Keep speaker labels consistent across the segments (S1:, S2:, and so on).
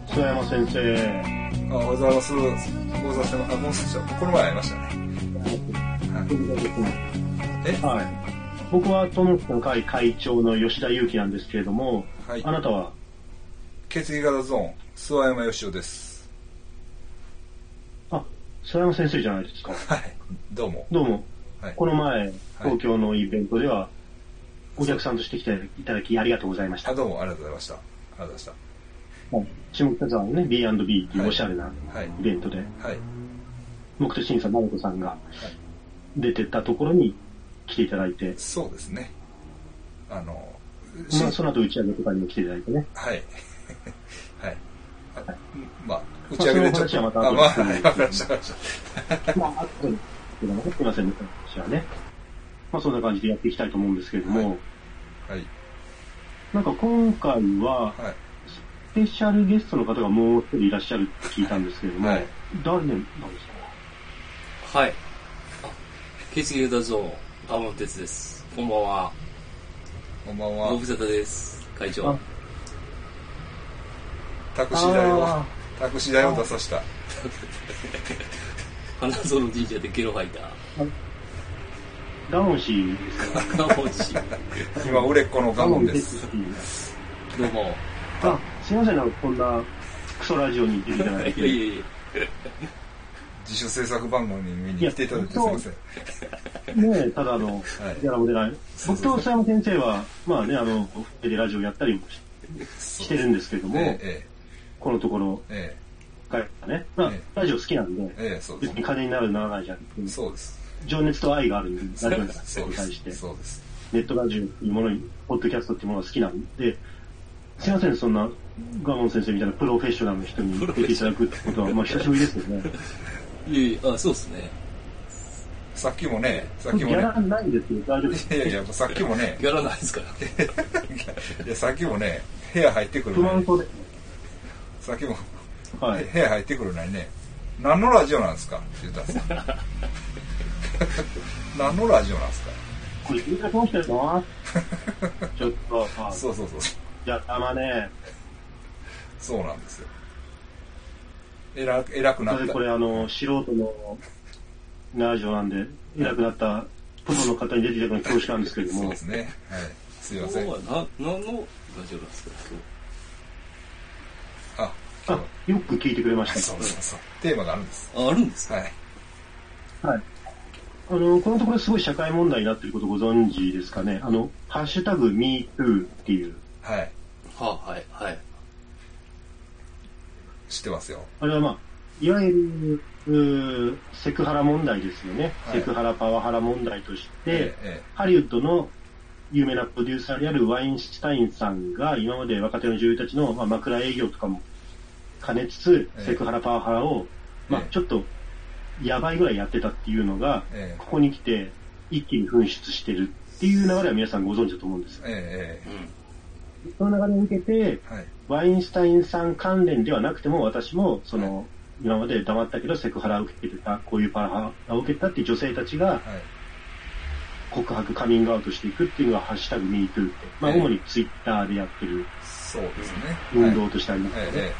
S1: いしい。
S2: あおはようございます。ご無沙汰してます。あ、ご無沙汰してますこの前会いましたね。え
S1: はい。僕はトノッコの会会長の吉田祐樹なんですけれども、
S2: はい
S1: あなたは、
S2: 血液型ゾーン、諏訪山義雄です。
S1: あ、佐山先生じゃないですか。
S2: はい。どうも。
S1: どうも、
S2: はい
S1: この前、東京のイベントでは、お客さんとして来ていただきありがとうございました
S2: あ、。どうもありがとうございました。ありがとうござい
S1: 下北沢のね、B&B っていうおしゃれな
S2: ました。はい。
S1: イベントで、
S2: はい。
S1: 僕と新さん、直子さんが出てたところに来ていただいて、
S2: そうですね。あの、し
S1: まあ、その後打ち上げとかにも来ていただいてね。
S2: はい。 はい。あまあ、打
S1: まあ
S2: ち上げでちょっ
S1: その話はま
S2: と。
S1: た
S2: あ、まあ、
S1: 後で
S2: はいわかりました、わかりまし
S1: まあ、あとですけどもねすいませんね、私はね。まあ、そんな感じでやっていきたいと思うんですけれども、
S2: はいた。はい。
S1: なんか今回は、
S2: はい。
S1: スペシャルゲストの方がもう一人いらっしゃるって聞いたんですけれども、
S2: はい
S1: 誰なんですか
S3: はい。血液型上、ガモン哲です。こんばんは。
S2: こんばん
S3: ご
S2: は
S3: 無。沙汰です。会長。
S2: タクシー代を
S1: あ、
S2: タクシー代を出さした。
S3: 花園神社でゲロ吐い た。
S1: ダウン氏ですか
S3: ガモン氏。
S2: 今、売れっ子のガモンです。
S1: ダウンで
S3: どうも。
S1: あ、すいません、なんかこんなクソラジオに出ていただい
S3: い
S1: て。
S3: やいやいや。
S2: 自主制作番組に見に来ていただいてすいません。
S1: ねえ、ただあの、
S2: い
S1: やらも出ない。僕と佐山先生は、まあね、あの、お二人でラジオやったりもし
S2: し
S1: してるんですけれども、
S2: ええ、
S1: このところ、
S2: ええ、
S1: がね、まあ
S2: え、
S1: ラジオ好きなんで、
S2: ええ、そうで
S1: 別
S2: す
S1: に。金になるならないじゃん。
S2: そ うです。
S1: 情熱と愛があるんで、ラジオに
S2: そうで
S1: 対して
S2: す。、そうです。
S1: ネットラジオっていうものに、ポッドキャストっていうものが好きなんで、すいません、そんな、ガモン先生みたいなプロフェッショナルの人に出ていただくってことは、まあ、久しぶりですよ ね。
S3: いやいや、あ、そうですね。
S2: さっきもね、さっき
S1: 僕
S2: も
S1: や
S2: ね、
S1: らないんですけど、大丈夫です。
S2: いやいや、さっきもね、
S3: やらないです から。
S2: いやさっきもね、部屋入ってくる
S1: 不
S2: の
S1: 満
S2: に、
S1: そうで。
S2: さっきも、
S1: はい。
S2: 部屋入ってくるのにね、何のラジオなんですかって言ったんですよ 何のラジオなんですか
S1: これ、自分がどうしてるのちょっと、あ
S2: そうそうそう。
S1: いや、たまね、
S2: そうなんですよ。偉く偉くな
S1: な
S2: っ
S1: ぜ
S2: た
S1: こ。れ、あの、素人のラジオなんで、偉くなったプロの方に出ていただくの恐縮なんですけれど
S2: そう
S1: も
S2: で、すね。はい。すい
S3: 今
S2: ま
S3: 日
S2: せん。
S3: はな、何のラジオなんですか
S2: あ、今
S1: あ
S2: 日、
S1: よく聞いてくれま
S2: は
S1: し
S2: そうそうそう。テーマがあるんです。
S3: 今日。あ、あるんですか
S2: はい。
S1: た。はい。あの、このところすごい社会問題になっていることご存知ですかね。あの、ハッシュタグ MeToo っていう、
S2: はい。
S3: はあ、はい、はい。
S2: 知ってますよ。
S1: あれはまあ、いわゆる、うーセクハラ問題ですよね。
S2: はい
S1: セクハラ、パワハラ問題として、
S2: え
S1: ハリウッドの有名なプロデューサーであるワインシュタインさんが今まで若手の女優たちの、まあ、枕営業とかも兼ねつつ、
S2: ええ
S1: セクハラパワハラを、まあ
S2: ええ、
S1: ちょっとやばいぐらいやってたっていうのが、
S2: ええ
S1: ここに来て一気に噴出してるっていう流れは皆さんご存知だと思うんです
S2: え
S1: よ。
S2: え
S3: う
S2: え
S3: ん。
S1: その流れを受けて、
S2: えはい。
S1: ワインシュタインさん関連ではなくても私もその、今まで黙ったけどセクハラを受けてた、こういうパワハラを受けたっていう女性たちが、
S2: はい。
S1: 告白、カミングアウトしていくっていうのが、ハッシュタグ MeToo って、まあ、
S2: ええ
S1: 主にツイッターでやってる
S2: そうですね。
S1: 運動としてあります
S2: はい
S1: よ
S2: え
S1: ね。
S2: え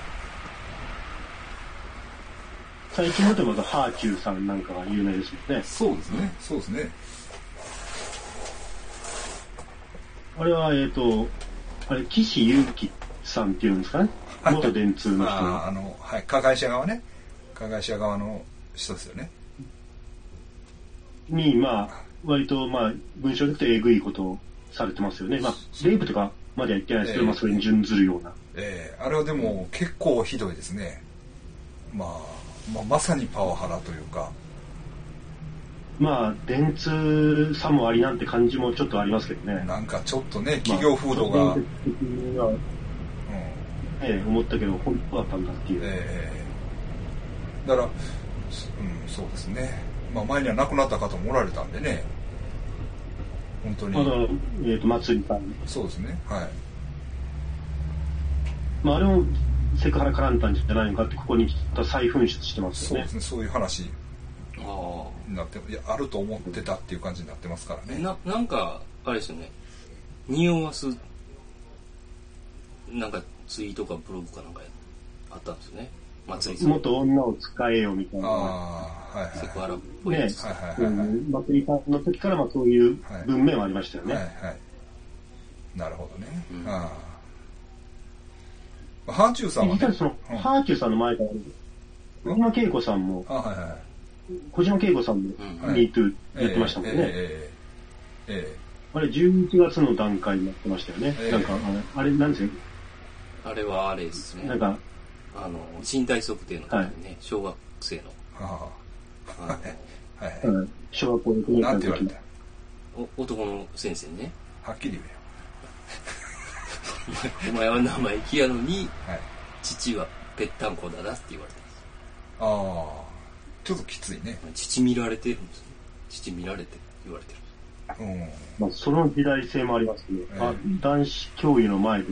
S1: 最近だとまた、ハーキューさんなんかが有名ですよね。
S3: そうです
S2: ええね。そうですね。
S1: あれは、えっ、と、あれ、岸優樹さんっていうんですかね。元電通の人
S2: ああ、
S1: が。
S2: あの、はい。加害者側ね。加害者側の人ですよね。
S1: に、まあ、割と、まあ、文章で言うとえぐいことをされてますよね。まあ、レイプとかまでは言ってないですけど、
S2: ええ
S1: まあ、それに準ずるような。
S2: ええあれはでも結構ひどいですね。まあ、まあ、まさにパワハラというか。
S1: まあ、電通さもありなんて感じもちょっとありますけどね。
S2: なんかちょっとね、企業風土が、
S1: まあ
S2: うん、
S1: ちょっと伝説的には
S2: え
S1: ええ、思ったけど、本当だったんだっていう。
S2: えだから、すうん、そうですね。まあ前には亡くなった方もおられたんでね。本当
S1: まあだから
S2: に。、
S1: えっ、と、祭りさん。
S2: そうですね。はい。
S1: まあ、あれもセクハラ絡んだんじゃないのかって、ここに来た再噴出してます
S2: そう
S1: よ
S2: で
S1: ね
S2: す。ね。そういう話
S3: あ
S2: になって、いや、あると思ってたっていう感じになってますから
S3: あ。
S2: ね。
S3: な、なんか、あれですよね。匂わす、なんかツイートかブログかなんかやあったんですよね。祭りさん。
S1: もっと女を使えよみたいな。
S2: ああ、はいはい。
S3: セクハラっぽい
S1: ね
S3: やつ。、
S2: はいは
S1: う
S2: いはいはい。
S1: ん、祭りさんの時からまあそういう
S2: はい
S1: 文面はありましたよね。
S2: はいはい。なるほどね。
S3: うん
S2: ああ。ハーチューさん
S1: で
S2: はね
S1: 実。はその、
S2: うん
S1: ハーチューさんの前から、小島恵子さんも、
S2: あはいはいはい。
S1: 小島恵子さんも
S3: うん。
S2: はい
S1: MeToo やってましたもんね。
S2: えええええ
S1: あれ11月の段階になってましたよね。
S2: ええ
S1: なんか、あのあれなんですよ。
S3: あれはあれですね
S1: な。んか、
S3: あの、身体測定の時にね、小学生の、
S2: えは
S3: あの
S2: あはい
S1: あの小学校6年
S2: な
S1: 生
S2: ん
S1: の
S2: て言わ
S1: 時
S2: れ
S1: に
S2: た
S3: お男の先生にね、
S2: はっきり言えよ。
S3: お前は生意気やのに、
S2: はい。
S3: 父はぺったんこだなって言われたんです。
S2: ああ。ちょっときついね。
S3: 父見られてるんですよ。父見られてる言われてる。
S2: うん。
S1: まあ、その時代性もありますね、
S2: ええ
S1: あ男子教諭の前で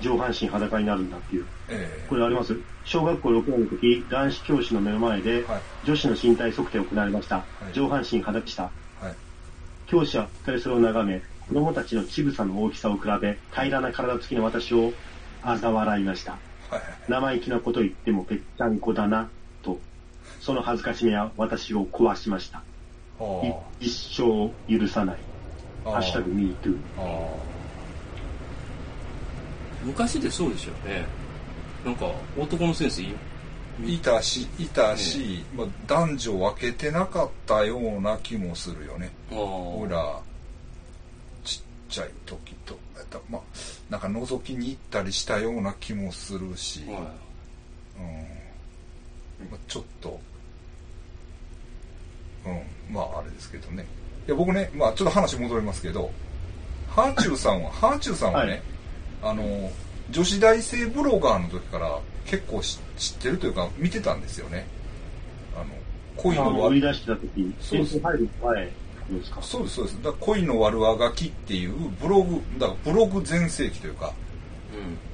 S1: 上半身裸になるんだっていう。
S2: え
S1: これあります小学校6年の時、男子教師の目の前で
S2: え、はい。
S1: 女子の身体測定を行われました。
S2: い
S1: 上半身裸でした。
S2: はい。
S1: 教師は二人それを眺め、子供たちの乳房の大きさを比べ、平らな体つきの私を嘲笑いました。
S2: はい。
S1: 生意気なこと言ってもぺったんこだな、と。その恥ずかしめは私を壊しました。い
S2: は
S1: 一生許さない。
S2: あ。
S1: ハッシュタグ MeToo。
S2: ああ。
S3: 昔でそうでしたよね。なんか、男の先生い、
S2: いたし、いたし、まあ、男女分けてなかったような気もするよね。
S3: あ
S2: ほ
S3: ー
S2: ら、ちっちゃい時と、えっとまあ、なんか覗きに行ったりしたような気もするし、うん
S3: は
S2: まあ、ちょっと、うん、まああれですけどね。いや僕ね、まあちょっと話戻りますけど、ハーチューさんは、ハーチューさんはね、あの、女子大生ブロガーの時から結構し知ってるというか見てたんですよね。あの、恋
S1: あ
S2: の
S1: の
S2: わ
S1: 売り出してた時、
S2: そう
S1: 先
S2: そう
S1: 生入る前ですか。
S2: そうですそうですだから恋の悪あがきっていうブログだからブログ全盛期というか
S3: い。う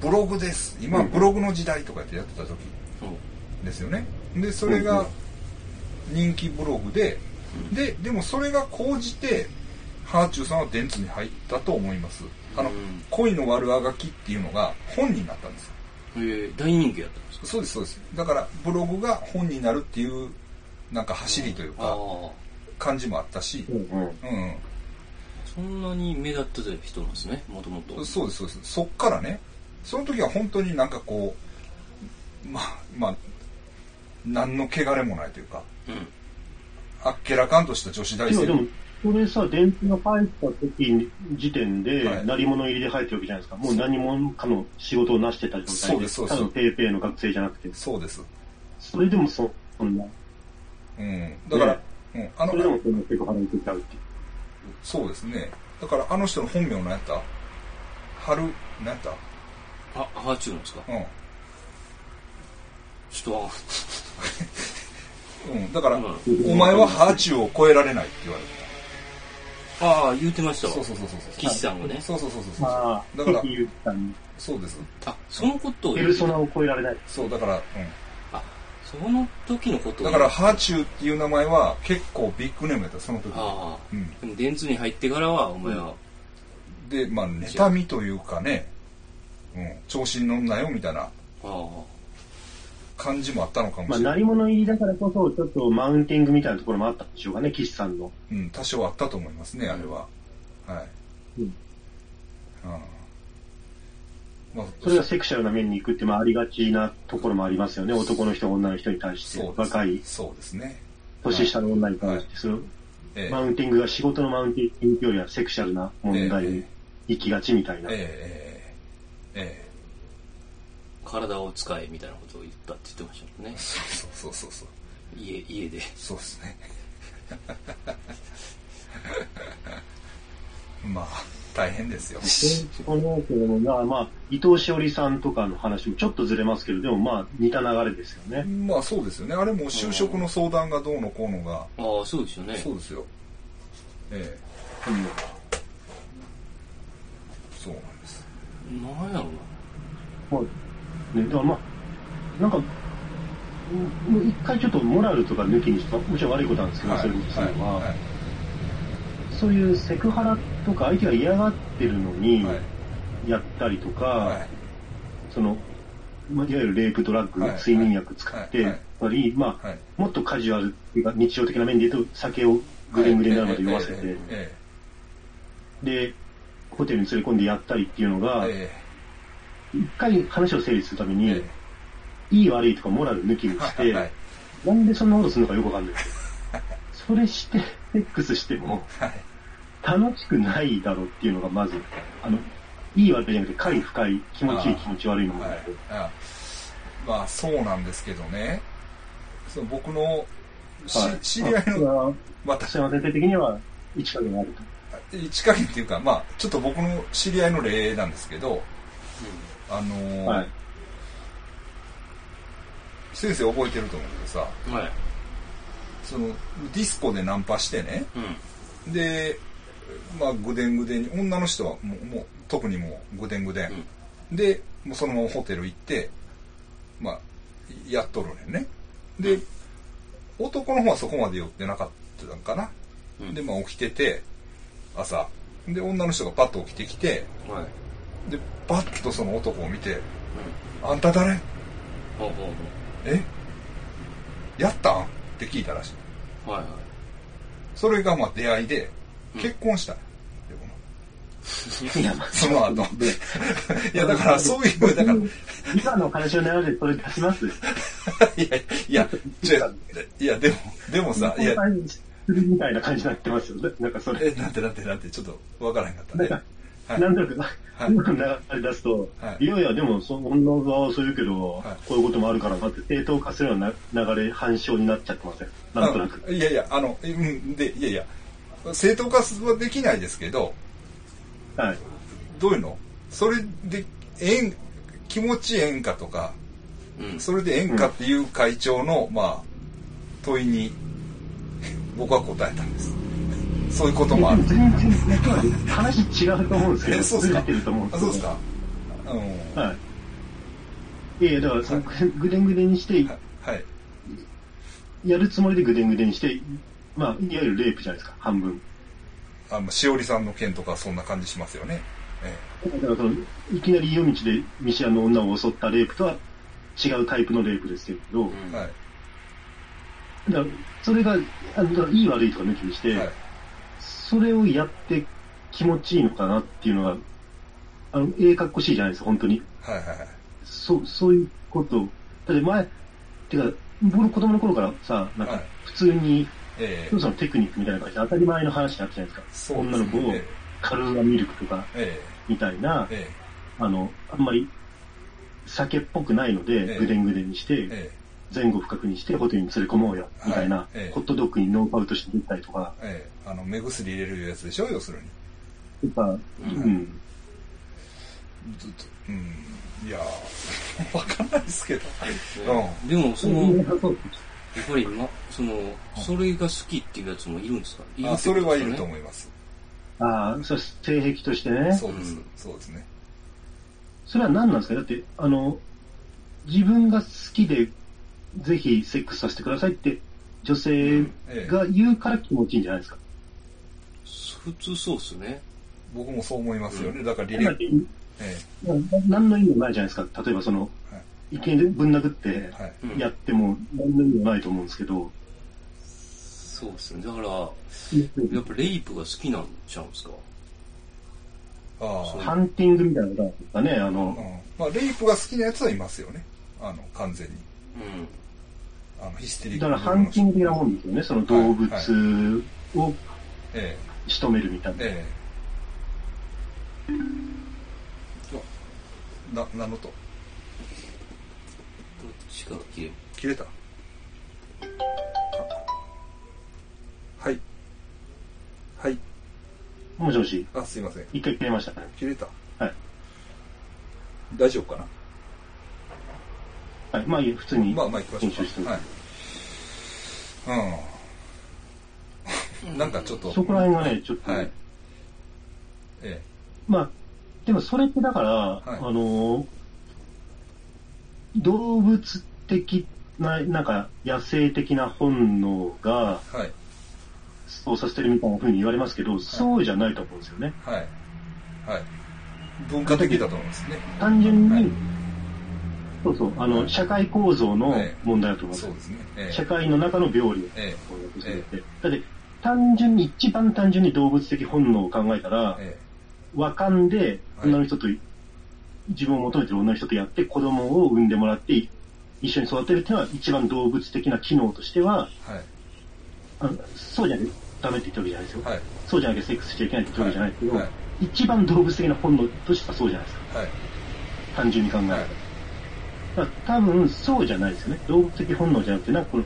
S3: ん。
S2: ブログです今ブログの時代とかってやってた時
S3: そう
S2: ですよねでそれが人気ブログでででもそれが高じてハーチューさんは電通に入ったと思いますあの
S3: うん
S2: 恋の悪あがきっていうのが本になったんです
S3: えー、大人気やったんですか
S2: そうですそうですだからブログが本になるっていうなんか走りという
S3: ああ
S2: か感じもあったし
S1: うんうん。
S2: うん
S3: そんなに目立ってた人なんですねもともと
S2: そうですそうですそっからねその時は本当になんかこうまあまあ何の汚れもないというか
S3: うん
S2: あっけらかんとした女子大
S1: でも、
S2: 生
S1: でも、それさ、電通が入った時に、時点で、
S2: はい
S1: 鳴り物入りで入ってるわけじゃないですか。もう何者かの仕事をなしてた状態で、
S2: そうですそうです
S1: ただのペーペーの学生じゃなくて、
S2: そうです
S1: それでもそ、そんな、
S2: うんだから、
S1: ね
S2: うん、あ
S1: それで
S2: の
S1: もそんなセクハラを受けちゃうっていう。
S2: そうですねだからあの人の本名何やった春何やった
S3: あハーチューなんですか
S2: う
S3: ちょっ
S2: ん、うん、だから、
S3: うん
S2: お前はハーチューを超えられないって言われ
S3: とああ言うてました
S2: た
S3: わ
S2: そうそうそうそうそう
S3: 岸さんがね
S2: そうそうそうそうそう
S1: まあ、
S2: だから
S1: 関ゆきさんに、
S2: そうです
S3: あそのことを
S1: ペ
S3: 言
S1: ル
S3: う
S1: ソナを超えられない。
S2: そうだから、うん、
S3: あその時のことを
S2: だからハーチューっていう名前は結構ビッグネームやったその時
S3: ああ
S2: うん
S3: でも電通に入ってからはお前は、
S2: で、まあ、妬みというかね、うん、調子に乗んなよみたいな
S3: あ
S2: 感じもあったのかも
S1: まあ、
S2: しれな
S1: 鳴
S2: い。
S1: り物入りだからこそ、ちょっとマウンティングみたいなところもあったんでしょうかね、岸さんの。
S2: うん、多少あったと思いますね、あれは。はい。
S1: うん
S2: ああまあ、
S1: それがセクシャルな面に行くって、まあ、ありがちなところもありますよね。男の人が女の人に対して
S2: そうで、す
S1: 若い、
S2: そうですね。
S1: 年下の女に対して、それを
S2: ええ
S1: マウンティングが仕事のマウンティングよりはセクシャルな問題に行きがちみたいな。
S2: えええええ
S3: あ体を使えみたいなことを言ったって言ってましたもんね
S2: えそうそうそうそう。
S3: 家家で
S2: そうですね。 まあ、大変で すよ。
S1: でこのけども、まあまあ、伊藤詩織さんとかの話もちょっとずれますけど、でもまあ似た流れですよね。
S2: まあ、そうですよね。あれも就職の相談がどうのこうのが、
S3: ああそうですよね
S2: そうですよ。ええ
S1: うん
S2: そうなんです。
S3: なんやろう
S1: まあ、ね、だからまあ、なんか、うんもう一回ちょっとモラルとか抜きにした、もちろん悪いことなんですけど、それについては、
S2: はい
S1: そういうセクハラとか相手が嫌がってるのに
S2: はい
S1: やったりとか、
S2: はい
S1: その、まあ、いわゆるレイプ、ドラッグ、
S2: はいはい
S1: 睡眠薬使っ
S2: はいは
S1: て
S2: い、
S1: 割り、まあ、
S2: はい
S1: もっとカジュアルっていうか、日常的な面で言うと、酒をグレングレンになるまで酔わせ
S2: ええ
S1: て、
S2: え
S1: で、ホテルに連れ込んでやったりっていうの
S2: え
S1: が、
S2: え
S1: 一回話を整理するため
S2: え
S1: に、
S2: え
S1: いい悪いとかモラル抜きに
S2: えは
S1: し
S2: い
S1: て、
S2: はいはい
S1: なんでそんなことするのかよくわかんない。それして、X しても
S2: はい
S1: 楽しくないだろうっていうのがまず、あの、いい悪いじゃなくて、快不快、気持ちいい
S2: あー
S1: 気持ち悪いのも、
S2: はい、あまあそうなんですけどねその僕のし、
S1: はい
S2: 知り合いの
S1: の。
S2: また
S1: 私は先生的には、一影があると。
S2: 一加減っていうかまあちょっと僕の知り合いの例なんですけどあのー
S1: はい。
S2: 先生覚えてると思うけどさ
S3: うん。はい。
S2: そのディスコでナンパしてね
S3: うん。
S2: でまあぐでんぐでんに女の人はもうもう特にもうぐでんぐでん、でもうそのままホテル行ってまあやっとるねんねで男の方はそこまで酔ってなかったんかな、
S3: うん
S2: でまあ起きてて朝で女の人がパッと起きてきて
S3: はい。
S2: でパッとその男を見て
S3: う
S2: 「あんた誰
S3: ん。ほうほうほ。
S2: えやったん?」って聞いたらしいう
S3: はいはい。
S2: それがまあ出会いで結婚した、でも
S1: いや、まあ、
S2: その後。いや、だから、そういう、だから、い
S1: 今のお話の流れでそれ出します
S2: や、いや、違ういや、でも、でもさ、いや、
S1: するみたいな感じになってますよ。ななんかそれ。
S2: え、なんてなんてなんて、ちょっと、わからへんかった
S1: なん
S2: ね。
S1: か、
S2: はい
S1: なんとなく、
S2: い
S1: 今の流れ出すと、
S2: はい
S1: い、やいや、でも、そ女側はそう言うけど、
S2: はい
S1: こういうこともあるからなって、正当化するような流れ、反証になっちゃってません。なんとなく。
S2: あのいやいや、あの、うん、で、いやいや、正当化はできないですけど、
S1: はい。
S2: どういうのそれで、えん、気持ちええんかとか、
S3: うん。
S2: それでええんかっていう会長の、まあ、問いに、僕は答えたんです。そういうこともある
S1: 全。然、話違うと思うんですけ
S2: え、
S1: ど、
S2: そう
S1: ず
S2: です
S1: れ
S2: か
S1: てると思うん
S2: あ、
S1: です
S2: そ
S1: けど。
S2: うですかうん。
S1: はい。いやいや、だからその、ぐでんぐでんにして、
S2: はい。
S1: やるつもりでぐでんぐでんにして、まあ、いわゆるレイプじゃないですか、半分。
S2: あの、しおりさんの件とかそんな感じしますよね。え
S1: だからその、いきなり夜道で見知らぬ女を襲ったレイプとは違うタイプのレイプですけど、
S3: うん
S2: えはい。
S1: だからそれが、あのだからいい悪いとか抜きにして、
S2: はい。
S1: それをやって気持ちいいのかなっていうのが、あの、ええかっこしいじゃないですか、本当に。
S2: はいはいはい。
S1: そう、そういうこと。だって前、てか、僕の子供の頃からさ、なん
S2: は
S1: か
S2: い、
S1: 普通に、
S2: ええ
S1: そのテクニックみたいな感じで当たり前の話になってたじゃないですか。
S2: そうで
S1: 女
S2: す
S1: の
S2: ね
S1: 子を
S2: ええ
S1: カルーアミルクとか、
S2: え
S1: みたいな
S2: え、え
S1: あの、あんまり酒っぽくないの
S2: ええ
S1: で、ぐでんぐでんにし
S2: え
S1: て、
S2: え
S1: 前後不覚にしてホテルに連れ込もうよ、みたい
S2: はい
S1: な
S2: ええ、
S1: ホットドッグにノーパウトして出たりとか、
S2: えええあの、目薬入れるやつでしょ、要する
S1: や
S2: に。
S1: っぱ、うん。
S2: ずっと、うん。いやー、 わかんないですけど。
S3: うんでも、その、
S1: みん
S3: やっ
S1: なそう
S3: ぱり、ま、その、それが好きっていうやつもいるんですかいる
S2: あ、それはいると
S3: う。
S2: 思います。
S1: ああ、それ性癖としてね。
S2: そうです
S3: うん。
S2: そうですね。
S1: それは何なんですかだって、あの、自分が好きで、ぜひセックスさせてくださいって、女性
S2: ええ
S1: が言うから気持ちいいんじゃないですか。
S3: 普通そうっすね。
S2: 僕もそう思いますよね。だから、リレ
S1: だっ
S2: ー、
S1: て
S2: え
S1: な何の意味もないじゃないですか。例えばその、、
S2: はい
S1: きなりぶん殴って
S2: えはい。
S3: うん
S1: やっても何の意味もないと思うんですけど、
S3: そうっすね。だから、やっぱレイプが好きなんちゃうんですか
S2: あ
S1: ハンティングみたいなことなんですかね。あ
S2: あ、う
S1: の、
S2: ん。まあ、レイプが好きなやつはいますよね。あの、完全に。
S3: うん。
S2: あの、ヒステリッ
S1: だ
S2: ク
S1: からハンティング的なもんですよね。その動物を
S2: え
S1: 仕留めるみたい
S2: え
S1: な。
S2: ええな、何のと
S3: どっちかが消える。
S2: 切れたはいはい
S1: もしもし、
S2: あすいません
S1: 一回切れましたね。
S2: 切れた
S1: はい
S2: 大丈夫か
S1: はい。まあいい、普通
S2: な
S1: に
S2: まあまあ行きましょ
S1: 編集して
S2: う
S1: み
S2: か
S1: て
S2: はいうんなんかちょっと
S1: そこら辺がね、ちょっと、
S2: はいえ
S1: まあ、でもそれってだから、あのー、動物的な、なんか野生的な本能が
S2: えはい
S1: そうさせてるみたいな風に言われますけど、そうじゃないと思うんですよね。
S2: はいはい文化的だと思いますね
S1: 単純に、
S2: はい
S1: そうそう、あの、社会構造の問題だと思います。
S2: そうですね。え
S1: 社会の中の病理を
S2: え
S1: こうやって進めてだって、単純に、一番単純に動物的本能を考えたら、
S2: え
S1: 和漢で
S2: はい
S1: 女の人と、自分を求めてる女の人とやって子供を産んでもらって一緒に育てるっていうのは一番動物的な機能としては、
S2: はい。
S1: あのそうじゃなきゃダメって言ってるわけじゃないですよ。
S2: はい。
S1: そうじゃなきゃセックスしちゃいけないって言ってるわけじゃない
S2: は
S1: ですけど、一番動物的な本能としてはそうじゃないですか。
S2: はい。
S1: 単純に考えると。
S2: はい。
S1: だ から多分そうじゃないですよね。動物的本能じゃなくて、なんかこの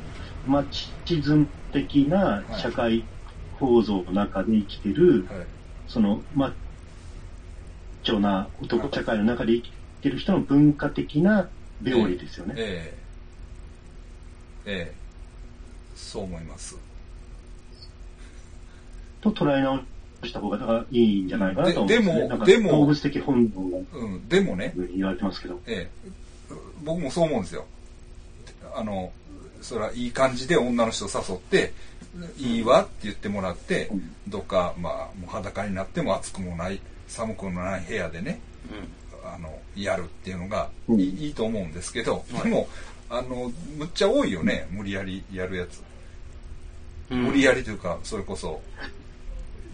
S1: マチズム的な社会構造の中で生きてる、
S2: はい。
S1: そのマッチョな
S2: はい
S1: 男社会の中で生きてる人の文化的な病理ですよね。
S2: ええええそう思います。
S1: と捉え直した方がだからいいんじゃないかなと思うんすね
S2: ででも
S1: なんか
S2: でも
S1: 動物的本能が
S2: うん。でもね、
S1: 言われてますけど。
S2: ええ僕もそう思うんですよ。あの、それはいい感じで女の人を誘って、いいわって言ってもらって、
S1: うん
S2: どっか、まあ、もう裸になっても暑くもない、寒くもない部屋でね、あの、やるっていうのがいい,、
S1: うん
S2: いいと思うんですけど、
S3: はい
S2: でも、あの、むっちゃ多いよね、無理やりやるやつ。
S3: うん。
S2: 無理
S3: や
S2: やりというか、それこそ、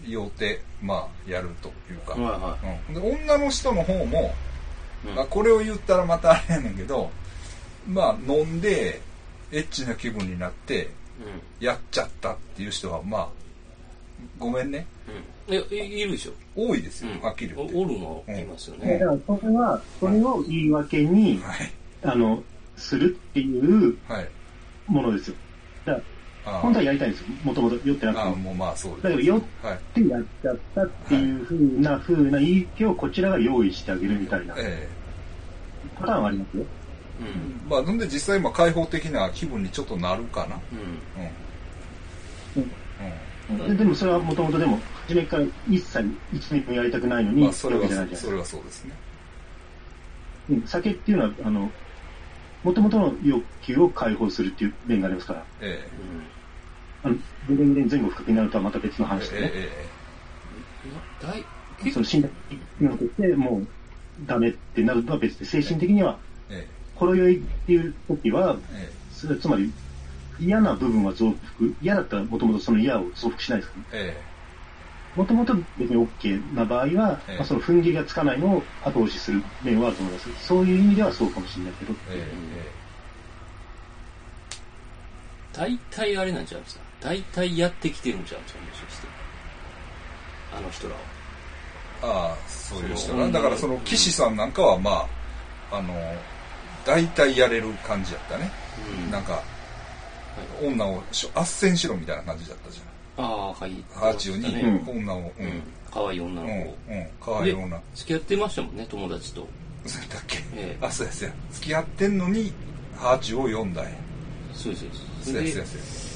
S2: 要手、まあ、やるというか。
S3: はいは
S2: うん、で女の人の方も、
S3: い。うん
S2: まあ、これを言ったらまたあれやねんけど、まあ、飲んで、エッチな気分になって、やっちゃったっていう人は、まあ、ごめんね、
S3: うん。うん。いや、いいるでしょ。
S2: 多いですよ、
S3: うん
S2: はっきり言って。
S3: おお
S2: は
S3: るのいますよ
S1: だ
S3: ね
S1: か。らそれは、それを言い訳に、あの、するっていう
S2: い。はい。
S1: ものですよ。だから
S2: あ
S1: 本当はやりたいんですよ。もともと酔ってな
S2: あ
S1: くて
S2: ああ、
S1: も。
S2: もうまあそうです。
S1: だけど酔っ
S2: はい。
S1: ってやっちゃったっていうふうな、ふうな言い訳をこちらが用意してあげるみたいな
S2: え
S1: パターンはありますよ。
S3: う
S2: え
S3: ん。
S2: まあ、なんで実際、まあ、開放的な気分にちょっとなるかな。
S3: うん。
S2: うん。
S1: で
S3: ん
S1: でもそれはもともとでも、初めから一切一年もやりたくないの
S2: うん。
S1: に、
S2: まあ、それ
S1: やるわ
S2: は
S1: けじゃないじ、ゃない
S2: それはそうですね。
S1: うん酒っていうのは、あの、もともとの欲求を解放するっていう面がありますから、
S2: ええ
S3: うん。
S1: あの、全然前後不覚になるとはまた別の話でね、
S2: え
S3: な大、結
S1: その信頼のとって、もう、ダメってなるのは別で、精神的には、
S2: ええええ
S1: ほろ酔いっていう時は、
S2: ええ
S1: それはつまり、嫌な部分は増幅、嫌だったらもともとその嫌を増幅しないです
S2: ええ
S1: もともと別に OK な場合は、
S2: ええ
S1: まあ、その踏ん切りがつかないのを後押しする面はあると思います。そういう意味ではそうかもしれないけど、
S2: ええええ
S3: 大体あれなんちゃうんですか大体やってきてるんちゃうんですかもしかして。あの人らを。
S2: ああそういう人
S3: そ
S2: が
S3: う
S2: だからその岸さんなんかはまああの大体やれる感じやったね、
S3: うん。
S2: なんか女をしょ斡旋しろみたいな感じだったじ
S3: ああ、はい。
S2: ゃんハーチューに、
S3: ね
S2: 女をう
S3: うんん。可愛い女
S2: う
S3: の
S2: ん
S3: 子を。
S2: うん可愛い女
S3: で付き合ってましたもんね、友達と。
S2: そうやったっけ、
S3: ええ
S2: あそうやそうや付き合ってんのにハーチューを呼んだんや
S3: そうですそ
S2: そう
S3: う
S2: や
S3: で
S2: そう
S3: す
S2: や。そうや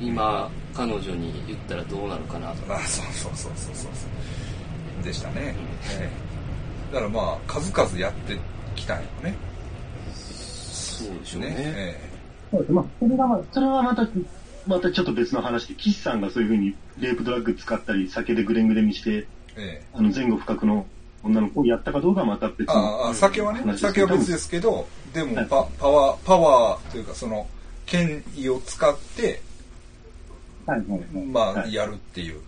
S3: で、今、彼女に言ったらどうなるかなとか。
S2: ああそうそうそうそうそうそうでしたね、
S3: うん
S2: ええだからまあ数々やってきたんよね
S3: そうでしょう
S2: ね
S3: ね。
S2: え
S1: そうですまあ、それがまあ、それはまた、またちょっと別の話で、岸さんがそういうふうにレイプドラッグ使ったり、酒でグレングレンにして、
S2: えええ
S1: あの前後不覚の女の子をやったかどうかはまた別の。
S2: ああ、酒はね、
S1: 話です
S2: 酒
S1: け
S2: は
S1: ど
S2: 別ですけど、でも
S1: はい
S2: パパワー、パワーというかその、権威を使って、
S1: はいはいはい
S2: まあ、
S1: はい
S2: やるっていう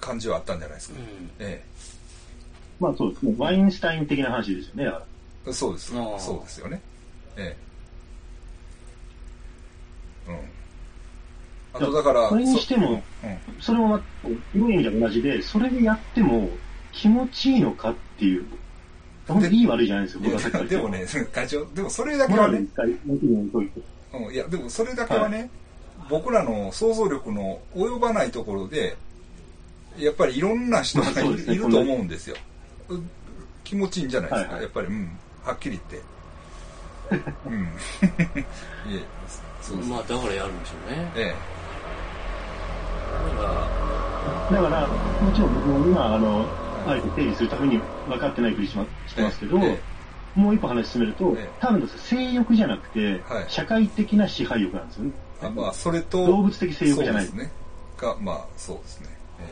S2: 感じはあったんじゃないですか。え
S1: まあそうですね。ワインスタイン的な話ですよね。だから
S2: え、そうです。
S3: あー
S2: そうですよね。ええ。うん。あとだから、
S1: それにしても
S2: そうん
S1: それもまあ、広い意味では同じで、それでやっても気持ちいいのかっていう、本当にいい悪いじゃないですよ、
S2: いや
S1: 僕はさっきから
S2: で
S1: 言っ
S2: も
S1: て
S2: ね、会長、でもそれだけ
S1: モラ
S2: は
S1: ル
S2: ね
S1: に、近い、もちろんそういうこと
S2: うん、いや、でもそれだけはね、僕らの想像力の及ばないところで、やっぱりいろんな人がい,、
S1: まあそうですね
S2: ると思うんですよ。うん気持ちいいんじゃないですか、
S1: はいはい
S2: やっぱり、うん、はっきり言 って。うん。 いえ、そうです。
S3: まあ、だからやるんでしょうね。
S2: え
S3: だか
S1: だから、もちろん僕も今、あの、あえて整理するために分かってないふりしましてますけど、
S2: え
S1: もう一歩話進めると
S2: ええ、
S1: 多分です性欲じゃなくて、
S2: はい
S1: 社会的な支配欲なんですよね。
S2: えあまあ、それと、
S1: 動物的性欲じゃない
S2: そうですね。が、まあ、そうですね。え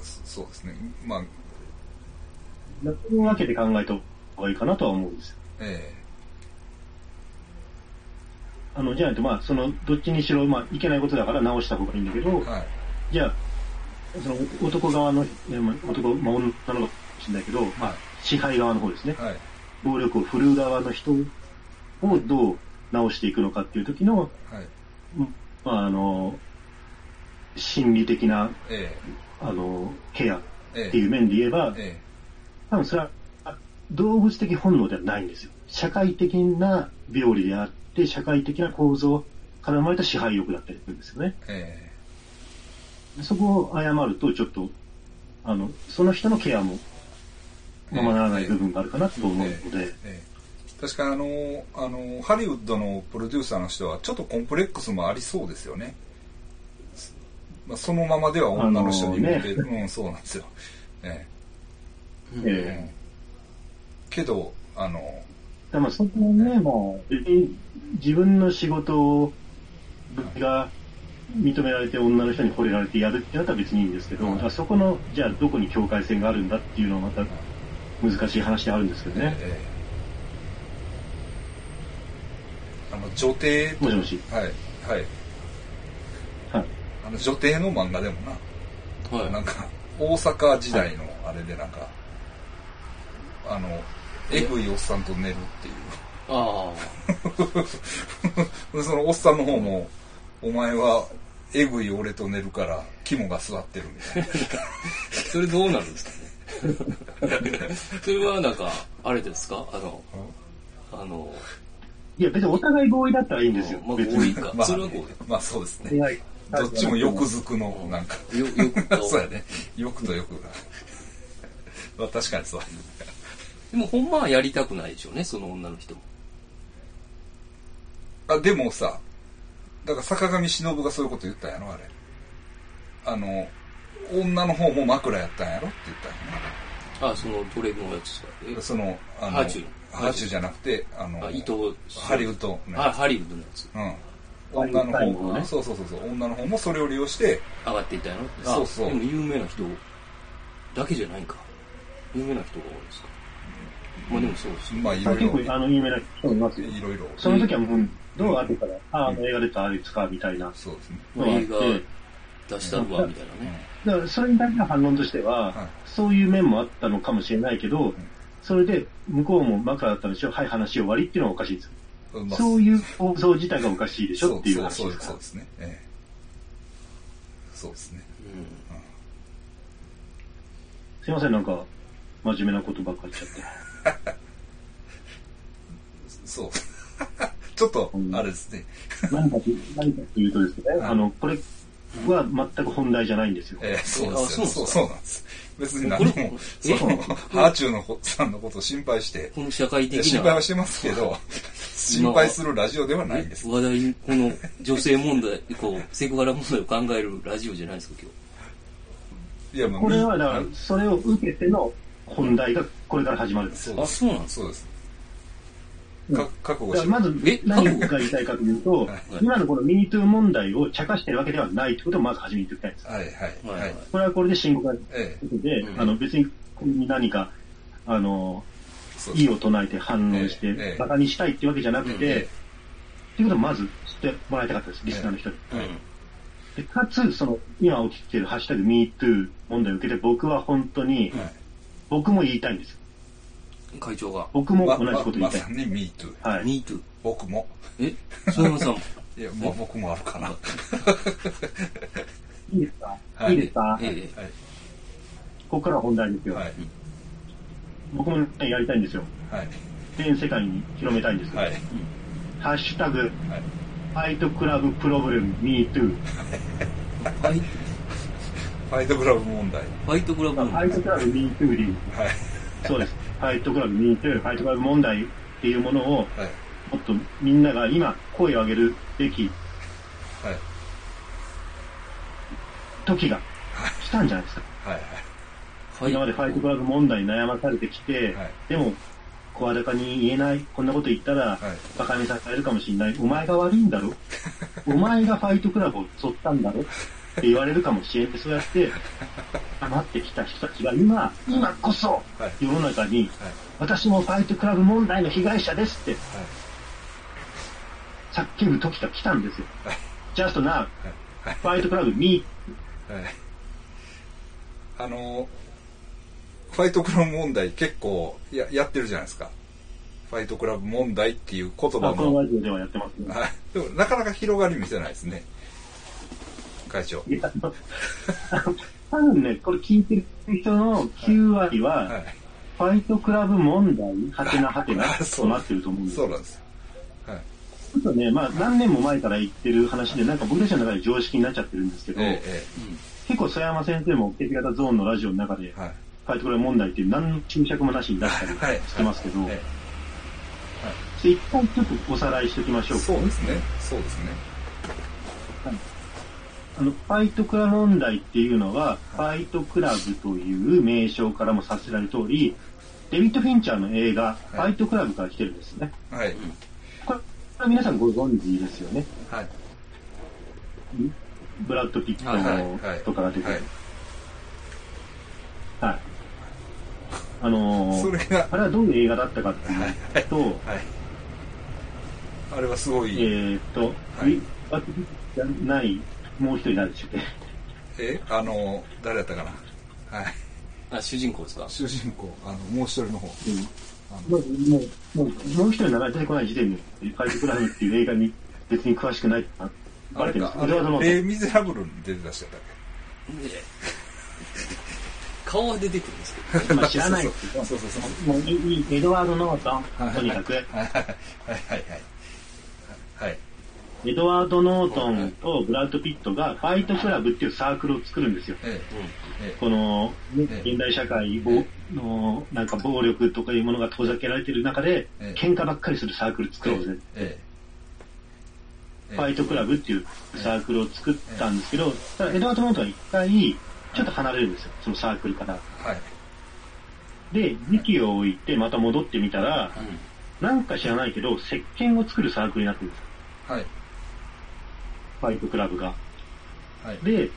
S2: えそそうですね。まあ、
S1: そういうわけで考えると、がいいかなとは思うんですよ。
S2: え
S1: あの、じゃないと、まあ、その、どっちにしろ、まあ、いけないことだから直した方がいいんだけど
S2: え、はい。
S1: じゃあ、その、男側の、えまあ男、まあ、女の子かもしれないけど、まあ、支配側の方ですね。
S2: はい。
S1: 暴力を振るう側の人をどう直していくのかっていう時の、
S2: はい。
S1: うんまあ、あの、心理的な、
S2: え
S1: あの、ケアっ
S2: えええ
S1: ていう面で言えば、
S2: え
S1: 多分それは動物的本能ではないんですよ。社会的な病理であって、社会的な構造から生まれた支配欲だったりするんですよね。
S2: ええ
S1: そこを誤ると、ちょっと、あの、その人のケアも、ままならない部分があるかなと思うので、
S2: ええ確かあの、あの、ハリウッドのプロデューサーの人は、ちょっとコンプレックスもありそうですよね。まあ、そのままでは女の人に見えて、
S1: あの
S2: うん、そうなんですよ。え
S3: うん
S1: え
S2: え
S1: え
S2: うんけど、あの、
S1: だまあそこもね、まあ、別に自分の仕事が認められて女の人に惚れられてやるってなったら別にいいんですけど、
S2: はい
S1: だからそこの、じゃあどこに境界線があるんだっていうのはまた難しい話であるんですけどね。
S2: ええあの女帝と
S1: もしもし。
S2: はいはい
S1: はい。
S2: あの女帝の漫画でもなな
S3: は
S2: んか大阪時代のあれでなんか、あのえぐいおっさんと寝るってい
S3: い。あ
S2: う でそのおっさんの方も「お前はえぐい俺と寝るから肝が座ってる」みたいな
S3: あ。それどうなるんですかね。 それはなんか、あれですかあの、あの、
S1: いや、別にお互い合意だったらいいんですよ。
S3: まあ、合
S1: 別
S3: 意
S1: に。
S3: か。
S2: まあ
S3: それは合
S2: まあそうですね
S1: はい
S2: どっちも欲づくのなんか
S3: 意。よ、よくと。
S2: そうやね欲と欲 がまあ確かにそう
S3: でも、ほんまはやりたくないでしょうね、その女の人も。
S2: あでもさだから坂上忍がそういうこと言ったんやろあれあの女の方も枕やったんやろって言ったんや
S3: あ、そのトレグのやつです
S2: な
S3: か
S2: そのあの
S3: ハーチュ
S2: ハーチュじゃなくてあの
S3: えあ、伊藤。
S2: ハリウッド
S3: ド
S2: ね
S3: あ、ハリウッドのやつ。
S2: うん女の
S1: ハリウッ
S2: 方
S1: ド
S2: も、
S1: のね
S2: そうそうそうそう女の方もそれを利用して
S3: 上がっていったんやろあ
S2: そうそう
S3: でも、有名な人だけじゃないんか。有名な人が多いんですか。まあ、でもそうですね。
S2: まあいろ
S1: 最
S2: いろ
S1: 近、あの、有名な人いますよ。
S2: いろいろ
S1: その時はもう、どう後から、ああ、映画出た、あれ使うみたいな。
S2: そうですね
S3: まあ、映画
S1: ええ
S3: 出したるわ、みたいなね。
S1: だから、それに対しての反論としては、
S2: はい
S1: そういう面もあったのかもしれないけど、それで、向こうも枕だったんでしょ、はい、話終わりっていうのはおかしいです。
S2: うんまあ
S1: そういう構造自体がおかしいでし
S2: そ
S1: ょ
S2: う
S1: っていう話
S2: そう
S1: です
S2: そう
S1: か
S2: そう
S1: ら
S2: で。すねええそうですね
S3: うん
S1: すいません、なんか、真面目なことばっかり言っちゃ って。
S2: そう ちょっとあれですね
S1: 何かと、何かというとですね、
S2: はい
S1: あの、これは全く本題じゃないんですよ。
S2: ええそうですよそ
S3: あそうう
S2: そうなんです。別に何
S3: これ
S2: も、その、
S3: え
S2: ハーチューの子さんのことを心配して、
S3: この社会
S2: いや
S3: 的
S2: 心
S3: な
S2: 配はしてますけど、心配するラジオではないんです。
S3: 話題、この女性問題、こう、 セクハラ問題を考えるラジオじゃないですか、今
S2: いや、もう、
S1: これは、だから
S2: み、
S1: それを受けての本題がこれから始まるんです。
S2: そう
S3: 日。
S2: で
S3: あ、
S2: す。
S3: そうなんですか。
S2: そうです。
S1: うん
S2: か覚悟
S1: だか
S2: し
S1: ら
S2: ろ
S1: まず
S3: え、
S1: 何が言いたいかというと、
S2: はい
S1: 今のこの MeToo 問題を茶化してるわけではないということをまず初めに言っておきたいんです。
S2: はいはいは
S3: はいはいい。。
S1: これはこれで深刻なこ
S2: ええ、
S1: とで、
S3: うん
S1: あの別にここに何か、あの、
S2: そうで
S1: 意
S2: す。
S1: を唱えて反論し
S2: えええ
S1: て
S2: え、
S1: 馬鹿にしたいっていうわけじゃなくて、
S2: え
S1: っていうことをまず知ってもらいたかったです、リスナーの人に。
S3: うん。
S1: でかつ、その、今起きてるハッシュタグ MeToo 問題を受けて、僕は本当に、
S2: はい
S1: 僕も言いたいんですよ。
S3: 会長が。
S1: 僕も
S2: ま
S1: 同じこと言
S2: ま
S1: いたい
S2: さ。に Me Too。
S1: はい。
S3: Me too.
S2: 僕も。
S3: え篠山さんも。
S2: いや、まあ僕もあるかな。
S1: いいですか、
S2: はい
S1: い、いですか、
S3: え
S2: はい。
S1: ここからは本題ですよ。
S2: はい。
S1: 僕も、ね、やりたいんですよ。
S2: はい。
S1: 全世界に広めたいんですよ。
S2: はい。
S1: ハッシュタグ、
S2: はい
S1: ファイトクラブプロブレム MeToo。
S3: え。ファイ
S2: ファイトクラブ問題。
S3: ファイトクラブ
S1: フ
S3: 問
S1: ァ
S3: 題
S1: イトクラブ MeToo でいい
S2: はい。
S1: そうです。ファイトクラブ MeToo、ファイトクラブ問題っていうものを、
S2: はい。
S1: もっとみんなが今声を上げるべき
S2: はい。
S1: 時が来たんじゃないですか。
S2: はい。
S3: ファイ
S1: 今までファイトクラブ問題に悩まされてきて、
S2: はい
S1: でも、声高に言えない、こんなこと言ったら、
S2: はい
S1: 馬鹿に されるかもしれない、お前が悪いんだろお前がファイトクラブを襲ったんだろって言われるかもしれんって、そうや って、黙ってきた人たちが今、今こそ
S2: はい、
S1: 世の中に、
S2: はい
S1: 私もファイトクラブ問題の被害者ですって叫ぶ時が来たんですよ。Just now, ファイトクラブ me
S2: はいはいあのファイトクラブ問題結構ややってるじゃないですかファイトクラブ問題っていう言葉
S1: まあ、こ
S2: も
S1: のラジオではやってますね。
S2: はいでもなかなか広がり見せないですね会長
S1: いや、あの多分ね、これ聞いてる人の9割
S2: は
S1: は、ファイトクラブ問題、はてなはてな、
S2: あそ
S1: と
S2: う
S1: なってると思うん
S2: い
S1: です
S2: そうなんですはい
S1: ちょっとね、まあ何年も前から言ってる話で、なんか僕たちの中で常識になっちゃってるんですけど、
S2: ええ
S1: 結構曽山先生も血型ゾーンのラジオの中で
S2: ええ、はい
S1: ファイトクラブ問題っていう何の注釈もなしに出したり
S2: はい
S1: してますけど、
S2: え
S1: で一回ちょっとおさらいしておきまし
S2: え
S1: ょうか。
S2: そうですねそうですね
S1: あの、ファイトクラブ問題っていうのは、ファイトクラブという名称からもさせられる通り、デビッド・フィンチャーの映画、ファイトクラブから来てるんですね。
S2: はい
S1: これ、これ皆さんご存知ですよね。
S2: はい
S1: ブラッド・ピッ
S2: はいはい
S1: トとかが出て
S2: は
S1: る
S2: い。
S1: はい。あのー
S2: それが
S1: あれはどういう映画だったかっていうと、
S2: はいあれはすご
S1: え
S2: い、
S1: ーっと、
S2: はい
S1: ウィバックじゃない、もう一人誰でしたっけ
S2: えあの誰だったかなはい
S3: あ、主人公ですか
S2: 主人公あのもう一人の方
S1: まずもう、もう、もう一人の名前出てこない時点で、ファイトクラブっていう映画に別に詳しくないって
S2: あ
S1: バレて
S2: れ
S1: るんです
S2: かあ
S1: エドワードノート
S2: れレ・ミゼラブルに出てた人だっ
S3: ねえ顔は出てくるんですけど、
S2: け
S1: まあ知らないですけど
S2: そうそうそうそう
S1: もういい、エドワード・ノートン、とにかく、
S2: はいはいはいはいはい
S1: エドワード・ノートンとブラッド・ピットが、ファイトクラブっていうサークルを作るんですよ。
S2: えええ
S1: この、ね
S2: ええ
S1: 現代社会をの、なんか暴力とかいうものが遠ざけられてる中で
S2: ええ、
S1: 喧嘩ばっかりするサークル作ろうぜ。
S2: えええ
S1: ファイトクラブっていうサークルを作ったんですけど、ただエドワード・ノートンは一回、ちょっと離れるんですよ、そのサークルから。
S2: はい
S1: で、時期を置いてまた戻ってみたら、
S3: うん
S1: なんか知らないけど、石鹸を作るサークルになってるんですよ
S2: はい
S1: ファイトクラブが。
S2: はい
S1: で、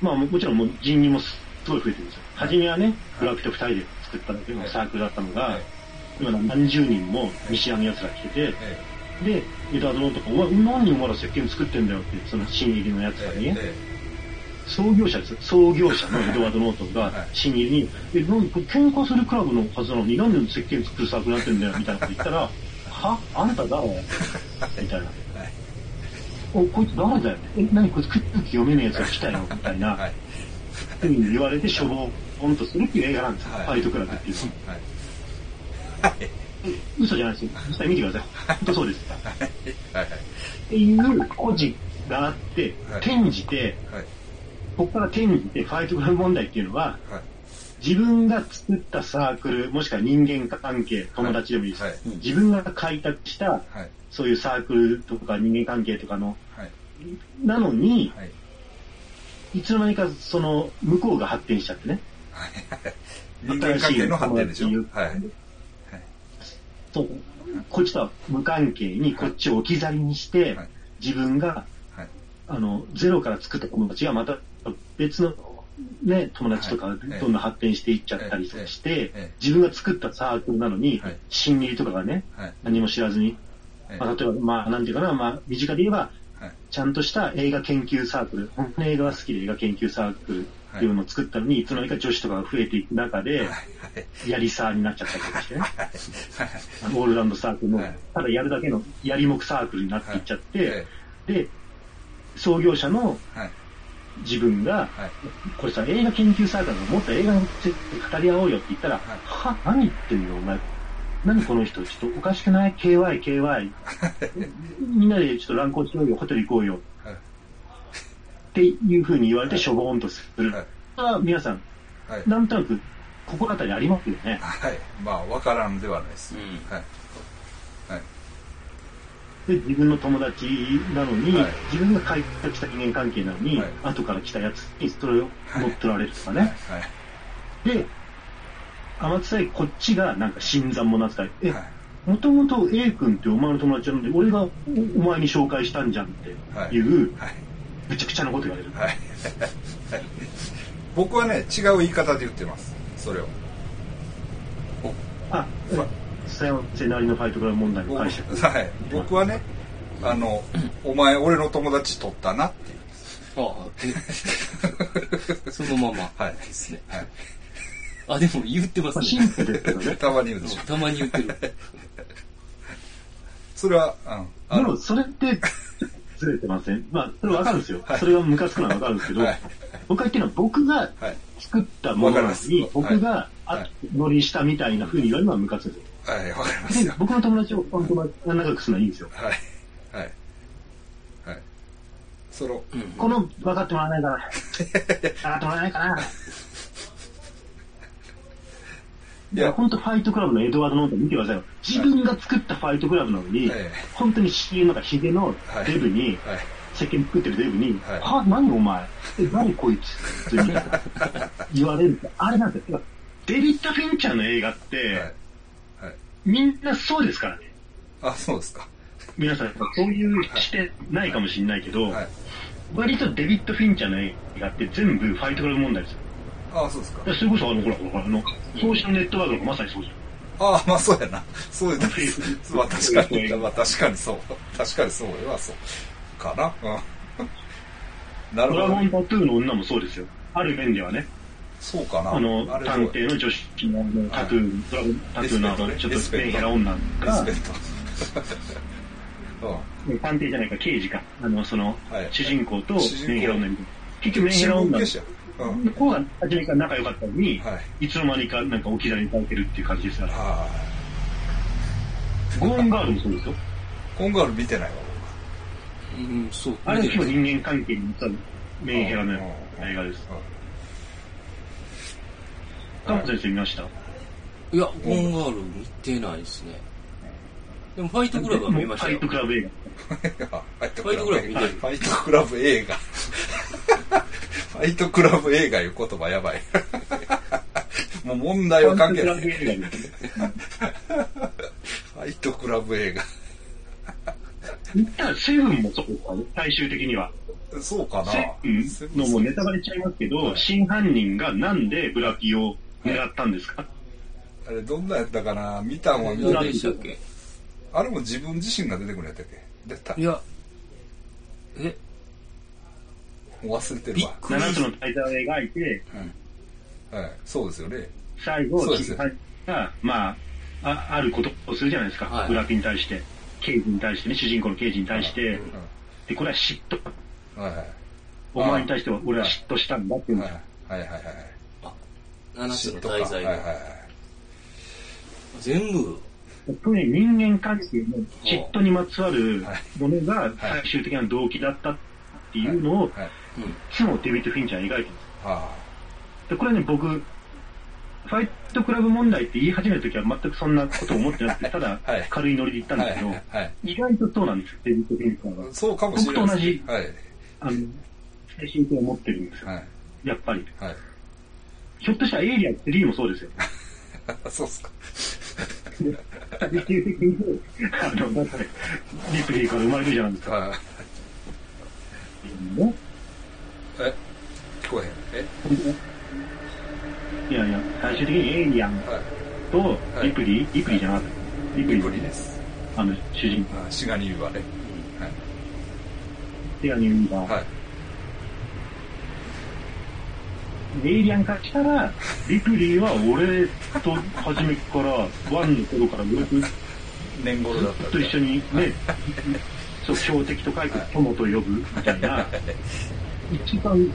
S1: まあももちろんもう人員もすごい増えてるんですよ。
S2: はい
S1: 初めはね、ブラピと二人で作っただけのサークルだったのが、今何十人も見知らぬ奴ら来てて、
S2: え
S1: で、エドワード・ノートンが、お前何人もまだ石鹸作ってんだよって、その新入りの奴ら
S2: え
S1: にね、
S2: え
S1: 創業者ですよ。創業者のエドワード・ノートン が
S2: はい、
S1: 新入りに、え、なんか喧嘩するクラブのはずなのに、なんで石鹸作るサークルになってんだよ、みたいなこと言ったら、 はあんた 誰みたいな。お、こいつ誰だよえ、何こいつ空気読めねえやつが来たよ、みたいな
S2: は。い
S1: ふうに言われて処方をポンとするっていう映画なんですよ。ファイトクラブっていうのは。
S2: はい
S1: 嘘じゃないですよ。実際見てください。本当そうです。
S2: はいはい
S1: っていう故事があって
S2: はい、
S1: 転じて、
S2: はい
S1: ここから転じて、ファイトクラブ問題っていうのは、
S2: はい
S1: 自分が作ったサークル、もしくは人間関係、友達でもいいです。
S2: はい
S1: 自分が開拓した、
S2: はい
S1: そういうサークルとか人間関係とかの、
S2: はい
S1: なのに、
S2: はい
S1: いつの間にかその、向こうが発展しちゃってね。
S2: 人間関係の発展でしょはい
S1: そう。こっちとは無関係に、こっちを置き去りにして、
S2: はい
S1: 自分が、
S2: はい
S1: あの、ゼロから作った友達がまた別の、ね、友達とか
S2: は
S1: ど
S2: い
S1: んどん発展していっちゃったりとかして、
S2: ええ
S1: 自分が作ったサークルなのに、
S2: はい
S1: 新入りとかがね、
S2: はい
S1: 何も知らずに、
S2: ええ
S1: まあ、例えば、まあ、なんていうかな、まあ、身近で言えば、
S2: はい
S1: ちゃんとした映画研究サークル、本当に映画が好きで映画研究サークルっていうのを作ったのに、いつの間にか女子とかが増えていく中で、やりサーになっちゃったりとかしてね、あのオールラウンドサークルの
S2: はい、
S1: ただやるだけのやりもくサークルになっていっちゃって、
S2: え
S1: で、創業者の
S2: えはい
S1: 自分が、
S2: はい
S1: これさ、映画研究サークルだからもっと映画について語り合おうよって言ったら、
S2: はい
S1: は何言ってんのお前。何この人、ちょっとおかしくない ?KY、KY。みんなでちょっと乱行しようよ、ホテル行こうよ。
S2: はい
S1: っていう風に言われてしょぼーんとする。
S2: はい
S1: あ皆さん、
S2: はい
S1: なんとなく心当たりありますよね。
S2: はいまあわからんではないです
S3: うん
S2: はいはい
S1: で、自分の友達なのに、
S2: はい
S1: 自分が開拓した人間関係なのに、
S2: はい
S1: 後から来たやつにそれを乗っ取られるとかね。
S2: はい
S1: で、天津さえこっちがなんか新参者扱い。え、
S2: はい
S1: もともと A 君ってお前の友達なので、俺がおお前に紹介したんじゃんっていう、
S2: はい
S1: めちゃくちゃなこと言われる。
S2: はい。僕はね、違う言い方で言ってます。それを。
S1: あ、
S2: まあ
S1: さよせなりのファイトクラブ問題の
S2: 僕
S1: 解釈。
S2: はい、僕はね、あの、お前、俺の友達取ったなっていう。
S3: ああ、 そのまま。
S2: はい
S3: ですね。
S2: はい
S3: あ、でも言ってます
S1: まあ、シ
S3: ね
S1: ン。プルですけどね。
S2: たまに言うでしょ。
S3: たまに言ってる。
S2: それは、うん。 あ
S1: で
S2: の
S1: も、それって、ずれてません。まあ、それわかるんですよ。それがムカつくのはわかるんですけど、
S2: はい
S1: 僕が言ってるのは僕が
S2: はい。
S1: 作ったものなのに
S2: わ、かります
S1: 僕が、
S2: はいは
S1: あ
S2: い
S1: 乗りしたみたいな風に言われるのはムカつくんですよ
S2: はい、わかります
S1: で
S2: よ。
S1: 僕の友達を、この友達が仲良くするのはいいんですよ。
S2: はい。はい。はい。その、
S1: この、分かってもらえないかな。 分かってもらえないかな。
S2: い
S1: い
S2: や
S1: や、本当ファイトクラブのエドワード・ノートン見てくださいよ。自分が作ったファイトクラブなのに、
S2: ええ
S1: 本当に知りのかヒゲのデブに、
S2: はい。
S1: 石鹸作ってるデブに、
S2: はい
S1: は何お前、え、何こいつって 言う言われるって、あれなんですよ。デビッド・フィンチャーの映画って、
S2: はい。はい。
S1: みんなそうですからね。
S2: あ、そうですか。
S1: 皆さん、そういうしてないかもしれないけど、
S2: はい。
S1: 割とデビッド・フィンチャーの映画って全部ファイトクラブ問題ですよ。
S2: あ、そうですか
S1: い。やそれこそ、あの、ほら、ほら、ほらあの、ソーシャルネットワークのまさにそうじゃん。
S2: ああ、まあそうやな。そうだ。 まあ確かに、まあ確かにそう。確かにそうよ。そう。かな。うん。なる
S1: ド
S2: ほ
S1: ラ
S2: ど
S1: ゴン。タトゥーの女もそうですよ。ある面ではね、
S2: そうかな。
S1: あの、
S2: あれ
S1: 探偵の女子のタトゥー、ドラゴンタトゥーのあの、ちょっとメンヘラ女
S2: リ
S1: が
S2: スペ、ク ト。う
S1: 探偵じゃないか、刑事か、あの、その
S2: はい、
S1: 主人公とメン
S2: 主人公
S1: ヘラ女みたいな。結局
S2: ん。
S1: メンヘラ女
S2: 新聞記者。うん。
S1: の子が初めから仲良かったのに、、
S2: はい
S1: つの間にかなんか置き去りにされてるっていう感じですから、
S2: は
S1: ゴーンガールもそうですよ。
S2: い。コンガール見てないわ。
S3: うん、そう。
S1: あれ
S3: 見て
S1: 結
S3: る
S1: 構人間関係に至るメンヘラの映画です。
S2: うん
S1: タモ先生見ました
S3: いや、ゴンガール見てないですね。でも、ファイトクラブは見ました
S1: ファ
S3: よ
S1: イト。クラブ映画。
S2: ファイト
S3: ファイトクラブ見てる
S2: ファイトクラブ映画。 ファイトクラブ映画いう言葉やばい。 もう問題は関係ない。
S1: フ
S2: フ
S1: ァイトクラブ映画です。
S2: ァイトクラブ映
S1: 言ったらセブンもそうですかね、最終的には。
S2: 画。そうかな
S1: セ。ブンのもうネタバレしちゃいますけど、真犯人がなんでブラピを狙ったんですか、
S2: あれどんなやったかな見たんは見
S1: ブ
S2: た
S1: ラ
S3: 何でしたっけ
S2: あれも自分自身が出てくるやったっけ出た。
S3: い
S2: も
S3: や、え、
S2: う忘れて
S3: び
S2: る
S3: っ
S2: わ。
S3: くり
S1: 七 ?7 つ
S3: し
S1: の大罪を描いて、
S2: はい。そうですよね。
S1: 最後
S2: そう、です
S1: 真犯人が、まあ、あ、あることをするじゃないですか。
S3: はい
S1: ブラピに対して、刑事に対してね、主人公の刑事に対して、で、これは嫉妬。
S2: うんはいはい。
S1: お前に対しては俺は嫉妬したんだって言うん
S2: は
S1: で
S2: い
S1: すよ。
S2: はいはいはい。
S3: 七つの
S2: か。はい
S3: 大
S2: はい
S3: 罪
S2: は
S3: が
S2: い。
S3: 全部、
S1: 常に人間関係の嫉妬にまつわるものが最終的な動機だったっていうのを、
S2: はい。
S3: うん、
S1: いつもデビッド・フィンチャー描いてるんです。
S2: は
S1: で、これね、僕、ファイトクラブ問題って言い始めるときは全くそんなこと思ってな くて、ただ
S2: はい
S1: 軽いノリで言った
S2: あ。
S1: んで
S2: は
S1: すけど、
S2: いはい。
S1: 意外とそうなんですよ、デビッド・フィンチャーは。
S2: そうかもしれないですね。はい。
S1: あの、精神性を持ってるんですよ、
S2: はい。
S1: やっぱり。
S2: はい。
S1: ひょっとしたらエイリアン3もそうですよ。
S2: そうっすか。
S1: 最終的に、あの、だって、リプリーから生まれるじゃないですか。
S2: はい。
S1: ね
S2: え聞こえへん。え
S1: いやいや、最終的にエイリアン
S2: はい。
S1: と
S2: はい
S1: リプリー、リプリーじゃなかった。リプリ
S2: ブ
S1: ー、
S2: リです。
S1: あの、主人公、
S2: あシガニーはね。
S1: 手紙を見た。
S2: はい。
S1: エイリアンからしたら、リプリーは俺と初めから、ワンの頃から俺とず
S2: 年頃だった
S1: っと一緒にね、そう、標的と書いて友と呼ぶみたいな、一番、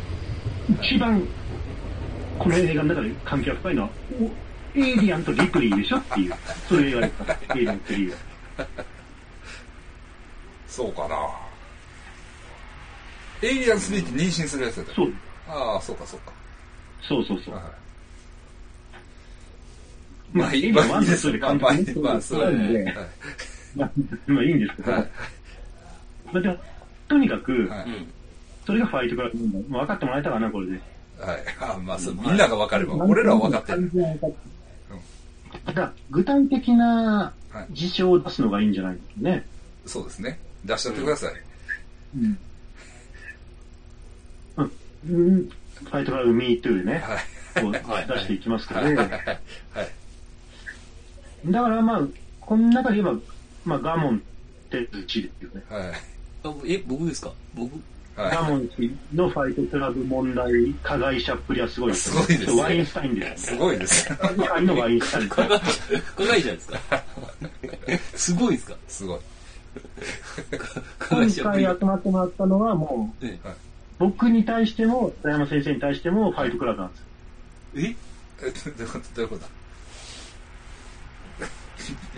S1: 一番、この映画の中で関係が深いのは、おエイリアンとリプリーでしょっていう、そういう映画ですから、エイリアンとリプリーは。
S2: そうかなエイリアン3って妊娠するやつだった
S1: そう、
S2: ああ、そうかそうか。
S1: そうそうそう。
S2: は
S1: まあ、エイリアンワンとツーで関係
S2: まあいいですまあまあ
S1: そうなん
S2: い。
S1: で、
S2: はい
S1: まあ、まあいいんですけど、
S2: は
S1: ま
S2: い
S1: あでも、とにかく、
S2: は
S3: う
S2: い
S3: ん。
S1: それがファイトクラブ問題。まあ分かってもらえたかな、これで。
S2: はい。ああまあそう、みんなが分かれば、俺らは分かってる。
S1: 完全に分かってるだから具体的な
S2: はい
S1: 事象を出すのがいいんじゃないですかね。
S2: そうですね。出しちゃってください。
S1: うん、ファイトクラブ MeToo ね、
S2: はい。
S1: こう出
S3: はい
S1: していきますけど、
S2: はい。はい。はい。
S1: だからまあ、この中で言えば、まあ、ガモンって1位ですよね。
S2: はい。
S3: あえ、僕ですか僕
S1: ガ
S2: は
S1: モン氏のファイトクラブ問題、加害者っぷりはすごいですよ。
S2: すごいですね
S1: ワインスタインで
S2: い。
S1: す。
S2: すごいです。
S1: 世界のワインスタイン
S3: 加害者、加害者 ですかすごいですか
S2: すごい。
S3: 加
S1: 今
S3: 害者ぶ
S1: 回
S3: り。
S1: 集まってもらったのはもう、
S3: え
S1: 僕に対しても、田山先生に対しても、ファイトクラブなんですよ。
S3: え
S2: え、どどういうことどういうこと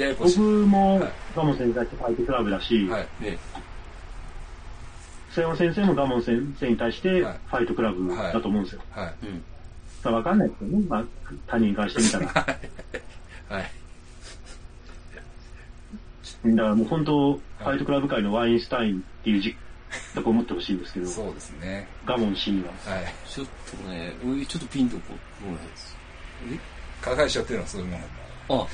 S2: ややこし
S1: 僕
S2: い。
S1: も
S2: はい
S1: ガモン先生に対してファイトクラブだし、
S2: はい。
S3: ね
S1: 瀬山先生もガモン先生に対してフ
S2: はい
S1: ァイトクラブだと思うんですよ。
S2: はい。
S3: うん。
S1: まあわかんないですよね。まあ、他人からしてみた ら。だか
S2: はい。
S1: らもう本当、ファイトクラブ界のワインスタインっていう実だと思ってほしいんですけど、
S2: そうですね。
S1: ガモン氏には。
S2: はい。
S3: ちょっとね、俺ちょっとピンとこないです。
S2: 加害者っていうのはそういうもの。
S3: あ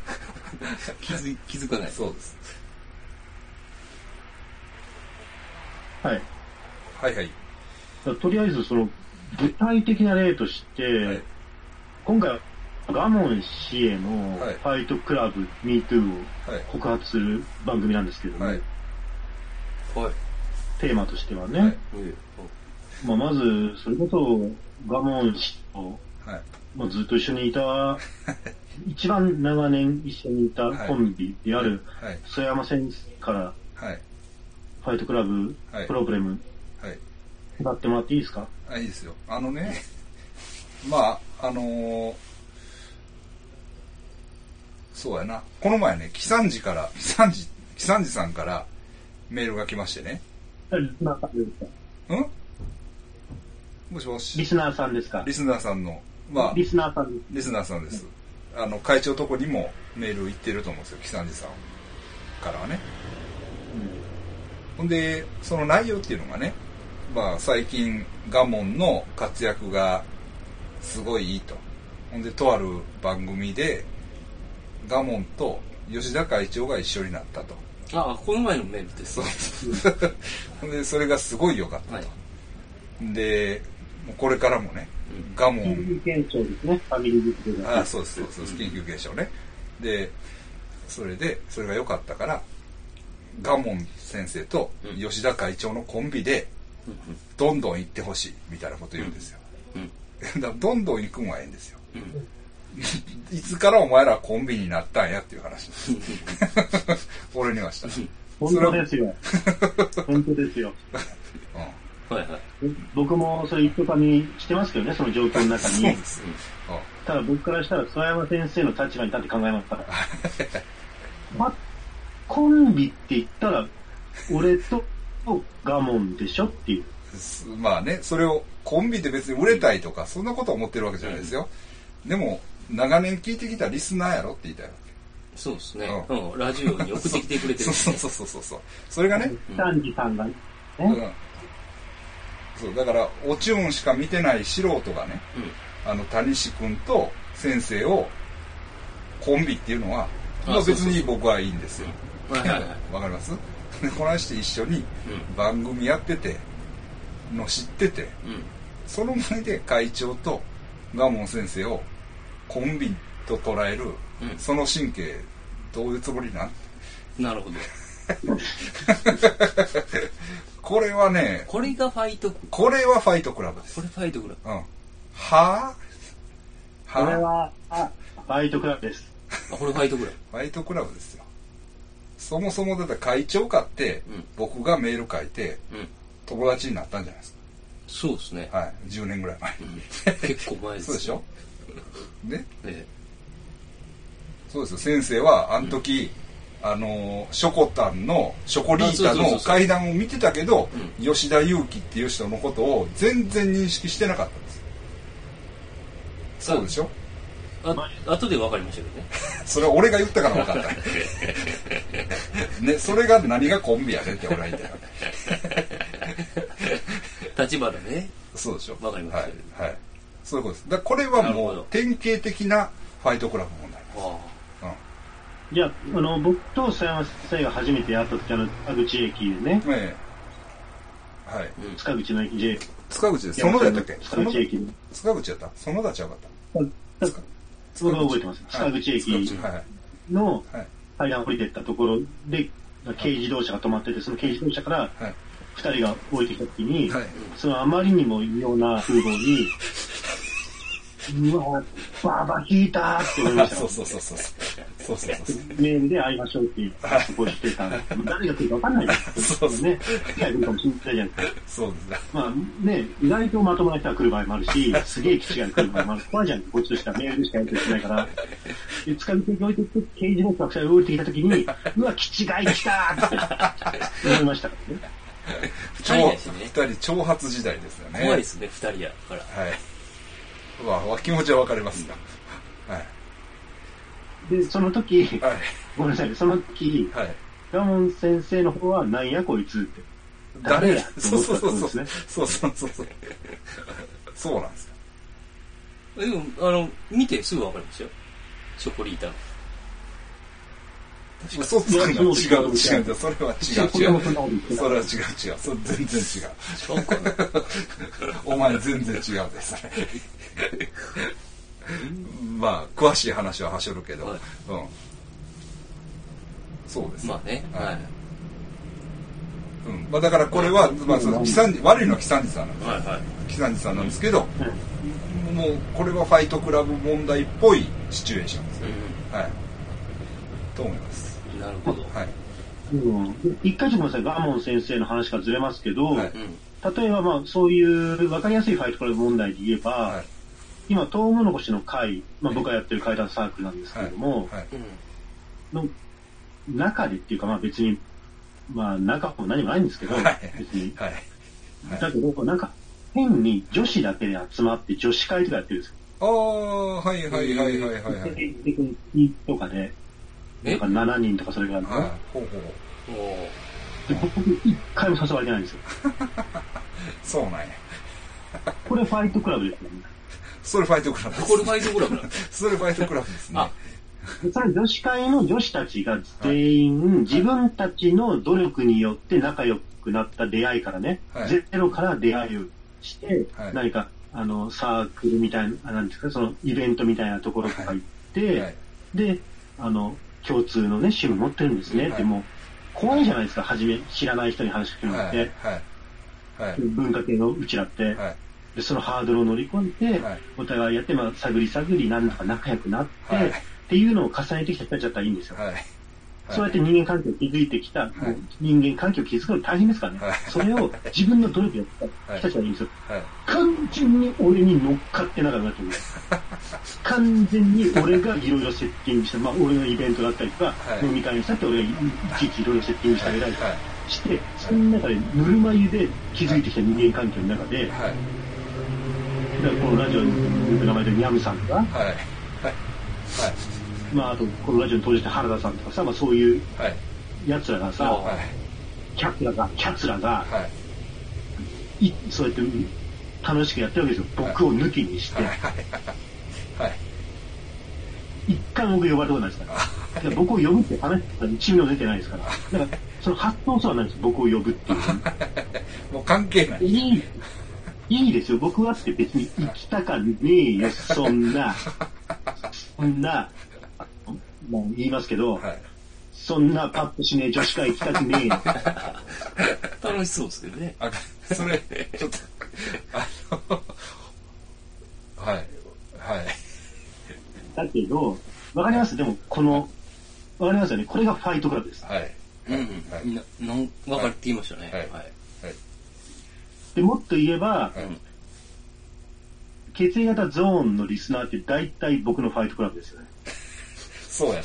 S3: 気づ、気づかない。
S2: そうです。
S1: はい。
S2: はい
S1: だ
S2: はい。
S1: からとりあえずその、具体的な例として、
S2: はい
S1: 今回はガモン氏へのフ
S2: はい
S1: ァイトクラブ MeToo を
S2: はい。
S1: 告発する番組なんですけども、
S2: はい。
S3: はい。
S1: テーマとしてはね、
S2: はい
S3: ええ
S1: まあ、まず、それこそ、ガモン氏と、
S2: はい。
S1: まあ、ずっと一緒にい た、一番長年一緒にいたコンビである、
S2: はい。
S1: 曽山先生から、
S2: はい。
S1: ファイトクラブ
S2: はい
S1: プロブレム、
S2: はい。
S1: 歌ってもらっていいですか
S2: あ、いいですよ。あのね、 まあ、あのーそうやな。この前ね、喜三治から、 喜三治、喜三治さんからメールが来ましてね。
S1: リスナーさんですか
S2: んもしも
S1: リ
S2: し。
S1: スナーさんですか
S2: リスナーさんの、まあ、
S1: リスナーさんです。
S2: リスナーさんです。あの、会長とこにもメール行ってると思うんですよ。喜三治さんからはね。ほんで、その内容っていうのがね、まあ最近、ガモンの活躍がすごいいいと。ほんで、とある番組で、ガモンと吉田会長が一緒になったと。
S3: あ、この前のメールです。
S2: そうほん で、それがすごい良かった
S3: はい
S2: と。。で、もうこれからもね、ガモ
S1: 緊
S2: ン、
S1: 急検証ですね、ファミリービッグで。
S2: あそうです、そうです、緊急現象ね。で、それで、それが良かったから、ガモン先生と吉田会長のコンビで、
S3: うん
S2: どんどん行ってほしいみたいなこと言うんですよ、
S3: うん
S2: だからどんどん行くんはええんですよ
S3: うんうん
S2: いつからお前らコンビになったんやっていう 話俺にはした、
S1: 本当です よ。本当ですよ。
S2: う
S3: はいはい。
S1: 僕もそれ一かにしてますけどね、その状況の中
S2: ん、
S1: に。
S2: す、うん
S1: ただ僕からしたら、諏訪山先生の立場に立って考えます から。ま、コンビって言ったら、俺と、ガモンでしょっていう。
S2: すまあねそれをコンビで別に売れたいとかそんなこと思ってるわけじゃないですよ、でも長年聞いてきたリスナーやろって言いたいわ
S3: そうですね。
S2: う
S3: うん。ラジオに送ってきてくれ
S2: け
S3: て
S2: そ
S3: る
S2: う。そうそうそうそうそうそれがね、
S1: サンジさんが、ね、
S2: うんそうだからオチューンしか見てない素人がね
S3: うん。
S2: あの谷志君と先生をコンビっていうのは、
S3: あ
S2: まあ、
S3: そう
S2: 別
S3: そうそう
S2: に僕はいいんですよ。
S3: はいはいはい。
S2: わかりますでこないして一緒に番組やってての知ってて
S3: うん。うん。
S2: その前で会長とガモン先生をコンビと捉える、
S3: うん
S2: その神経どういうつもりなん
S3: なるほど。
S2: これはね
S3: これがファイトク、
S2: これはファイトクラブです。
S3: これファイトクラ
S2: うん、はあ
S1: これ
S2: はあ
S1: は、あ、バイトクラブです。
S3: ブ。あ、これファイトクラ
S2: ファイトクラブですよ。そもそもだって会長かって、
S3: うん
S2: 僕がメール書いて、
S3: ブ。うん。
S2: 友達になったんじゃないです
S3: そうですね。
S2: か。はい。10年ぐらい前
S3: う
S2: に。
S3: ん結構前です。
S2: そうでしょね。
S3: え
S2: そうですよ。先生は、あの時、あのー、ショコタンの、ショコリータ
S3: あそうそうそうそ
S2: の
S3: う
S2: 階段を見てたけど、
S3: う
S2: 吉田裕樹っていう人のことを全然認識してなかったんです。
S3: え。
S2: そうでしょ
S3: ょあ、後で分かりましたけ どね。
S2: それは俺が言ったから分かった。ね、それが何がコンビやねんって俺は言ったから。
S3: 立場だね。
S2: そうでしょ
S3: わかりまし
S2: はい、はい、そういうことですだからこれは
S3: なる
S2: も
S3: ほ
S2: う
S3: ど
S2: 典型的なファイトクラブ問題、
S3: あ
S1: じゃあ、あの、僕と曽山先生が初めて会った時あの、田口駅でね、
S2: うん、えはい。
S3: うん。
S1: 塚口の駅で、
S2: 塚口です。園田やったっけ
S1: 塚口駅で。
S2: 塚口やった園田ちゃうかった。
S1: 塚僕は覚えてます。
S2: は
S1: 塚
S2: い
S1: 口
S2: 塚
S1: 駅
S2: 口はい。
S1: の
S2: はい
S1: 階段降りてったところで、軽自動車が止まってて、その軽自動車から
S2: はい
S1: 二人が降りてきた時に、
S2: はい。
S1: そのあまりにも異様な風貌に、うわババ引いたーって思いました。
S2: そうそうそうそう。そうそうそう。
S1: メールで会いましょうっていう、そこしてたんですけど誰が来るか分かんないです
S2: そうそう
S1: ね。機会来るかもしれないじゃないですか。
S2: そうですね。
S1: まあね、意外とまともな人が来る場合もある し、すげえ気違いが来る場合もある。怖いじゃん、こっちとしてはメールしかやってないから。で、つかみ手に置いてって、刑事の学者が降りてきたときに、うわ、気違い来たーって思いましたからね。
S3: 二
S2: 超
S3: 人
S2: 二
S3: だしね。
S2: 人、挑発時代ですよね。
S3: 怖いですね、二人やから。
S2: はい。うわ、わ気持ちはわかりますが。はい。
S1: で、その時、
S2: はい。
S1: ごめんなさい、その時、
S2: はい。
S1: ガモン先生の方は、なんやこいつって。
S2: 誰
S1: 誰
S2: や
S1: や
S2: そうそうそうそう。
S1: と思ったってことで
S2: そうそうそうそう。そうなんですよ。
S3: でも、あの、見てすぐわかりますよ。チョコリータの。
S2: そうつくんだ。違う
S1: いやそう
S2: 違う違う。それは違う違
S1: いや
S2: う。
S1: そんなことないです
S2: それは違う違う。それ全然違う。
S3: そうかな。
S2: お前全然違うで、それ。 まあ、詳しい話ははしょるけど、
S3: はい
S2: うん。そうです。
S3: まあね。 はい。
S2: うん。まあだからこれは、まあその、木三悪いのは木三治さんなんです。
S3: はいはい。
S2: 木三治さんなんですけど、もう、これはファイトクラブ問題っぽいシチュエーションですね。はい。と思います。
S3: うん。なるほど。
S2: はい。
S1: うん。一回ちょっとごめんなさい、ガモン先生の話からずれますけど、
S2: はい
S3: うん。
S1: 例えばまあ、そういう分かりやすいファイトクラブ問題で言えば、
S2: はい。
S1: 今、トウモロコシの会、まあ、僕がやってる階段サークルなんですけれども、
S2: はい。
S3: うん。
S1: の中でっていうか、まあ別に、まあ中も何もないんですけど、
S2: はい
S1: 別に。
S2: はい。はい
S1: だけど、なんか変に女子だけで集まって女子会とかやってるんですよ。
S2: ああ、はいはいはいはいはいはい。
S1: 定期的にとかで、な
S3: え
S1: んか7人とかそれぐらいのか
S2: はい
S1: な。。
S2: ほうほう。
S3: おー
S1: で、僕一回も誘われてないんですよ。
S2: そうなんや。
S1: これファイトクラブですよね。
S2: それファイトクラブです
S3: これファイトクラブなんです
S2: それファイトクラブですね。
S3: あ
S1: でそれ女子会の女子たちが全員、自分たちの努力によって仲良くなった出会いからね、
S2: はい
S1: ゼロから出会いをして、
S2: はい
S1: 何か、あの、サークルみたいな、あなんですか、そのイベントみたいなところとか行って、
S2: はい
S1: で、あの、共通のね、趣味持ってるんですね、
S2: はい
S1: でも、怖いじゃないですか、初め、知らない人に話しかけな
S2: は
S1: く
S2: い。
S1: て、
S2: はい。はい。
S1: 文化系のうちらって、
S2: はい。
S1: で、そのハードルを乗り越えて、
S2: はい
S1: お互いやって、まあ、探り探り、なんとか仲良くなって、
S2: はい
S1: っていうのを重ねてきた人たちだったらいいんですよ。
S2: はい。はい。
S1: そうやって人間関係を築いてきた、
S2: い
S1: 人間関係を築くの大変ですからね。
S2: はい
S1: それを自分の努力でや
S2: はい
S1: った人たちがいいんですよ。
S2: はい。
S1: 完全に俺に乗っかってなかった と思う。完全に俺がいろいろセッティングした、まあ俺のイベントだったりとか、
S2: はい
S1: 飲み会にしたって俺がいちいちいろいろセッティングしてあげたりとか
S2: はい。
S1: して、その中でぬるま湯で築いてきた人間関係の中で、だか
S2: はい。
S1: らこのラジオの名前でニャムさんとか、
S2: はい。はい。
S1: まああとこのラジオに登場した原田さんとかさ、まあそういう
S2: はい。はい。
S1: 奴らが
S3: あ
S1: さ、
S2: はい。
S1: キャツラが、キャツラが、
S2: はい。
S1: いそうやってうん楽しくやってるわけですよ。僕を抜きにして、
S2: はい。
S1: 一回も僕呼ばれたことないですから。いや僕を呼ぶって話したら一ミリも出てないですから。だから、その発想すらないです僕を呼ぶっていう。
S2: もう関係ない。
S1: いい、いいですよ。僕はって別に行きたかねえよ、そんな。そんな、もう言いますけど、
S2: はい。
S1: そんなパッとしねえ女子会行きたくねえよ。
S3: 楽しそうですよね。
S2: あ、それ、ちょっと、あの、はい。はい。
S1: だけど、わかりますでも、この、わかりますよね。これがファイトクラブです。
S2: はい。
S3: うん
S2: は。い。
S3: な、なん、分かるって言いましたね。
S2: は
S3: はいい。
S1: で、もっと言えば、
S2: はい
S3: うん
S1: 血液型ゾーンのリスナーって大体僕のファイトクラブですよね。
S2: そうやね。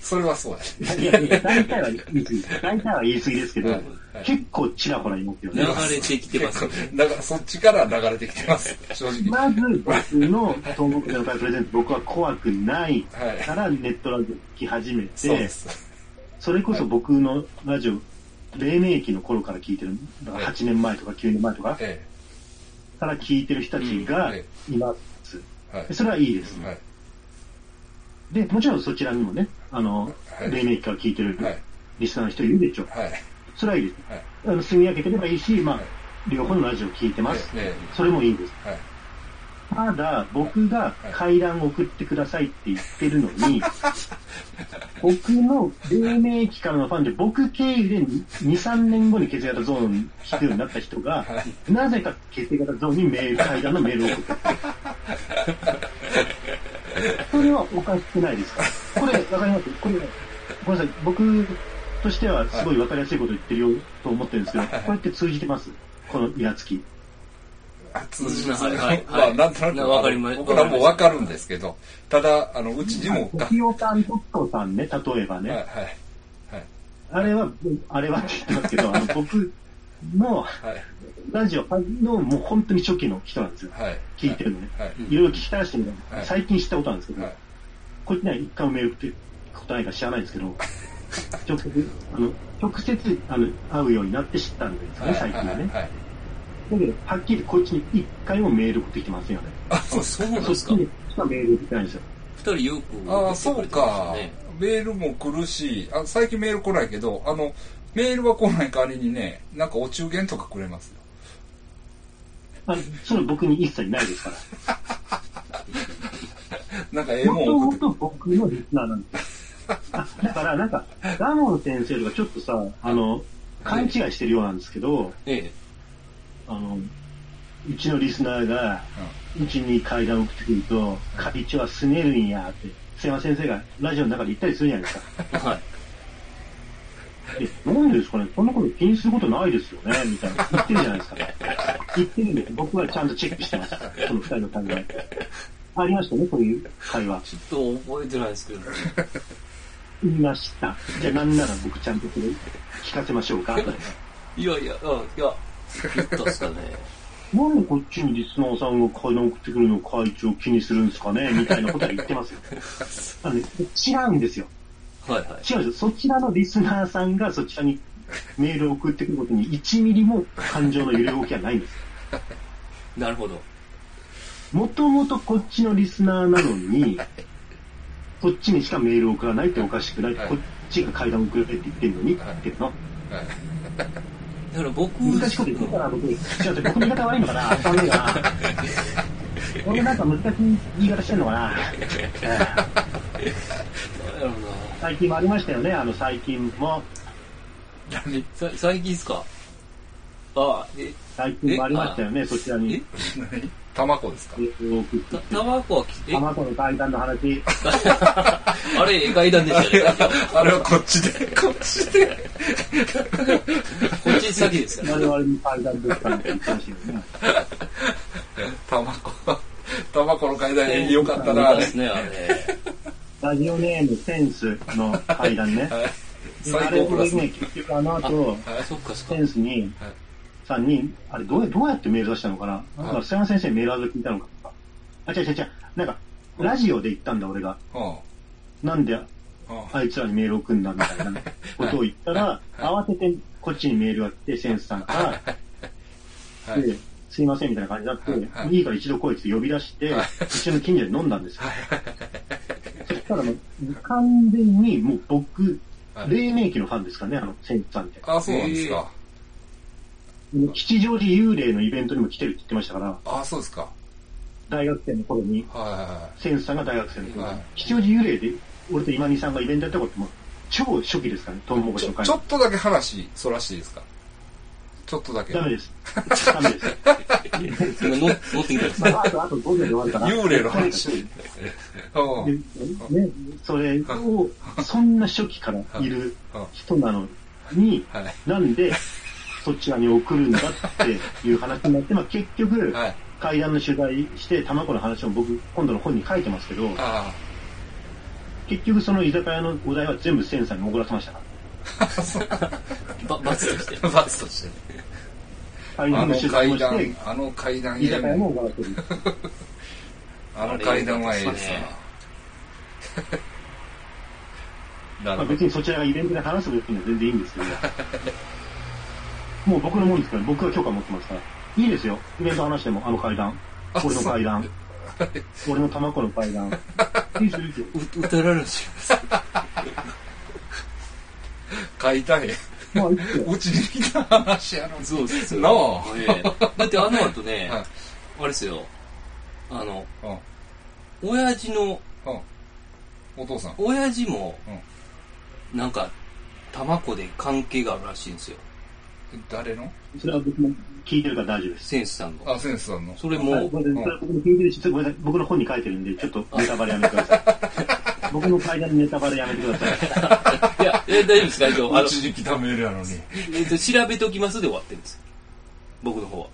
S2: それはそうやね。
S1: いやいや、大体は言い過ぎ、大体は言い過ぎですけど、
S2: はいはい
S1: 結構ちらほらいますよ
S3: 流
S1: ね。
S3: れてきてますよね。
S2: だから、そっちから流れてきてます。正直。
S1: まず僕の東北での会プレゼント、僕は怖くないからネットラジオ聞き始めて、
S2: そうです。
S1: それこそ僕のラジオ、黎明期の頃から聞いてる、
S2: はい
S1: 8年前とか9年前とか
S2: え
S1: から聞いてる人たちがいます。
S2: え。はい
S1: で。それはいいです。
S2: はい。
S1: で、もちろんそちらにもね、あの、
S2: はい
S1: 黎明期から聞いてる
S2: はい。
S1: リスナーの人いるでしょう。
S2: はい。
S1: それはいいです。
S2: はい。
S1: あの、住み分けてればいいし、まあ、両方のラジオを聞いてます。
S2: ええ
S1: それもいいんです。
S2: えはい。
S1: ただ、僕が階段を送ってくださいって言ってるのに、僕の黎明期からのファンで、僕経由で2、3年後に血型ゾーンに聞くようになった人が、なぜか血型ゾーンにメール、階段のメールを送ってくる。それはおかしくないですかこれ、わかりますこれ、ごめんなさい。僕としてはすごいわかりやすいこと言ってるよと思ってるんですけど、これって通じてますこのイラつき。
S2: あ通じます
S3: う
S2: ね。
S3: んはいはい
S2: まあ、なんとなく、
S3: なわかりま
S2: 僕らもわかるんですけど、ただ、あの、うちにも、
S1: おきおさん、とっとさんね、例えばね。
S2: はい、はい、
S1: あれは、あれはって言ってますけ ど、あの、僕の
S2: はい、
S1: ラジオの、もう本当に初期の人なんですよ。
S2: はい。
S1: 聞いてるのね。
S2: はい、
S1: いろいろ聞き返してみた
S2: は
S1: ら、
S2: い
S1: 最近知ったことなんですけ
S2: は
S1: ど
S2: い、
S1: こっちね、一回もメールって答えが知らないですけど、 直接、あの、直接、あの、会うようになって知ったんですよ
S2: はい、
S1: ね、最近はね。
S2: はいはい。
S1: だけど、はっきりこっちに一回もメール送ってきてませんよね。
S2: あ、そうです
S3: そうなん
S1: そ
S3: で
S1: っ
S3: す
S1: ち
S3: か。
S1: にしかメール送ってないんですよ。
S3: 二人よく
S2: あ
S3: 送
S2: あ、
S3: って
S2: そ
S3: く
S2: う
S3: れてまし
S2: か
S3: たね。。
S2: メールも来るし、あ最近メール来ないけど、あの、メールは来ない代わりにね、なんかお中元とかくれますよ。
S1: あそれ僕に一切ないですから。
S2: なんかええも
S1: もと
S2: ん送
S1: も
S2: ってく
S1: と僕のリスナーなんですよ。あだから、なんか、ガモン先生とかちょっとさ、あの、勘違いしてるようなんですけど、
S3: え
S1: あの、うちのリスナーが、うちに階段を送ってくると、会長はすねるんやって、瀬山先生がラジオの中で言ったりするじゃないです か。
S3: え。はい。
S1: え、なんでですかねそんなこと気にすることないですよねみたいな。言ってるじゃないですか。言ってるんで、僕はちゃんとチェックしてます。その二人の考え。ありましたね、そういう会話。
S3: ちょっと覚えてないですけど。
S1: 言いました。じゃあなんなら僕ちゃんとそれ聞かせましょうか。
S3: いやいや、うん、いや、言ったっすかね。
S1: なんでこっちにリスナーさんが階段送ってくるのを会長気にするんですかねみたいなことは言ってますよ。あのね違うんですよ。
S3: はい
S1: 違うん
S3: はい。
S1: ですよ。そちらのリスナーさんがそちらにメールを送ってくることに1ミリも感情の揺れ動きはないんですよ。
S3: なるほど。
S1: もともとこっちのリスナーなのに、こっちにしかメールを送らないっておかしくない。
S2: はい
S1: こっちが階段送られって言ってるのにっていうの。
S2: る。はい
S3: だから僕、
S1: 難しいこと言ってたら僕、ちょっと僕の言い方悪いのかな わかんねえかな。俺なんか難しい言い方してんのかな
S3: なんやろうな
S1: 最近もありましたよね、あの最近も、
S2: 何
S3: さ最近ですかあ、え、
S1: 最近もありましたよね、そちら
S3: え
S1: に。
S2: 何卵で すか
S1: メールを送って
S3: た、タバコはき、え、
S1: 卵の階段の話、
S3: あれ、階段でしたね。
S2: あれはこっちで、こっちで。
S3: こっち先ですから
S1: 我々の階段ですからって言ってましたよね。
S2: 卵 は、卵の階段縁起よかったな、あ
S3: で
S2: れ
S3: すね、あれ。
S1: ラジオネームセンスの階段ね。
S2: はい
S1: あ
S2: 最
S1: れ
S2: 高クラ
S1: 俺
S2: スの
S1: ね、結局あの後、
S3: あ、そっかそっ
S1: セ
S3: か。
S1: ンスに、さんに、あれどう、どうやってメール出したのかななんか、瀬山先生にメールアドレス聞いたのかとか。あ、違う違う違う。なんか、ラジオで言ったんだ、俺が。
S2: う
S1: なんで
S2: んうん
S1: あいつらにメール送るんだみたいなことを言ったら、慌ててこっちにメールが来て、センスさんから、
S2: はい
S1: ですいませんみたいな感じになって、
S2: はいはい
S1: い、いから一度来いって呼び出して、うちの近所で飲んだんですよ。そしたらもう、完全にもう僕、
S2: はい
S1: 黎明期のファンですかね、あの、センスさんって。
S2: あ、そうなんですか。
S1: もう吉祥寺幽霊のイベントにも来てるって言ってましたから、
S2: あ、そうですか。
S1: 大学生の頃に、
S2: はいはいは
S1: センスさんが大学生の頃に、
S2: はい
S1: 吉祥寺幽霊で、俺と今見さんがイベントやったことってもう、超初期ですからね、トウモコ
S2: い。
S1: シ
S2: ち
S1: の
S2: ょ、
S1: 会
S2: ちょっとだけ話、そらしていいですか。ちょっとだけ。
S1: ダメ
S2: 幽
S1: です。ダメです。
S3: 今乗っ乗ってきたんです
S1: まあ、あと、あと5秒で終わるから。
S2: 霊の話。うん。う
S1: で
S2: ん。
S1: ね、それを、そんな初期からいる人なのに、
S2: はい。
S1: なんで、そちらに送るんだっていう話になって、まあ結局、
S2: はい。
S1: 階段の取材して、卵の話も僕、今度の本に書いてますけど、
S2: あ
S1: 結局その居酒屋のお題は全部センサーに怒らせましたから。
S3: ば、罰として。
S2: あ。 罰としてね。
S1: 階
S2: あ
S1: 段の
S2: の
S1: 取材も
S2: 階
S1: し
S2: 段
S1: て、、
S2: あの階段
S1: 居酒屋
S2: ええ
S1: も
S2: ね
S1: 怒 らせる。
S2: あの階段はええですわ な
S1: まあ、
S2: るほ
S1: 別
S2: ど。
S1: にそちらがイベントで話す分には全然いいんですけど、もう僕のもんですから、僕は許可持ってますから。いいですよ。イベント話しても、あの階段。俺の階段。俺の卵の階段。いいですよ、いいですよ。
S3: う、歌られるんですよ。
S2: 階段へ。
S1: まあ、いいっすよ
S2: うちに来た話やろ。
S3: そうです
S2: なあ
S3: ええだってあの後ね、
S2: はい
S3: あれですよ、あの、
S2: うん。うん。
S3: 親父の、
S2: お父さん。
S3: 親父も、なんか、玉子で関係があるらしいんですよ。
S2: 誰の
S1: それは僕も聞いてるから大丈夫です。
S3: センスさんの。
S2: あ、センスさんの。
S3: それ
S1: もう、
S3: も
S1: ご、めんなさい僕も聞いてるし、ちょっとごめんなさい、僕の本に書いてるんで、ちょっとネタバレやめてください。僕の階段のネタバレやめてください。
S3: いや、え大丈夫です、大丈夫。あ
S2: う
S3: の
S2: ち、に来たメールやのに。
S3: えっと、調べときますで終わってるんです。僕の方は。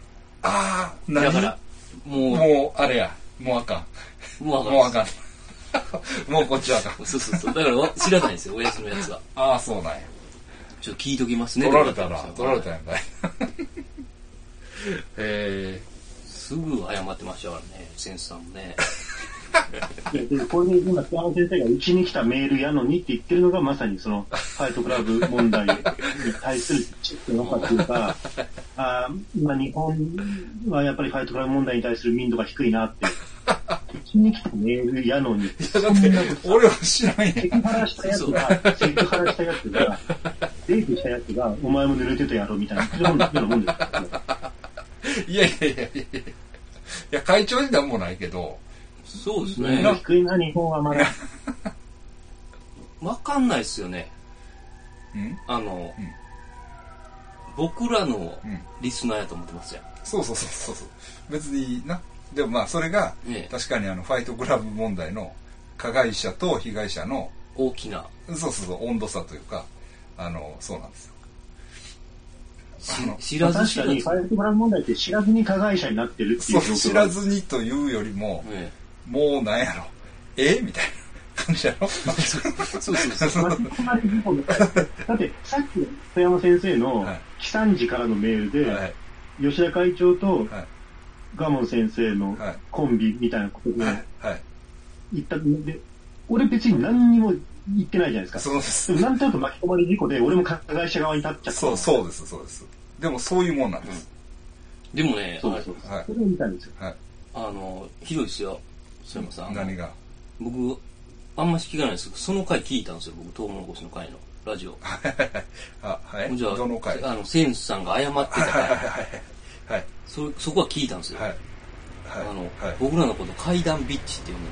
S2: ああ、
S3: だ
S2: 何
S3: から、もう、
S2: もう、あれや。もうあか
S3: も
S2: ん。
S3: うあ
S2: もうあ
S3: か
S2: かん。もうこっちはあかん
S3: ん。。そうそうそう。だから、知らないんですよ、親父のやつは。
S2: ああ、そうなんや。
S3: ちょっと聞いときますね。
S2: 取られたな。
S3: っ
S2: 取
S3: て言
S2: ら
S3: わ
S2: れ
S3: て
S2: た
S3: まし
S2: やんかい。 え
S3: すぐ謝ってましたからね、センスさん もね。
S1: いやでもこれで今、北野先生がうちに来たメールやのにって言ってるのが、まさにそ の、ファイトクラブ問題に対するチェックのかっていうか、あー今日本はやっぱりファイトクラブ問題に対する民度が低いなって。うちに来たメールやのにって。
S2: ーいや、だって、俺は知らんやん
S1: セ。クハラしたやつが、セクハラしたやつが、デートしたやつが、お前も濡れてたやろみたいな、そういうようなもんですからね
S2: いやいやいやいやいや、会長になんもないけど、
S3: そうです
S1: 民
S3: ね
S1: 度。低いな、日本はまだ。
S3: わかんないっすよね。
S2: うん
S3: あの、
S2: うん
S3: 僕らの
S2: うん
S3: リスナーやと思ってますよ。
S2: そうそうそうそうそう。別にな。でもまあ、それが、
S3: ね
S2: 確かにあの、ファイトクラブ問題の、加害者と被害者の、
S3: 大きな
S2: そうそうそう、温度差というか、あの、そうなんですよ。
S3: し
S2: あの
S3: 知
S1: まあ
S3: らず
S1: 確
S3: 知
S1: からに、
S3: ず
S1: フ。ァイトクラブ問題って知らずに加害者になってるってい
S2: そうう、
S1: 状況
S2: 知
S1: があ
S2: ら
S1: る
S2: ずにというよりも、
S3: ね
S2: もうなんやろ。えみたいな感じやろ。
S3: そうそうそう。
S1: 巻き込まれる方の回だって、さっきの富山先生の
S2: はい
S1: 喜三治からのメールで、
S2: はい。
S1: 吉田会長と
S2: はい。
S1: ガモン先生の
S2: はい
S1: コンビみたいなことで
S2: はい。はい。
S1: 言ったんで、俺別に何にも言ってないじゃないですか。
S2: そうです
S1: で。もなんとなく巻き込まれる事故で、俺も加害者側に立っちゃった。
S2: そう、そうです、そうです。でもそういうもんなんです。
S3: でもね、
S1: そうそう。
S2: はい
S1: それを見たんですよ。
S2: はい。
S3: あの、ひどいっすよ。す山さん。
S2: 何が。
S3: 僕、あんまし聞かないですけど、その回聞いたんですよ、僕、トウモロコシの回のラジオ。
S2: あ、はい。
S3: じゃあ、
S2: どの回
S3: あの、センスさんが謝ってた
S2: はいはい
S3: 回、
S2: はいはい。
S3: そそこは聞いたんですよ。
S2: はい。
S3: あの、
S2: はい。
S3: 僕らのこと階段ビッチって呼んで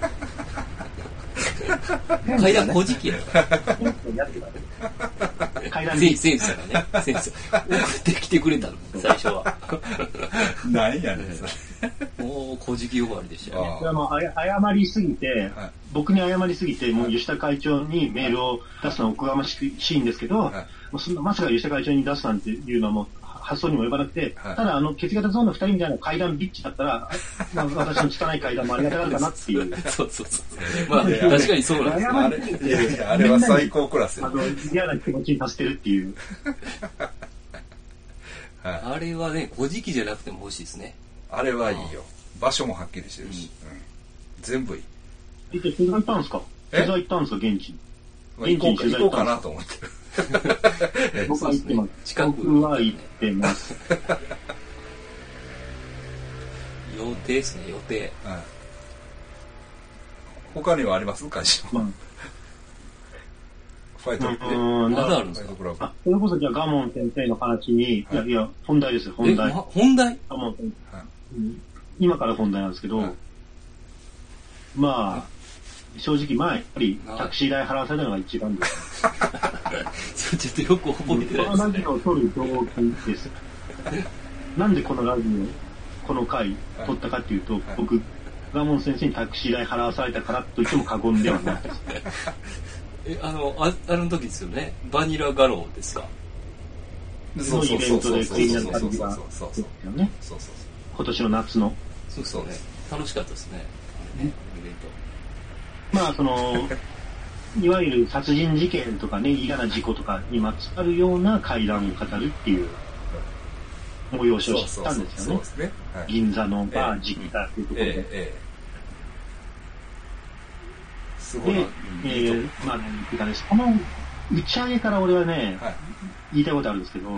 S3: ましたよ。階段小じきやから。
S1: やってたんで階段
S3: セン
S1: に。
S3: センスがね、センス。送ってきてくれたの、最初は。
S2: 何やねん、それ。
S3: もう小じき呼ばわりでしたよね。
S1: それはもうあや謝りすぎて、
S2: はい
S1: 僕に謝りすぎて、もう吉田会長にメールを出すのはおこがましくしいんですけど、
S2: い
S1: もうそんなまさか吉田会長に出すなんていうのはもう発想にも及ばなくて、
S2: はい
S1: ただあの、血型ゾーンの二人みたいな階段ビッチだった ら、まあ、私の拙い階段もありがたかったなっていう。
S3: そうそうそう。まあ、確かにそうなんですよ。
S2: あれ、いや いや、あれは最高クラス
S1: あ
S2: よ。
S1: の、嫌な気持ちにさせてるっていう。
S2: はい。
S3: あれはね、小じきじゃなくても欲しいですね。
S2: あれはいいよ。場所もはっきりしてるし。うん全部いい。
S1: えっと、取材行ったんですか
S2: え
S1: 取材行ったんですか現地に。
S2: まあ行こうか
S1: 現地に取材行
S2: 行こう
S1: っ
S2: か
S1: た
S2: なんと思ってる。
S1: 僕は行ってます。
S3: 近く
S1: 僕は行ってます。
S3: 予定ですね、予定。
S2: はい他にはあります会社。
S1: まあ
S2: ファイトクラブ。
S1: うん
S3: まだあるんで
S2: ファイ
S3: すか
S2: トクラブ。
S1: あ、それこそじゃあ、ガモン先生の話に、
S2: はい
S1: い、やいや、本題ですよ、
S3: え、
S1: 本
S3: ま
S1: 題。
S3: 本題
S1: ガモン先生
S2: はい
S1: うん今から本題なんですけど、
S2: はい
S1: まあ、正直、まあ、やっぱり、
S3: はい
S1: タクシー代払わせるのが一番です。
S3: そうちょっとよく覚えてない
S1: この
S3: です
S1: ラジ
S3: ね。
S1: オを撮る動機 です。なんでこのラジオ、この回、撮ったかっていうと、僕、ガモン先生にタクシー代払わされたからと言っても過言ではないです。
S3: え、あの、ああの時ですよね。バニラガローですか。
S2: そうそうそうそうそうそうそうそうそうそう
S1: よね。
S2: そうそう
S1: 今年の夏の。
S3: そう
S2: そうです。
S3: 楽しかったですね。あれね、イベント。
S1: まあ、そ の、いわゆる殺人事件とかね、嫌な事故とかにまつわるような会談を語るっていう催しを
S2: そう
S1: 知
S2: そう
S1: ったん
S2: そう
S1: です
S2: そう
S1: よね
S2: で。すね。はい
S1: 銀座のバー、
S2: ええ
S1: ジッターっていうところで。
S2: ええええすごい
S1: で
S2: な。、
S1: え
S2: いいと思う
S1: ーまあ、なんていうかね、この打ち上げから俺はね、
S2: はい。
S1: 言いたいことあるんですけど、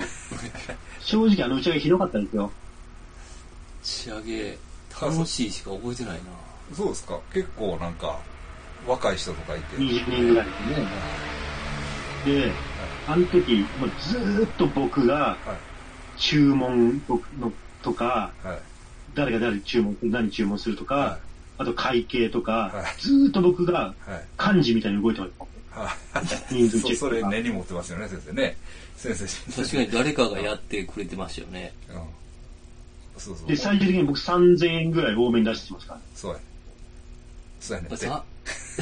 S1: 正直あの打ち上げひどかったんですよ。
S3: 仕上げ、楽しいしか覚えてないな。
S2: そうですか。結構なんか、若い人とかいて。
S1: 20人ぐらいですね。で、あの時、もうずーっと僕が
S2: はい。
S1: 注文のとか、
S2: はい。
S1: 誰が誰に注文、何注文するとか、
S2: は
S1: あと会計とか、
S2: はい
S1: ずーっと僕が
S2: い。はい。
S1: 幹事みたいに動いてます。
S2: はい。
S1: 人数チェッ
S2: そ
S1: ク
S2: それ根に持ってますよね、先生ね。先生、
S3: 確かに誰かがやってくれてましたよね。
S2: うん。そうそう。
S1: で、最終的に僕3000円ぐらい多めに出してますから。
S2: そうや。そうやねんて。
S3: さ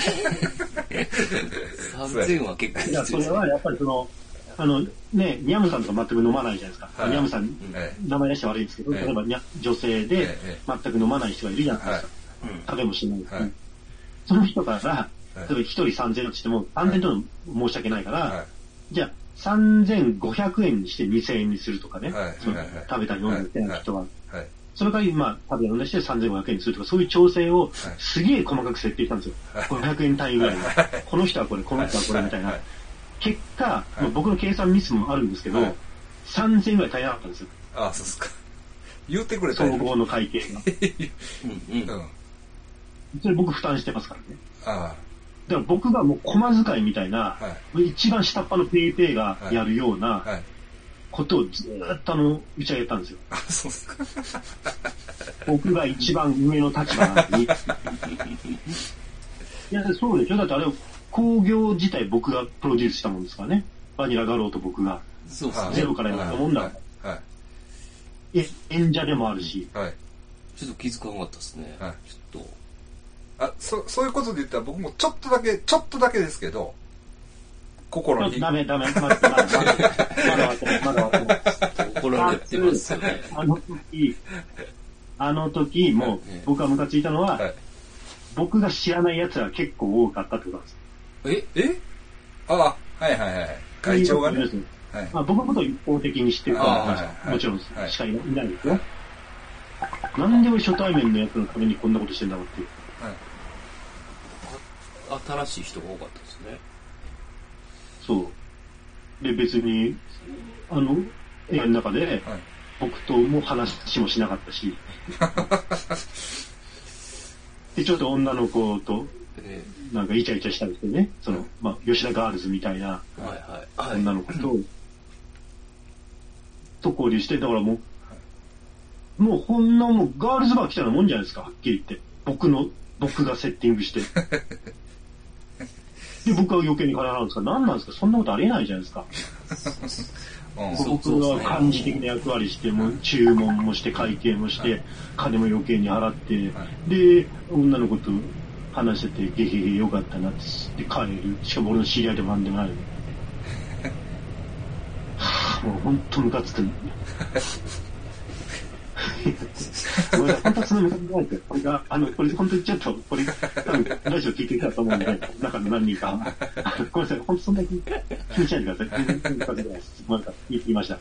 S3: 3000は結構き
S1: いや、
S3: つ
S1: そ
S3: いで
S1: れ
S3: すね
S1: は。やっぱりその、あの、ね、ニャムさんとか全く飲まないじゃないですか。
S2: はい
S1: ニャムさん、
S2: え
S1: 名前出して悪いんですけど、
S2: ええ
S1: 例えばニャ女性
S2: え
S1: で
S2: え
S1: 全く飲まない人がいるじゃな
S2: え
S1: いで
S2: は
S1: す
S2: い
S1: か。。食べもしない。
S2: はい
S1: その人から、例
S2: は
S1: え
S2: い
S1: ば1人3000円としても、3000円とも申し訳ないから、
S2: は
S1: じゃあ3500円にして2000円にするとかね、
S2: はい
S1: その
S2: はいはい
S1: 食べたり飲んだりってなる人は。
S2: い。はい。
S1: それから今、食べ飲んだりして3500円にするとか、そういう調整をすげえ細かく設定したんですよ。500円単位ぐらいの
S2: はい
S1: この人はこれ、この人はこれみたいな
S2: は。
S1: 結果、まあ僕の計算ミスもあるんですけど、
S2: はい
S1: 3000円ぐらい足りなかったんですよ。
S2: ああ、そうっすか。言ってくれた
S1: 総
S2: やん
S1: 合の会計が。
S3: うんうん
S2: う。ん。あ
S1: それ僕負担してますからね。
S2: あ。
S1: だから僕がもう駒遣いみたいな、
S2: は
S1: 一番下っ端のペイペイがやるよう
S2: い。
S1: な
S2: はい。
S1: ことをずーっとあの、打ち上げたんですよ。
S2: あ、そうっすか。
S1: 僕が一番上の立場 なのに。いや、そうでしょ。だってあれ、工業自体僕がプロデュースしたもんですからね。バニラガローと僕が。
S3: そうです
S2: はい
S1: ゼ
S3: ね。
S1: ロからやったもんだ
S2: はい。はい。
S1: え、演者でもあるし。
S2: はい。
S3: ちょっと気づかなかったですね。
S2: はい
S3: ちょっ
S2: あ、そ、そういうことで言ったら僕もちょっとだけ、ちょっとだけですけど、心に。
S1: ダメ、ダメ、まだ、まだ、まだ、まだ終わってない、まだ終わってない。
S3: と、ちょっと怒られてますよね。
S1: あの時、あの時、もう
S3: ええ、
S1: 僕がムカついたのは、
S2: はい。
S1: 僕が知らない奴ら結構多かったってことなんです。
S3: え
S2: えああ、はいはいはい。会長がね
S1: 要。するに
S2: はい。
S1: まあ、僕のことを一方的に知ってる
S2: ああ
S1: から、
S2: はい
S1: もちろん、
S2: はい
S1: しかいないですよ。なんで俺初対面の奴のためにこんなことしてんだろうっていう。
S3: 新しい人が多かったですね。
S1: そう。で、別に、あの、映画の中で、
S2: はい
S1: 僕とも話もしなかった し。で、ちょっと女の子と、
S3: え
S1: なんかイチャイチャしたりしてね、その、まあ、吉田ガールズみたいな
S3: えはいはい。
S1: 女
S3: はい。
S1: の子と、と交流して、だからもう、もうほんのもうガールズバー来たようなもんじゃないですか、はっきり言って。僕の、僕がセッティング して。で、僕は余計に金払うんですから、何なんですかそんなことありえないじゃないですか。
S2: うん。
S3: そう
S1: 僕は漢字的な役割して、もう注文もして、会計もして、金も余計に払って、で、女の子と話してて、ゲヘヘよかったなって言って帰る。しかも俺の知り合いでもなんでも ないのに。はぁもう本当ムカつく。ごめんなさい本当はそのムカつかないですよこれが、あの、これ本当にちょっと、これ、多分ラジオ聞いてたと思うんで、中の何人か。あのごめんなさい、本当そんなに気にしないでください。全然ムカつかないです。ごめんなさい、言い過ぎました。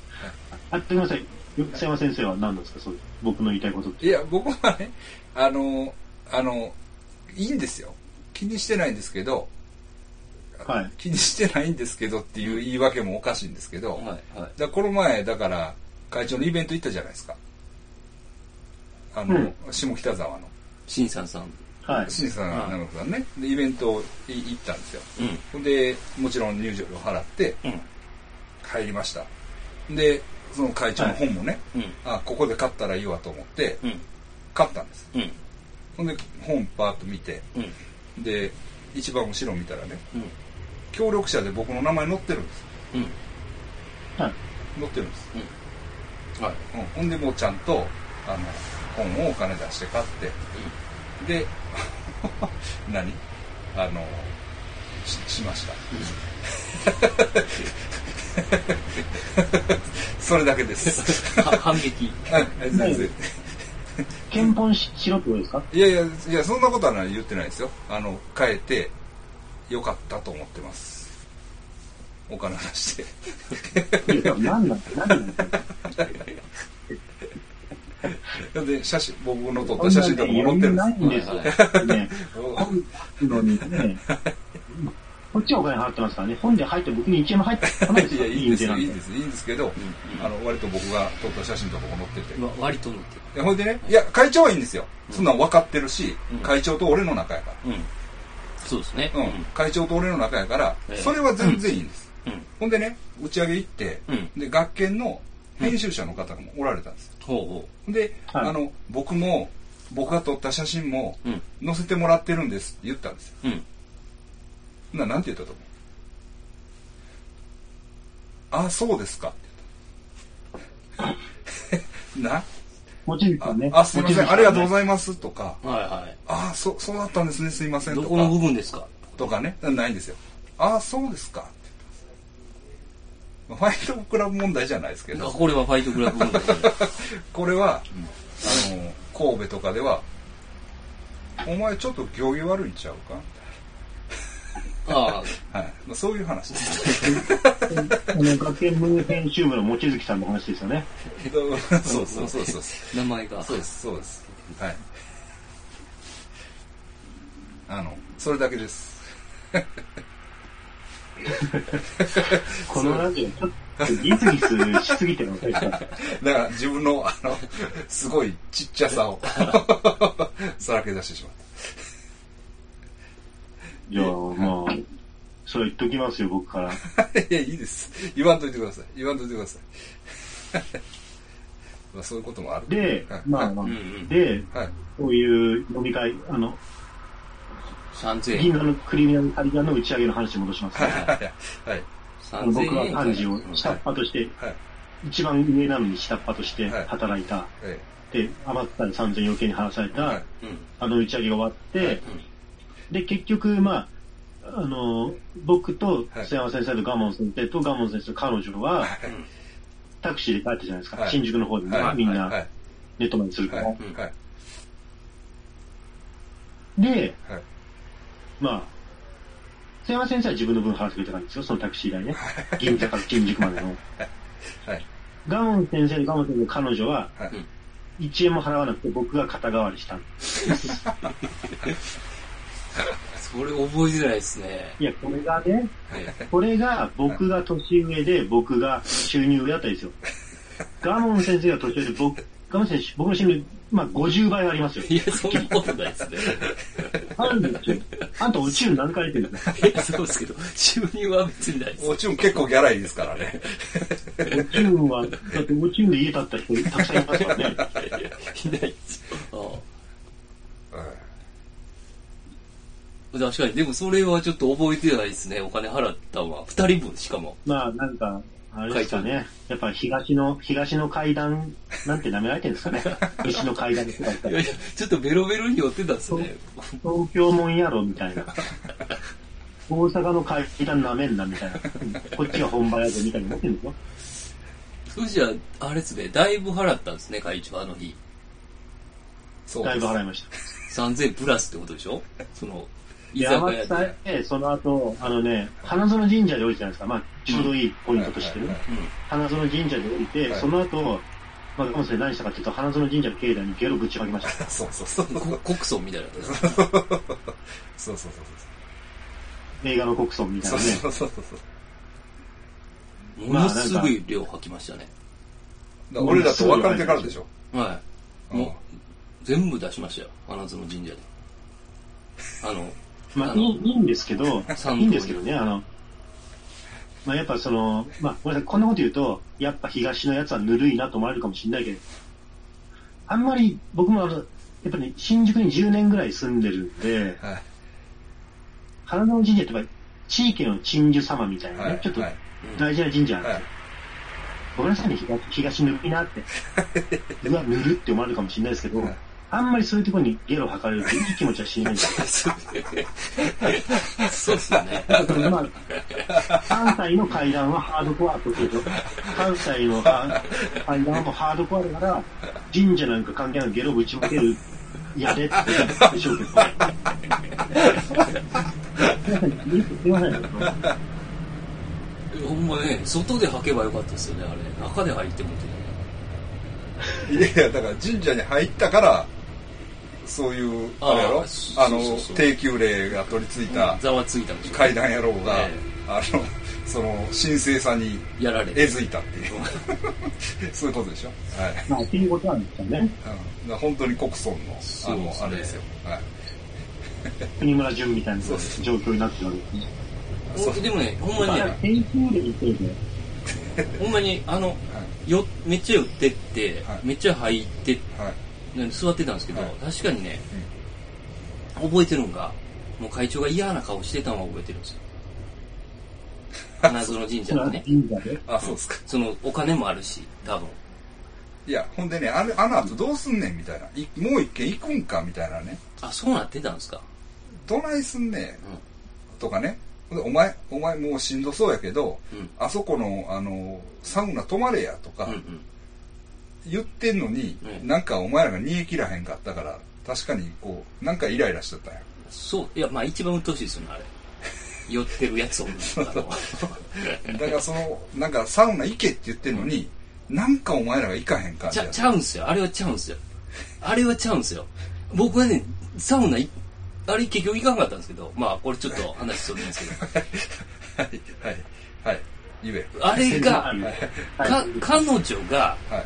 S1: あ、ごめんなさい。佐山先生は何なんですかそう僕の言いたいことって。
S2: いや、僕はね、あの、あの、いいんですよ。気にしてないんですけど、
S1: はい。
S2: 気にしてないんですけどっていう言い訳もおかしいんですけど、
S3: はいはい。
S2: だからこの前、だから、会長のイベント行ったじゃないですか。あの、
S1: うん
S2: 下北沢の。
S3: 新さんさん。
S1: はい。
S2: 新さん、長野さんね。で、イベントい行ったんですよ。
S3: うん。
S2: ほんで、もちろん入場料払って
S3: うん。
S2: 入りました。で、その会長の本もね、
S3: うん。
S2: あ、ここで買ったらいいわと思って、
S3: うん。
S2: 買ったんです。
S3: うん。
S2: ほんで、本パーッと見て、
S3: うん。
S2: で、一番後ろ見たらね、
S3: うん。
S2: 協力者で僕の名前載ってるんです。
S3: うん。
S1: はい。
S2: 載ってるんです。
S3: はい。
S2: うん、ほんでもうちゃんと、あの、本をお金出して買って、で、 何あの、ししました。 それだけです。
S3: は反撃。
S2: はい全然。
S1: 検本ししろってことですか
S2: いやいや、いや、そんなことはない言ってないですよ。あの、変えて、よかったと思ってます。お金出して。
S1: いや、何なん何なんですか
S2: なんで、写真、僕の撮っ
S1: こ
S2: た
S1: ん
S2: 写
S1: な
S2: 真
S1: ね
S2: とかも載ってるんで
S1: 余裕ないんですよ。ね、
S2: すよ。
S1: 本のにね。こっちはお金払ってますからね。本で入って僕に1円も入ってこないです
S2: い
S1: よ。
S2: や、いいんですよ、いい
S1: い
S2: んです、いいんですけど、あの、割と僕が撮った写真とかも載ってて。
S3: わ割と乗って
S2: でほいでね、いや、会長はいいんですよ。そんなん分かってるし、
S3: うん
S2: 会長と俺の仲やか
S3: る。うん。そうですね。
S2: ら。うん、会長と俺の仲やから、
S3: ええ
S2: それは全然いいんです。
S3: うん。うん。
S2: ほんでね、打ち上げ行って、
S3: うん
S2: で、学研の編集者の方もおられたんです。
S3: ほうほ
S2: ほんで、
S1: はい
S2: あの、僕も、僕が撮った写真も
S3: う。うん。
S2: 載せてもらってるんですって言ったんですよ。
S3: うん。
S2: ほんならなんて言ったと思うあ、そうですかって 言った。な
S1: 持ち主
S2: あ
S1: さんね。
S2: あ、すいません、ありがとうご
S1: い
S2: ざいますとか、
S3: はいはい。
S2: ああ、そう、そうだったんですね、すいませんと
S3: ど
S2: か、
S3: この部分ですか
S2: とかね、ないんですよ。ああ、そうですかって言ったんです。ファイトクラブ問題じゃないですけ
S3: あ
S2: ど、
S3: これはファイトクラブ問題ですね
S2: これは、あの、神戸とかでは、お前ちょっと行儀悪いんちゃうかみ
S3: ああ、
S2: たいなはい。まあ、そういう話です。
S1: ます。あの、学研文編集部の望月さんの話ですよね。
S2: そうそうそうそう。
S3: 名前が。
S2: そうです、そうです。はい。あの、それだけです。
S1: このラジオ、ちょっとギスギスしすぎてるのですか
S2: だから自分の、あの、すごいちっちゃさを、 さらけ出してしまっ
S1: じゃあ、まあ、それ言っときますよ、僕から。
S2: た。 いや、いいです。言わんといてください。言わんといてください。 まあ、そういうこともある。
S1: で
S2: はい、
S1: まあ、ま
S3: う
S1: あ
S3: んうん。
S1: で、
S2: はい。
S1: こういう飲み会、あの、
S3: 3000
S1: 銀
S3: 円。
S1: 座のクリミアムカリアの打ち上げの話に戻しますね。
S2: はい。
S1: あの
S3: 3000
S1: 僕が
S3: 円。
S1: 幹事を下っ端として、
S2: はい。
S1: 一番上なのに下っ端として
S2: はい
S1: 働いた。
S2: え
S1: で、余った3000余計に話され
S2: えは
S1: た
S2: い。、
S3: うん。
S1: あの打ち上げが終わって、で、結局、まあ、あの、僕と
S2: はい
S1: 須山先生とガモン先生とガモン先生と彼女は、
S3: うん
S1: タクシーで帰ったじゃないです
S2: は
S1: か。
S2: い
S1: 新宿の方でね
S2: はい。
S1: みん
S2: は。
S1: ない寝泊まりするか
S2: はい。
S1: ら。
S2: はい。
S1: で、
S2: はい。
S1: まあ、須山先生は自分の分払ってくれたんですよ、そのタクシー代ね。銀座から新宿までの。
S2: はい。
S1: ガモン先生とガモン先生の彼女は、
S2: はい。
S1: 1円も払わなくて僕が肩代わりしたんです。
S3: それ覚えづらいですね。
S1: いや、これがね、
S3: ね
S1: これが僕が年上で僕が収入上だったんですよ。ガモン先生が年上で僕、ガモン先生、僕の収入、まあ50倍ありますよ。
S3: いや、そんなことないですね。
S1: あるんですよ。あんた宇宙何回出てるんだ
S3: いや、そうですけど、収入は別にないです。
S2: もちろん結構ギャラいいですからね。
S1: 宇宙は、だって宇宙で家建った人たくさんいますからね。
S3: いやいや、いないですよ。
S2: はい
S3: ああ確かに、でもそれはちょっと覚えてないですね。お金払ったのは。二人分、しかも。
S1: まあなんか、あれですかね。やっぱ東の、東の階段なんて舐められてるんですかね。西の階段とか言った
S3: い
S1: ら
S3: やいや、ちょっとベロベロに寄ってたんですね。
S1: 東京もんやろみたいな。大阪の階段舐めんなみたいな。こっちが本場やぞみたいに思ってるんですよ。
S3: そしたら、あれですね、だいぶ払ったんですね、会長、あの日。
S2: そう
S1: だい
S2: です
S1: ぶ。払いました。
S3: 3000プラスってことでしょその、居酒
S1: 山
S3: 屋
S1: 津
S3: で。
S1: さんへ、その後、あのね、花園神社で降りたじゃないですか。まあ、ちょうどいいポイントとして
S2: は
S1: ね
S2: い。
S3: う
S1: 花園神社で降りて、
S2: はい
S1: その後、まあ、ガモ先生何したかっていうと、花園神社の境内にゲロぶちまきました。
S2: そうそうそう。そ
S3: ん。
S2: う
S3: こ国葬みたいな。
S2: そうそう
S1: 映画の国葬みたい
S2: そう。
S1: なね。
S2: そうそうそうそう。
S3: ものすごい量吐きましたね。
S2: だから俺らと別れてからでしょ。
S3: はい。
S2: うん
S3: もう、全部出しましたよ。花園神社で。あの、
S1: ま
S3: あ
S1: あ、
S3: の
S1: いいいいんですけど
S3: 三、
S1: いいんですけどね、あの、まあ、やっぱその、まあ、ごめんなさい、こんなこと言うと、やっぱ東のやつはぬるいなと思われるかもしれないけど、あんまり僕もあの、やっぱり、新宿に10年ぐらい住んでるんで、
S2: はい。
S1: 花園神社ってやっぱ地域の鎮守様みたいなね、
S2: はい。
S1: ちょっと
S2: はい。
S1: 大事な神社なんですよ。
S2: はい
S1: ごめんなさいね、東東ぬるいなって。うわ、ぬるって思われるかもしれないですけど、
S2: はい
S1: あんまりそういうところにゲロ吐かれるっていい気持ちはしないんですよ
S3: そうっすよね。
S1: だからまあ、関西の階段はハードコアってことでしょ関西のは階段はもうハードコアだから、神社なんか関係なくゲロぶちまける、やれってことでしょうけど。 すいません。
S3: ほんまね、外で履けばよかったですよね、あれ。中で履いてもって。
S2: いやいや、だから神社に入ったから、そういう、
S3: あー
S2: あれやろ
S3: そ
S2: あ
S3: そう
S2: の
S3: そうそ、う
S2: 低級霊が取り付いた
S3: ざわついたんでしょ。
S2: 階段野郎が
S3: え、
S2: あの、その、神聖さに
S3: やられ
S2: え
S3: て。
S2: ずいたっていう、 そういうことでしょはい。
S1: まあ、っていうことなんですよね。
S2: うんだから本当に国村の、あ
S3: そう
S2: の
S3: で、すね
S2: あれですよ。はい。
S1: 国村淳みたいな
S2: そうそう
S1: 状況になってるわけですね。
S2: はいそう
S3: おでもね、ほんまにね、
S1: 研究で言ってるね。
S3: ほんまに、あの、よ、めっちゃ寄ってって、
S2: はい
S3: めっちゃ入って、
S2: はい。はい。
S3: なんで座ってたんですけど、
S2: はい
S3: 確かにね、覚えてるんが、もう会長が嫌な顔してたのは覚えてるんです よ。謎の神社でね。
S1: 神社で。
S2: あ、そうですか。
S3: その、お金もあるし、多分。
S2: いや、ほんでね、あの、あの後どうすんねんみたいな。いもう一軒行くんかみたいなね。
S3: あ、そうなってたんですか。
S2: どないすんねん
S3: うん。
S2: とかね。ほんでお前、お前もうしんどそうやけど、
S3: うん
S2: あそこの、あの、サウナ泊まれやとか
S3: うんうん。
S2: 言ってんのに、
S3: うん
S2: なんかお前らが煮え切らへんかったから、確かにこう、なんかイライラしちゃったんや。
S3: そう、いや、まあ一番鬱陶しいですよね、あれ。寄ってるやつを。あ の
S2: だからその、なんかサウナ行けって言ってんのに、なんかお前らが行かへん感じ
S3: ち
S2: や
S3: ゃ、
S2: った
S3: ちゃうんすよ。あれはちゃうんすよ。あれはちゃうんすよ。僕はね、サウナい、あれ結局行かなかったんですけど、まあこれちょっと話しそうなんです け
S2: はい、はい、はい、言え。
S3: ど、あ れが、
S1: はい
S3: か、彼女が、
S2: はい。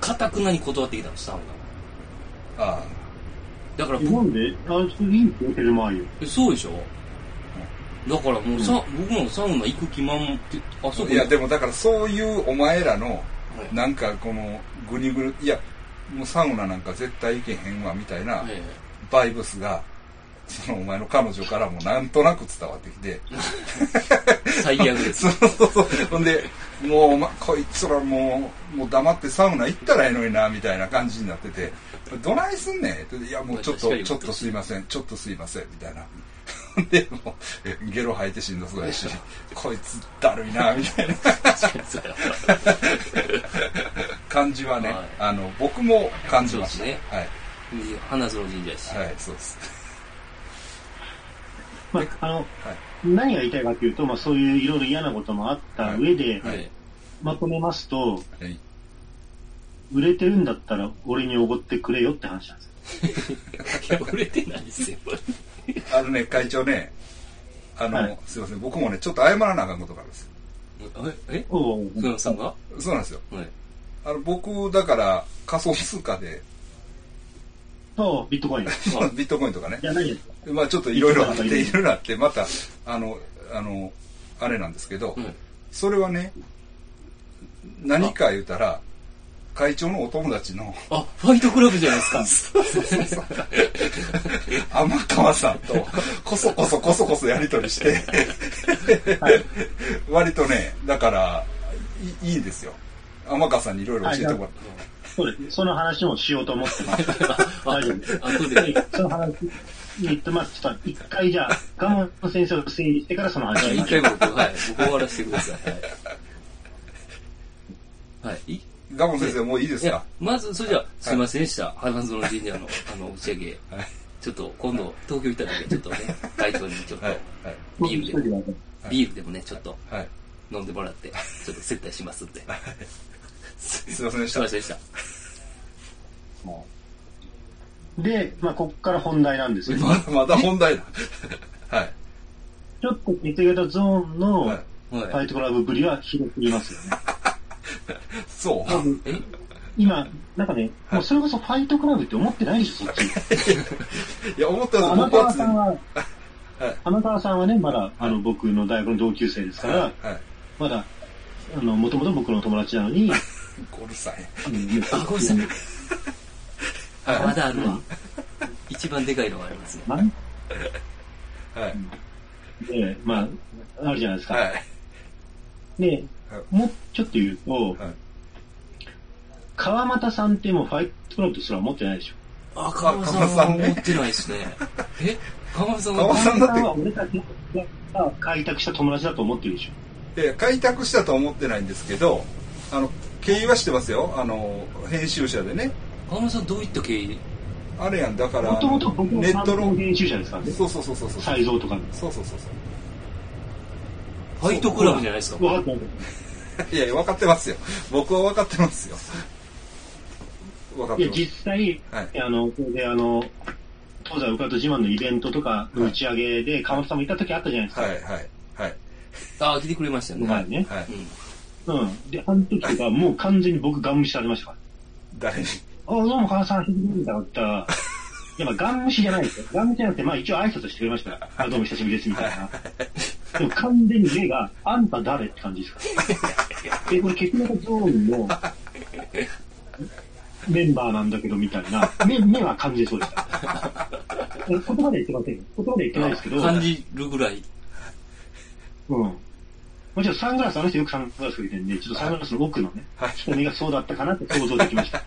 S3: かたくなに断ってきたの、サウナ。
S2: あ
S3: だから
S1: 日本で、あ、いいって言ってる前よ。
S3: 僕、そうでしょだからもうさ、僕もサウナ行く気満々って、あそ
S2: あ。
S3: こ
S2: いや、でもだからそういうお前らの、
S3: はい
S2: なんかこの、ぐにぐる、いや、もうサウナなんか絶対行けへんわ、みたいな
S3: え
S2: バイブスが、そのお前の彼女からもなんとなく伝わってきて、
S3: え最悪で す。
S2: そうそうそう。ほんで、もう、ま、こいつらもう、もう黙ってサウナ行ったらええのにな、みたいな感じになってて、どないすんねんって、いや、もうちょっ
S3: 確か
S2: と、
S3: に
S2: ちょっとすいません、ちょっとすいません、みたいな。ほんで、もう、えゲロ吐いてしんどそうやし、こいつだるいな、みたいな
S3: 確かにそうや
S2: 感じはね、
S3: はい
S2: あの、僕も感じまし
S3: そ
S2: た。
S3: うですねで 花園神社やし。
S2: はい、はい、そうです。
S1: まあ、あの、何が言いたいかというと、まあ、そういういろいろ嫌なこともあった上で、
S2: はい
S3: え
S1: まとめますと、
S2: はい。
S1: 売れてるんだったら俺におごってくれよって話なんですよ。
S3: えいや、売れてないですよ。
S2: あのね、会長ね、あの、
S1: はい
S2: すいません、僕もね、ちょっと謝らなあかんことがあるんです。
S3: ええ
S1: おう
S3: 福山さんがは
S2: そうなんですよ。
S3: い。
S2: あの、僕、だから、仮想通貨で、
S1: と、ビットコイン。
S3: はい
S2: ビットコインとかね
S1: い、や、何ですか
S2: まあちょっといろいろあって、
S1: い
S2: いろいろあって、また、あの、あの、あれなんですけど
S3: う、ん
S2: それはね、何か言うたら、会長のお友達の
S3: あ、ファイトクラブじゃないですか。
S2: 天川さんと、こそこそこそこそやりとりして、割とね、だから、いいいんですよ。天川さんにいろいろ教えてもらって。
S1: そうです。その話もしようと思ってます。
S3: あ
S1: 大丈夫です。
S3: 後で。
S1: その話、えっと、まあ、ちょっと一回じゃあ、ガモの先生を整理してからその話をしま
S3: 一
S1: しょ
S3: 回
S1: う。
S3: 僕、はい、 僕終わらせてください。はい。はい、いい
S2: ガモン先生、もういいです
S3: や
S2: か、
S3: まず、それじゃあ、すいませんでした。花園神社の、あの、打ち上げ。ちょっと、今度、東京行った時は、ちょっとね、会長にちょっと
S2: はい、、はい、
S3: ビー
S1: 一人
S3: ルで、
S1: だけ
S3: ビールでもね、ちょっと、
S2: はい。
S3: 飲んでもらって、ちょっと接待しますんで。
S2: すいませんでし
S3: すい
S2: た
S3: ま。せんでした。
S1: で、まあ、こっから本題なんですけど、
S2: まだまだ本題だ。 はい。
S1: ちょっと似てたゾーンの
S2: はい
S1: フ
S3: は
S1: ァ
S3: い。
S1: イトクラブぶりはひどすぎますよね。
S2: そう。
S1: 多分
S3: え
S1: 今、なんかね、もうそれこそファイトクラブって思ってないでしょ、そっち。
S2: いや、思ったより
S1: 花
S2: 僕は
S1: 川
S2: 常
S1: さ
S2: に
S1: んは、花川さんはね、まだ、あの、僕の大学の同級生ですから、
S2: はい。
S1: まだ、あの、もともと僕の友達なのに、
S2: うるさい。
S3: あ、ごめんなさい。あまだあるわ
S1: は。
S3: 一番でかいのがありますね。
S1: なん
S2: はい。
S1: で、まあ、あるじゃないですか。
S2: はい。
S1: で
S2: はい、
S1: もうちょっと言うと、
S2: はい
S1: 川俣さんってもうファイトクラブとすら持ってないでしょ。
S3: あ、川村
S2: 川村
S3: さ
S2: さ
S3: ん
S2: んね
S3: は持ってない ですね。え川村さん
S2: 川
S3: は
S2: 村さんだって
S1: 川俣は俺たちが開拓した友達だと思ってるでしょ。
S2: で、開拓したとは思ってないんですけど、あの、経緯はしてますよ。あの、編集者でね。
S3: 川村さんどういった経緯
S2: あれやん、だから、
S1: もともと僕の
S2: ネットの、
S1: 編集者ですからね。
S2: そうそうそうそうそう。そう
S1: 才蔵とかの。
S2: そうそうそう。
S3: ファイトクラブじゃないですか。
S1: 分かった。
S2: いやいや、分かってますよ。僕は分かってますよ。分かっ
S1: い
S2: て
S1: や、
S2: ます。
S1: 実際、
S2: はい
S1: あの、これであの、東西ウカウト自慢のイベントとか、
S2: はい
S1: 打ち上げで、川本さんも行った時あったじゃないですか。
S2: はい、はい、はい。
S3: あ、来てくれましたよね。
S1: は前ね。
S2: はい。
S3: うん。
S1: うん。で、あの時とか、もう完全に僕、ガン無視されましたから。
S2: 誰に
S1: あ、どうも川さん、ひどいんだよって言ったら、いや、まあ、ガン無視じゃないですよ。ガン無視じゃなくて、まあ、一応挨拶してくれましたから。あ、どうも久しぶりです、みたいな。でも完全に目が、あんた誰って感じですから。え、これ、ケツメタゾーンのメンバーなんだけど、みたいな。目、目は感じそうでした。え言葉で言ってませんよ。言葉で言ってないですけど。
S3: 感じるぐらい。
S1: うん。もちろんサングラス、あの人よくサングラスかけてるんで、ちょっとサングラスの奥のね
S2: はい、
S1: 瞳がそうだったかなって想像できました。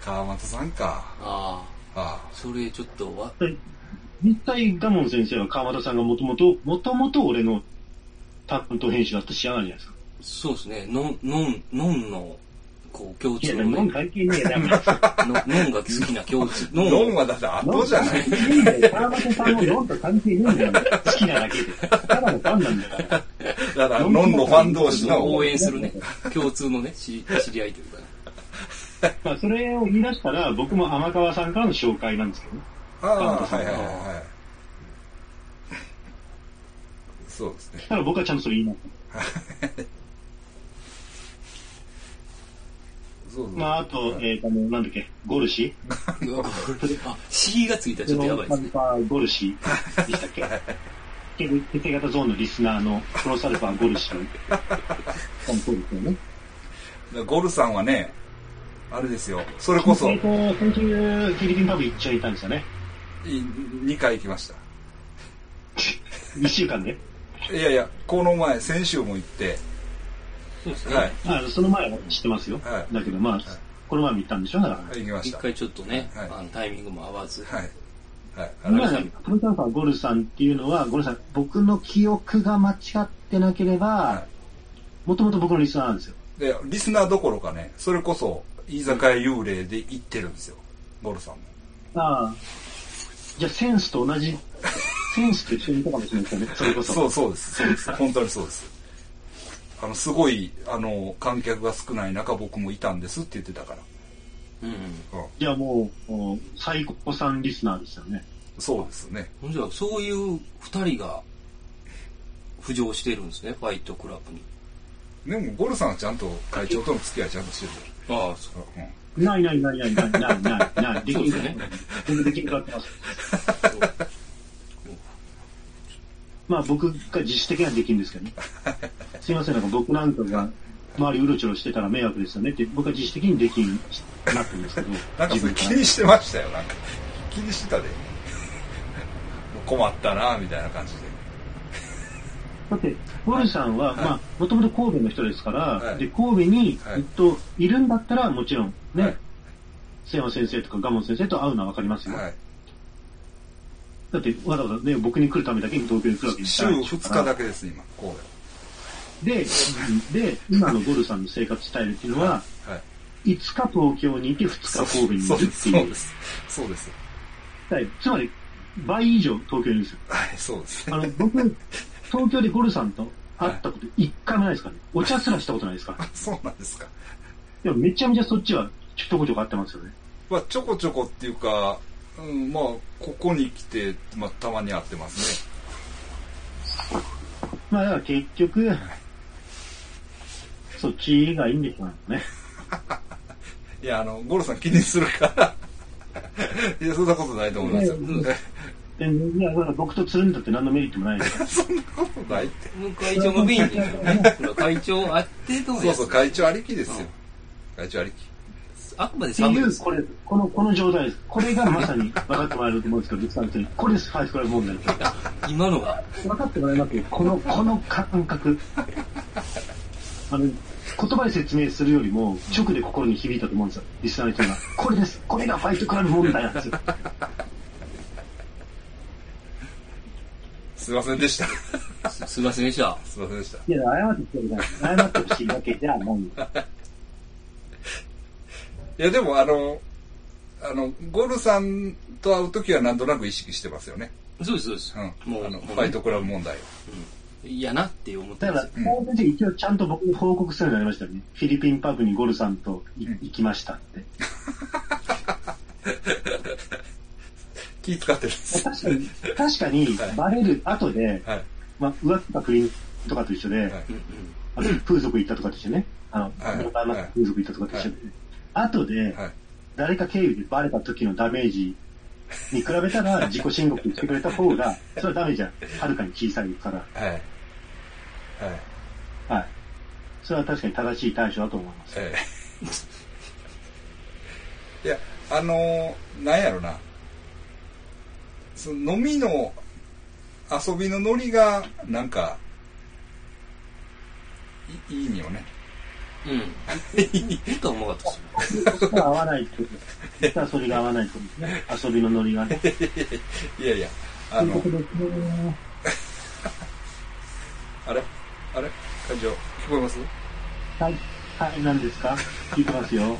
S2: 川又さんか。
S3: あ
S2: あ
S3: あ、それちょっとわ、
S1: で実際、ガモン先生は川又さんがもともと、もともと俺の担当編集だった知らないじゃないですか。
S3: そうですね、のん、のん、のんの、こう、共
S1: いや、
S3: 通
S1: で
S3: の
S1: も、ノン
S3: ね、
S1: 関係ね えよ。だから
S3: ののんが好きな共通、
S2: あ。
S3: の
S2: ロン
S3: ん、
S2: はだって後じゃない。
S1: ノン関係ねえんだよ川又さんもノンと関係ねえんだよ。好きなだけで。ただのファンなんだから。
S2: だから、ロンのファン同士の。
S3: 応援するね、共通のね、知り知り合いというかね。
S1: まあ、それを言い出したら、僕も天川さんからの紹介なんですけどね。
S2: ああ、はいはいはいはい。そうですね。
S1: だから僕はちゃんとそれ言います。
S2: そうそう
S1: まあ、あと、
S2: はい
S1: えっ、と、あの、なんだっけ、ゴルシ
S3: うわこれあ、敷居がつい
S1: ー
S3: たらちょっとやばいで
S1: サ
S3: す
S1: ル
S3: ね。
S1: ファーゴルシーでした っけ結構、手型ゾーンのリスナーのプロサルファーゴルシ ー。そうですよね。
S2: ゴルさんはね、あれですよ。それこそ、
S1: えっ、
S2: い
S1: と、先週、フィリピンパブ一緒にいたんですよね。
S2: 2回行きました。
S1: 1週間で。
S2: いやいや、この前、先週も行って、
S3: そうです
S2: はい
S3: ね。、
S1: あその前は知ってますよ。
S2: はい
S1: だけど、まあ、この前も行ったんでしょだから。
S2: はい、行きまし
S3: 一
S2: た。
S3: 回ちょっとね、
S2: はい
S3: あのタイミングも合わず。
S2: はい。はい。あ
S1: 今
S2: れ
S1: ね、プロサルファーゴルさんっていうのは、ゴルさん、僕の記憶が間違ってなければ
S2: は、
S1: もともと僕のリスナーなんですよ。
S2: で、リスナーどころかね、それこそ、居酒屋幽霊で行ってるんですよ。ゴルさんも。
S1: ああ。じゃあ、センスと同じ、センスと一緒にいたかもしれないですよね、それこそ。
S2: そうそうです。そうです。本当にそうです。あの、すごい、あの、観客が少ない中、僕もいたんですって言ってたから。
S3: うん。
S1: じゃあもう、もう最高さんリスナーですよね。
S2: そうですね。
S3: ほんじゃ、そういう二人が浮上してるんですね、ファイトクラブに。
S2: でも、ゴルさんはちゃんと会長との付き合いちゃんとしてる。
S3: ああ、そ
S2: うん
S1: ないないないないないないないない。できる
S3: そうで
S1: ね
S3: すね。
S1: 全然できるかってます。
S3: う。
S1: まあ僕が自主的にはできるんですけどね。すいません、なんか僕なんかが周りうろちょろしてたら迷惑ですよねって、僕は自主的にできんなってるんですけど。
S2: なんかそれ気
S1: 自分
S2: にしてましたよ。なんか、気にしてたで。もう困ったな、みたいな感じで。
S1: だって、ゴルさんは、まあ、もともと神戸の人ですから、
S2: はい
S1: で、神戸に
S2: はい
S1: ずっといるんだったら、もちろんね、
S2: はい
S1: 瀬山先生とかガモン先生と会うのはわかりますよ。
S2: はい。
S1: だって、わざわざね、僕に来るためだけに東京に来るわけにい
S2: 週
S1: かないでしょう
S2: 2
S1: か
S2: 日
S1: ら。
S2: だけです、今、神
S1: で、で、今のゴルさんの生活スタイルっていうのは、
S2: 戸。はい。
S1: 5日東京にいて2日神戸にい
S2: そう
S1: る
S2: で
S1: っ
S2: す、
S1: て
S2: そう
S1: いう
S2: で。す。そうです。
S1: はいつまり、倍以上東京にいるんですよ。
S2: はい、そうです。
S1: あの、僕、東京でゴルさんと会ったこと一回もないですからね。お茶すらしたことないですから。
S2: そうなんですか。
S1: でもめちゃめちゃそっちはちょこちょこ会ってますよね。
S2: まあ、ちょこちょこっていうか、うん、まあ、ここに来て、まあ、たまに会ってますね。
S1: まあだから結局、そっちがいいんでしょうね。
S2: いや、あの、ゴロさん気にするから。 いや、そんなことないと思いますよ。
S1: いやでいや、だから僕とつるんだって何のメリットもない です。
S2: そんなことないって。
S3: もう会長もメインですよね。これは会長あっての
S2: そう
S3: やつ
S2: そう、会長ありきですよ。会長ありき。
S3: あくまで
S1: って
S3: サブ
S1: い
S3: で
S1: う、
S3: す。
S1: これ、この、この状態です。これがまさに分かってもらえると思うんですけど、実は別にこれです、ファイスクラブ問題です。
S3: 今のが、
S1: 分かってもらえますよ。この、この感覚。あの、言葉で説明するよりも、直で心に響いたと思うんですよ。リスナーの人が。これです。これがファイトクラブ問題なんですよ。
S2: すいませんでした。
S3: すすいませんでした。
S2: すいませんでした。
S1: いや、謝ってほしいわけじゃない。謝ってほしいわけじゃない。
S2: いや、でも、あの、あの、ゴルさんと会うときはなんとなく意識してますよね。
S3: そうです、そうです
S2: うん。。
S3: もう、
S2: あの、
S3: もう
S2: ファイトクラブ問題を。
S3: 嫌なって思って
S1: だか
S3: ま
S1: ら
S3: す。、
S1: 大先生一応ちゃんと僕に報告するようになりましたよね。フィリピンパブにゴルさんとい
S2: うん
S1: 行きましたって。
S2: 気使ってるんです。
S1: 確かに、確かに
S2: はい、
S1: バレる後で、
S2: はい。
S1: まあ、浮気とか不倫とかと一緒で、
S2: はい
S3: うんうん。
S1: あと風俗行ったとかと一緒ね。あの、
S2: はい
S1: モダンな風俗行ったとかと一緒で。後で、
S2: はい。
S1: 誰か経由でバレた時のダメージに比べたら、自己申告してくれた方が、それはダメじゃん。はるかに小さいから。
S2: はい。はい。
S1: はい。それは確かに正しい対処だと思います。
S2: ええ。いや、あのーなんやろな。その飲みの遊びのノリが、なんか、いいいんよね。
S3: うん。い いとは思わなかったです
S1: それは合わないってこと。実はそれが合わないってことですね。遊びのノリがね。
S2: いやいや、 あの、
S1: ということですね
S2: あれあれ会長、聞こえます
S1: はい。はい、何ですか聞いてますよ。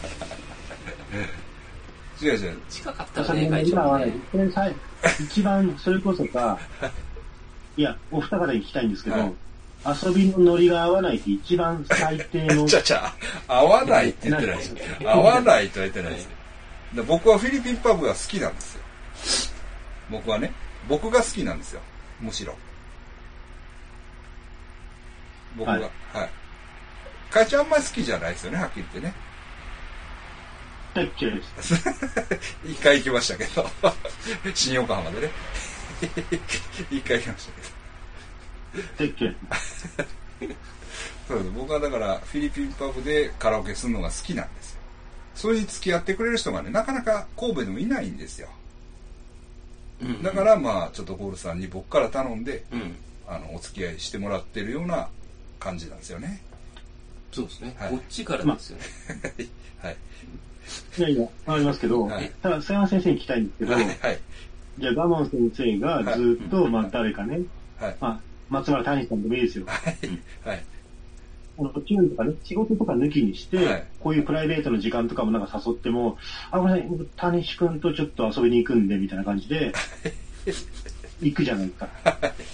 S2: 違う違う。
S3: 近かった
S1: お
S3: ら
S1: 酒
S3: ね、
S1: の
S3: 会
S1: 今
S3: 長
S1: は
S3: ね
S1: ね。、これさ一番、それこそ さ、いや、お二方に聞きたいんですけど、
S2: はい
S1: 遊びのノリが合わないって一番最低の
S2: ちゃちゃ、合わないって言ってないですよ。合わないとは言ってないですよ。で僕はフィリピンパブが好きなんですよ。僕はね、僕が好きなんですよ。むしろ。僕が、は
S1: はいい。
S2: 会長あんまり好きじゃないですよね、はっきり言ってね。
S1: 大っ嫌いです。
S2: 一回行きましたけど。 新横浜でね。 一回行きましたけど。
S1: 大っ嫌いです。
S2: そうです僕はだからフィリピンパブでカラオケするのが好きなんですよそれに付き合ってくれる人がねなかなか神戸でもいないんですよ
S3: うん
S2: だからまあちょっとゴールさんに僕から頼んで
S3: うん。
S2: あのお付き合いしてもらってるような感じなんですよね
S3: そうですね。
S2: はい
S3: こっちからですよね。
S2: はい
S1: いやいや、わかりますけど、
S2: はい
S1: ただ、瀬山先生に聞きたいんですけど、
S2: はいはい
S1: じゃあ、ガモン先生がずっと、まあ、誰かね、
S2: はい
S1: まあ、松原谷さんでもいいですよ。
S2: はい
S1: このチューンとかね、仕事とか抜きにして、
S2: はい
S1: こういうプライベートの時間とかもなんか誘っても、あ、ごめんなさい、僕谷志くんとちょっと遊びに行くんで、みたいな感じ で、行くじゃないですか。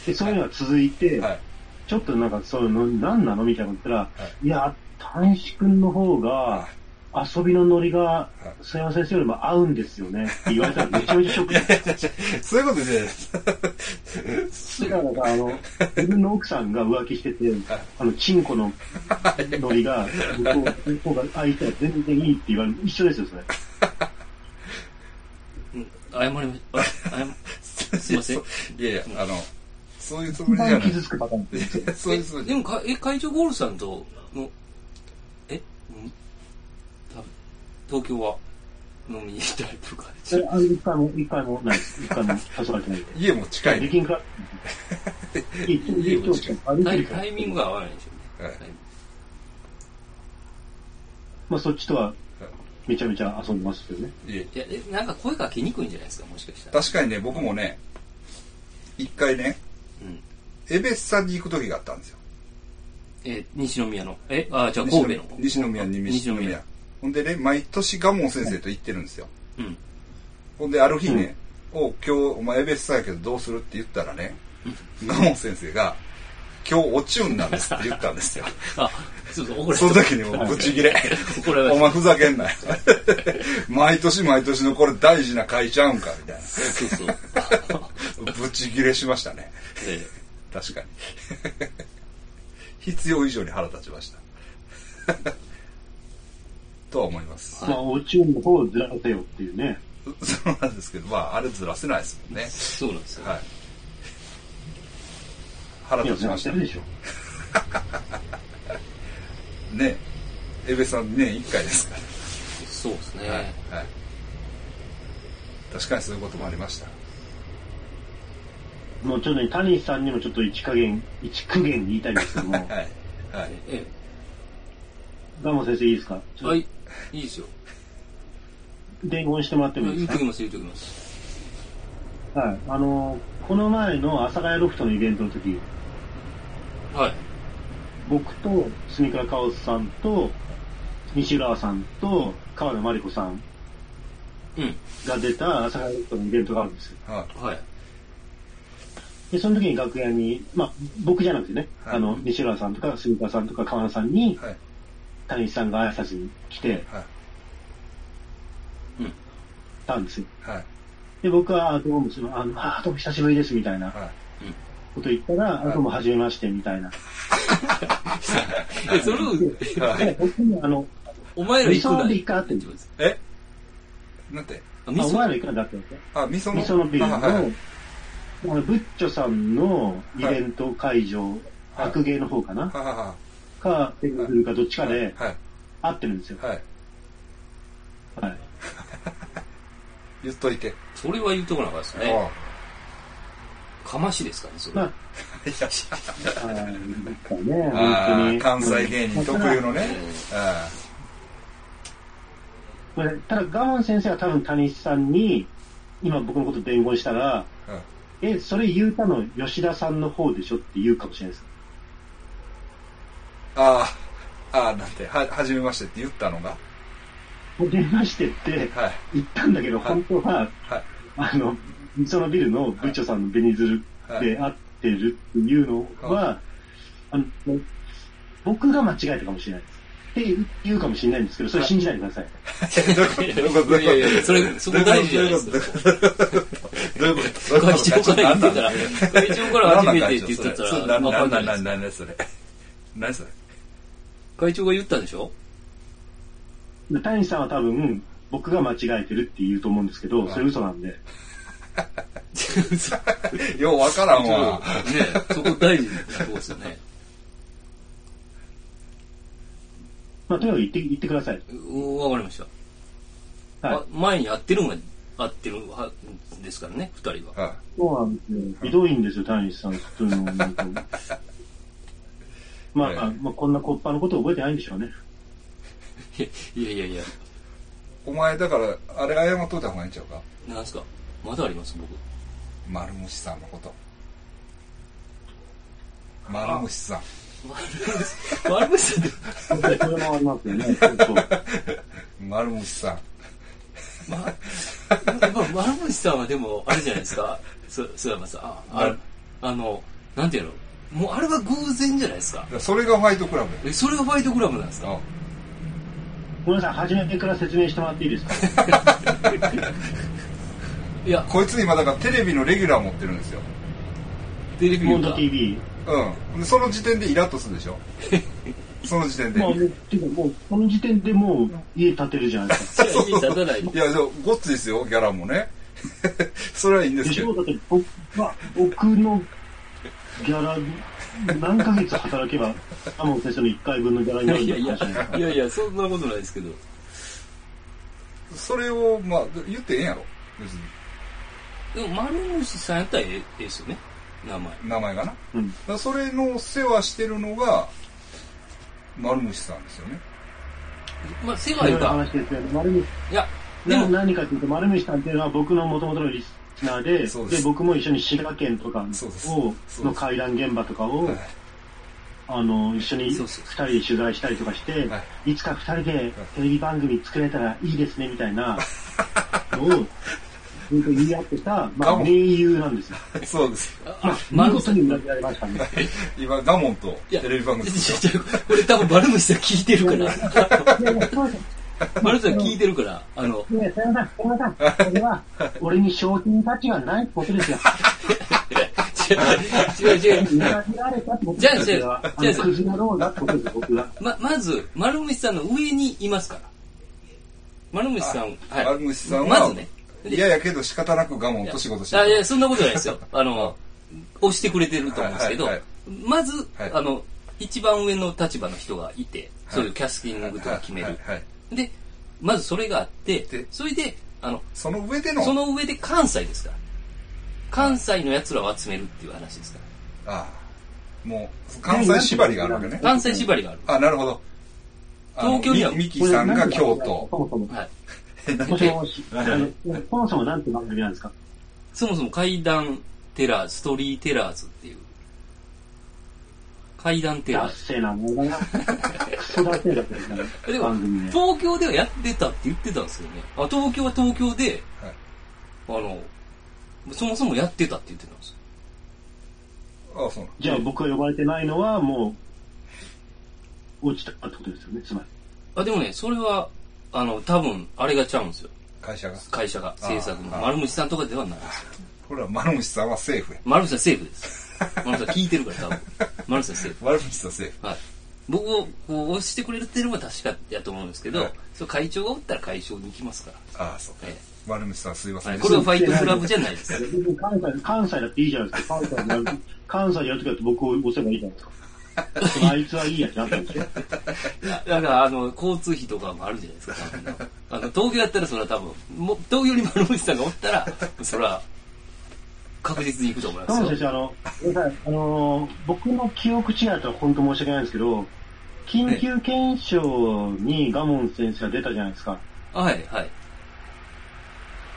S1: で、そういうのが続いて、
S2: はい
S1: ちょっとなんか、そういうの、何なのみたいなこと言ったら、、
S2: はい
S1: や、谷志くんの方が、遊びのノリが、瀬山先生よりも合うんですよね。って言われたらめちゃめちゃショックです。
S2: そういうことじゃないです
S1: だからさ、あの、自分の奥さんが浮気してて、あの、チンコのノリが、向こう、向こうが相手は全然いいって言われる。一緒ですよ、それ。
S3: うん。謝りま、あ謝すいません。
S2: いやいやあのそういうつも
S1: 一
S2: りじゃ
S1: 番
S2: ない
S1: 傷つくパターンって。
S2: いやそういうつもり
S3: でもか、え、会長ゴールさんとの、え、んた東京は飲みに行ったりとか。
S1: えあの一回も、一回もないです。一回も誘われてないんで。
S2: 家も近
S1: で
S2: いね
S1: きんか一応、一応、歩い
S3: タ
S1: て
S3: イ
S1: るから
S3: タイミングが合わないんでしょうね。
S2: はい
S3: タイミング
S1: まあ、そっちとは、めちゃめちゃ遊んでますけどね。
S2: いえ
S3: いや、え、なんか声かけにくいんじゃないですか、もしかしたら。
S2: 確かにね僕もね一回ね
S3: うん。
S2: エベッサに行く時があったんですよ
S3: え、西宮の。え、あ、じゃあ神戸の。
S2: 西宮に西宮
S3: 西宮
S2: ほんでね毎年蒲生先生と行ってるんですよ
S3: うん。
S2: ほんである日ね「おう今日お前エベッサやけどどうする?」って言ったらね蒲生先生が「今日おちゅんなんです」って言ったんですよ
S3: あ、そうそう、怒られ
S2: そ
S3: た
S2: の時にもうブチギレ
S3: 怒られ
S2: お
S3: ま
S2: 前ふざけんなよ毎年毎年のこれ大事な会ちゃうんかみたい
S3: した。そうそう。
S2: なブチギレしましたね
S3: え
S2: 確かに必要以上に腹立ちました とは思います
S1: まあ、お中の方をずらせよっていうね。
S2: そうなんですけど、まあ、あれずらせないですもんね。
S3: そうなんですよ。
S2: はい。腹
S1: いや、
S2: 立ち
S1: ず
S2: ま
S1: ら
S2: し
S1: して
S2: た
S1: る
S2: ね。
S1: でしょ。
S2: ね。エベさん年1回ですか
S3: そうですね。
S2: ら。はい。はい。確かにそういうこともありました。
S1: もうちょっとね、谷さんにもちょっと一加減、一苦言言いたいんですけども、
S2: はい。はい。
S3: え、
S1: ガモ先生いいですか
S3: えはい、いいですよ。
S1: 伝言してもらってもい
S3: 言
S1: いで
S3: っと
S1: す
S3: きます、言っときます。
S1: かはい。あのー、この前の阿佐ヶ谷ロフトのイベントの時、
S3: はい。
S1: 僕と、住倉カオスさんと、西浦さんと、川野真理子さん
S3: うん。
S1: が出た阿佐ヶ谷ロフトのイベントがあるんですよ。
S2: は
S3: はい。
S1: で、その時に楽屋に、まあ、僕じゃなくてね、
S2: はい
S1: あの、西浦さんとか、住倉さんとか、川野さんに
S2: い。、はい。
S1: 谷さんが挨拶に来て
S2: はい。
S3: うん。
S1: たんですよ。
S2: はい。
S1: で、僕は、あどうもすいま、あの、あどうも久しぶりです、みたいな
S2: はい。
S1: こと言ったら、あどうも初めまして、みたいな。
S3: え、それを、
S2: はい。
S1: で、僕に、あの、
S3: お前ら行くな
S1: 理想で行かって
S3: ます。
S2: えなんて
S3: 味
S1: あお前
S3: 噌
S1: らいくらだったんですか
S2: あ、味噌の。
S1: 味噌のビールの、
S2: あはいはい
S1: あのブッチョさんのイベント会場、
S2: はい
S1: 悪芸の方かな、
S2: はいは
S1: か、テグルかどっちかで
S2: いはい。
S1: 合ってるんですよ。
S2: はい。はい。
S1: はい。
S2: 言っといて。
S3: それは言うとこなかったですね。
S2: あ
S3: かましですかね、それ。
S1: まあ、
S2: あいや
S1: あーなんかね、本
S2: あ
S1: 当
S2: ー
S1: に。
S2: 関西芸人特有のね。あ
S1: これただ、ガモン先生は多分谷さんに、今僕のこと伝言したら、
S2: あうん
S1: え、それ言うたの吉田さんの方でしょって言うかもしれないです。
S2: あー、あーなんて、は、はじめましてって言ったのが。
S1: もう電話してって
S2: はい。
S1: 言ったんだけど、
S2: はい
S1: 本当は、
S2: はい。
S1: あの、そのビルの部長さんのベニズルで会ってるっていうのは、あの、僕が間違えたかもしれないです。って言うかもしれないんですけど、それ信じないでください。
S2: どういうことどう
S3: いやいやい
S2: いう
S3: や、
S2: こ
S3: それ、そ
S2: と
S3: こ大事じゃないです
S2: どう
S3: か。
S2: いうことどういうことどういうことどういうこと
S3: 会長から言ってたら、 会長から初めてって言って
S2: それな
S3: たら、
S2: ん
S3: わ
S2: な
S3: か
S2: ん
S3: んな
S2: ないんなん。
S3: です
S2: なんなんそれ。何それ。
S3: 会長が言ったでしょ
S1: で谷さんは多分、僕が間違えてるって言うと思うんですけど、
S2: い
S1: それ嘘なんで。
S3: 嘘
S2: ようわからんわ
S3: ね。 そこ大事なとこですよね。
S1: まあ、とにかく言って、言ってください。
S3: うわかりました。
S1: はい
S3: あ。前に会ってるんが会ってるはですからね、二人は。
S2: は
S1: そうなんですよ。ひどいんですよ、谷さん、普通の女の子。 まあ、あまあ、こんなコッパのこと覚えてないんでし ょうね。
S3: いやいやいや、
S2: いお前、だから、あれ謝っといた方がいいんちゃうか
S3: なんすかまだあります、僕。
S2: 丸虫さんのこと。丸虫さん。
S3: 悪口さんで、
S1: それもありますよね。そうそう
S2: 丸虫さん。
S3: ま、やっぱ丸虫さんはでも、あれじゃないですか。そ、須山さん。あ、ああの、なんていうのもうあれは偶然じゃないですか
S2: だ。からそれがファイトクラブ
S3: え、それがファイトクラブなんですか
S2: よ。
S1: ごめんなさい、初めてから説明してもらっていいですか
S3: いや、
S2: こいつ今、だからテレビのレギュラー持ってるんですよ。
S3: テレビ
S1: モン
S3: 見た
S1: ド TV。
S2: うん。でその時点でイラッとするでしょその時点で。
S1: まあ、もう、てかもう、この時点でもう家建てるじゃないですか。
S3: いや意味立たない
S2: いや、でもごっついですよ、ギャラもね。 それはいいんです
S1: で
S2: け
S1: し
S2: ど
S1: ょ。だって僕は、僕のギャラ、何ヶ月働けば、天野先生の1回分のギャラに
S3: い
S1: な
S3: や
S1: るん
S3: い
S1: だ
S3: や
S1: って話
S3: いや
S1: じゃないですか。
S3: いやいや、そんなことないですけど。
S2: それを、まあ、言ってええんやろ。別に。
S3: でも丸虫さんやったらええええですよね。名前。
S2: 名前がな。だか
S1: うん。
S2: らそれの世話してるのが、丸虫さんですよね。
S3: まあ、世
S1: そう
S3: 界
S1: いう
S3: が、
S1: 話ですよね。丸虫
S3: いや、で
S1: でも
S3: も、
S1: 何かというと、丸虫さんっていうのは僕の元々のリスナーで、
S2: そうで
S1: です僕も一緒に滋賀県とか
S2: そうですそう
S1: を
S2: です
S1: の階段現場とかを
S2: はい、
S1: あの、一緒に
S3: そう
S1: 二
S3: そう
S1: 人で取材したりとかして
S2: は、
S1: いつか二人でテレビ番組作れたらいいですねみたいな のを、ずっと言い合ってた、ま
S2: ガ
S1: あ、
S2: モ
S1: 盟友なんですよ。
S2: そうですよ。
S1: まあ、見
S3: 丸
S1: 事
S3: さ
S1: に
S3: ん。
S1: 裏切られましたね。
S2: 今、ガモンと
S3: いや、
S2: テレビ番 組
S3: ちょちょちょこれ多分丸虫さん聞いてるから。
S1: いやいやすいません
S3: 丸虫さん聞いてるから、あの、
S1: ねえ、さよなら、さよなら、これは、俺に賞金価値がないことですよ。
S3: 違う違う違う。
S1: 裏切られたってこと
S3: じゃあ
S1: ですよ。
S3: じゃあ
S1: あ
S3: じゃあ
S1: のクズ野郎だってことですよ、僕が。
S3: ま、まず、丸虫さんの上にいますから。丸虫さん、はい。
S2: 丸虫さんは、
S3: まずね。
S2: いややけど仕方なくガモンと仕事して
S3: あいや、
S2: る。
S3: そんなことないですよ。あの、押してくれてると思うんですけど、
S2: はいはい
S3: まず、
S2: はい
S3: あの、一番上の立場の人がいて、そういうキャスティングとか決める。
S2: はいはいはい
S3: で、まずそれがあって
S2: で、
S3: それで、あの、
S2: その上での、
S3: その上で関西ですから。関西の奴らを集めるっていう話ですから。
S2: ああもう、関西縛りがあるわけね。
S3: 関西縛りがある。
S2: あ、なるほど。あの
S3: 東京には
S2: ミミキさんが京都。
S1: そもそも。
S3: はい。
S1: もしもし、あの、そもそもなんて番組なんですか
S3: そもそも階段テラー、ストーリーテラーズっていう。階段テ
S1: ダ
S3: ラ
S1: ッ
S3: ー。
S1: セーなもんだな。クソダッセーだったみたい
S3: で
S1: な
S3: も
S1: 番組、で。
S3: 東京ではやってたって言ってたんですよね。あ、東京は東京で、
S2: はい
S3: あの、そもそもやってたって言ってたんですよ。
S2: ああそう
S1: じゃあ僕が呼ばれてないのは、もう、落ちたってことですよね、つまり。
S3: あ、でもね、それは、あの、多分、あれがちゃうんですよ。
S2: な会社が。
S3: 会社が、制作の。
S2: あー
S3: 丸虫さんとかではないですよ。
S2: これは丸虫さんはセーフや。
S3: 丸虫さんセーフです。丸虫さん聞いてるから、多分。丸虫さんセーフ。
S2: 丸虫さんセーフ。
S3: はい。僕をこう押してくれてるのは確かやと思うんですけど、
S2: はい
S3: そう会長がおったら会長に行きますから。
S2: ああそうか
S3: ええ
S2: 丸虫さんすいません
S3: は
S2: でし
S3: い、こ
S2: た。
S3: れはファイトクラブじゃないです。
S1: 関西、関西だっていいじゃないですか。関西でやる、関西でやるときだって僕を押せばいいじゃないですか。あいつはいいやってなったんですよ。
S3: だから、あの、交通費とかもあるじゃないですか、多分なあの、東京やったらそれは多分、もう東京に丸口さんがおったら、それは、確実に行くと思い
S1: 田
S3: ま
S1: 村
S3: す
S1: 先
S3: よ。
S1: 生、あの、ごめんなさいあの、僕の記憶違いだったら本当申し訳ないんですけど、緊急検証にガモン先生が出たじゃないですか。
S3: はい、はい。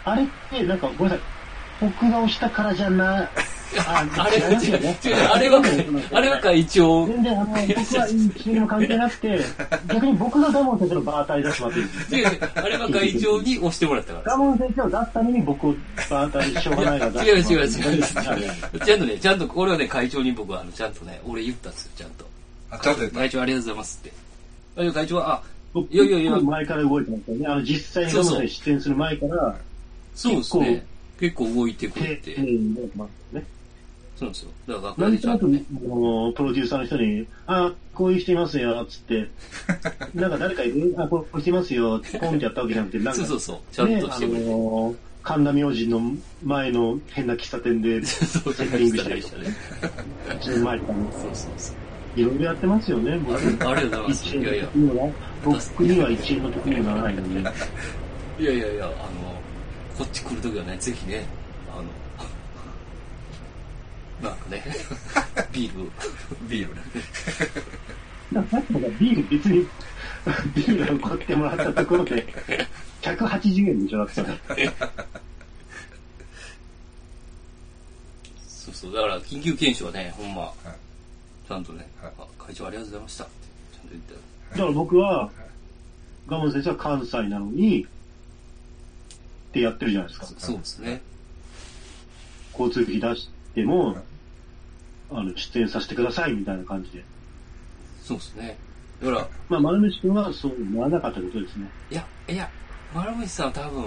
S1: あれって、なんか、ごめんなさい。僕が押したからじゃ な、あ
S3: あれ
S1: 違い
S3: は
S1: ま
S3: 違
S1: す
S3: う、
S1: よね
S3: 違う、あれはか、あれはか一応、
S1: 全然、あの、僕は一にも関係なくて、逆に僕がガモン先生のバーターに出してもらっていいです
S3: 違う違う、あれは会長に押してもらったから
S1: ガ。モン先生を出すために僕をバーターにしょうが ないから
S3: 違う
S1: 出しても
S3: 違
S1: ら
S3: う
S1: っ
S3: 違
S1: て
S3: う違う。ちゃんとね、ちゃんと、これはね、会長に僕は、あの、ちゃんとね、俺言ったんですよ、ちゃんと。
S2: あ、ちゃんとやった。
S3: 会長ありがとうございますって。会長、会長は、あ、
S1: 僕
S3: いやいやいや
S1: 結構前から動いてますよね。あの、実際にガモン先生出演する前から、
S3: そうですね。結構動いてくれ
S1: 丁
S3: て。
S1: 寧に動いてますよね。
S3: そうなんですよ。だから
S1: なん
S3: 学校で
S1: と
S3: ちゃ
S1: なん
S3: と
S1: く、
S3: ね。
S1: あのプロデューサーの人に、あ、こういう人いますよ、つ って、なんか誰かいるあ、こういう人いますよ、ポンってやったわけじゃなくて、なんか、
S3: そう
S1: ね、
S3: そうそう。ちゃんと
S1: あ
S3: してくれて。
S1: の、神田明神の前の変な喫茶店で、
S3: そう
S1: セ
S3: そ
S1: ッ
S3: う
S1: ティングしたりとか、うちの前とかも、
S3: そうそうそう。
S1: いろいろやってますよね、
S3: あ
S1: 僕。
S3: りありがとうございます。
S1: 一
S3: いやい
S1: 円の
S3: や
S1: 時、には、僕には一円の時にはならないの に、
S3: いやいやいや、あの、こっち来るときはね、ぜひね、あの、 なんか ね、ビール、
S2: ビールね。
S1: だからさっきからビール別に、 ビールを買ってもらったところ で、180円でしょ、だってそれ。
S3: そうそう、だから緊急検証はね、ほんま、ちゃんとね、
S2: はい
S3: あ会長ありがとうございましたって、ちゃんと言ったよ
S1: だから僕は、ガモン先生は関西なのに、ってやってるじゃないですか。
S3: そうですね。
S1: 交通費出しても、あの、出演させてくださいみたいな感じで。
S3: そうですね。だから、
S1: まあ、丸飯君はそうならなかったことですね。
S3: いや、いや、丸渕さんは多分、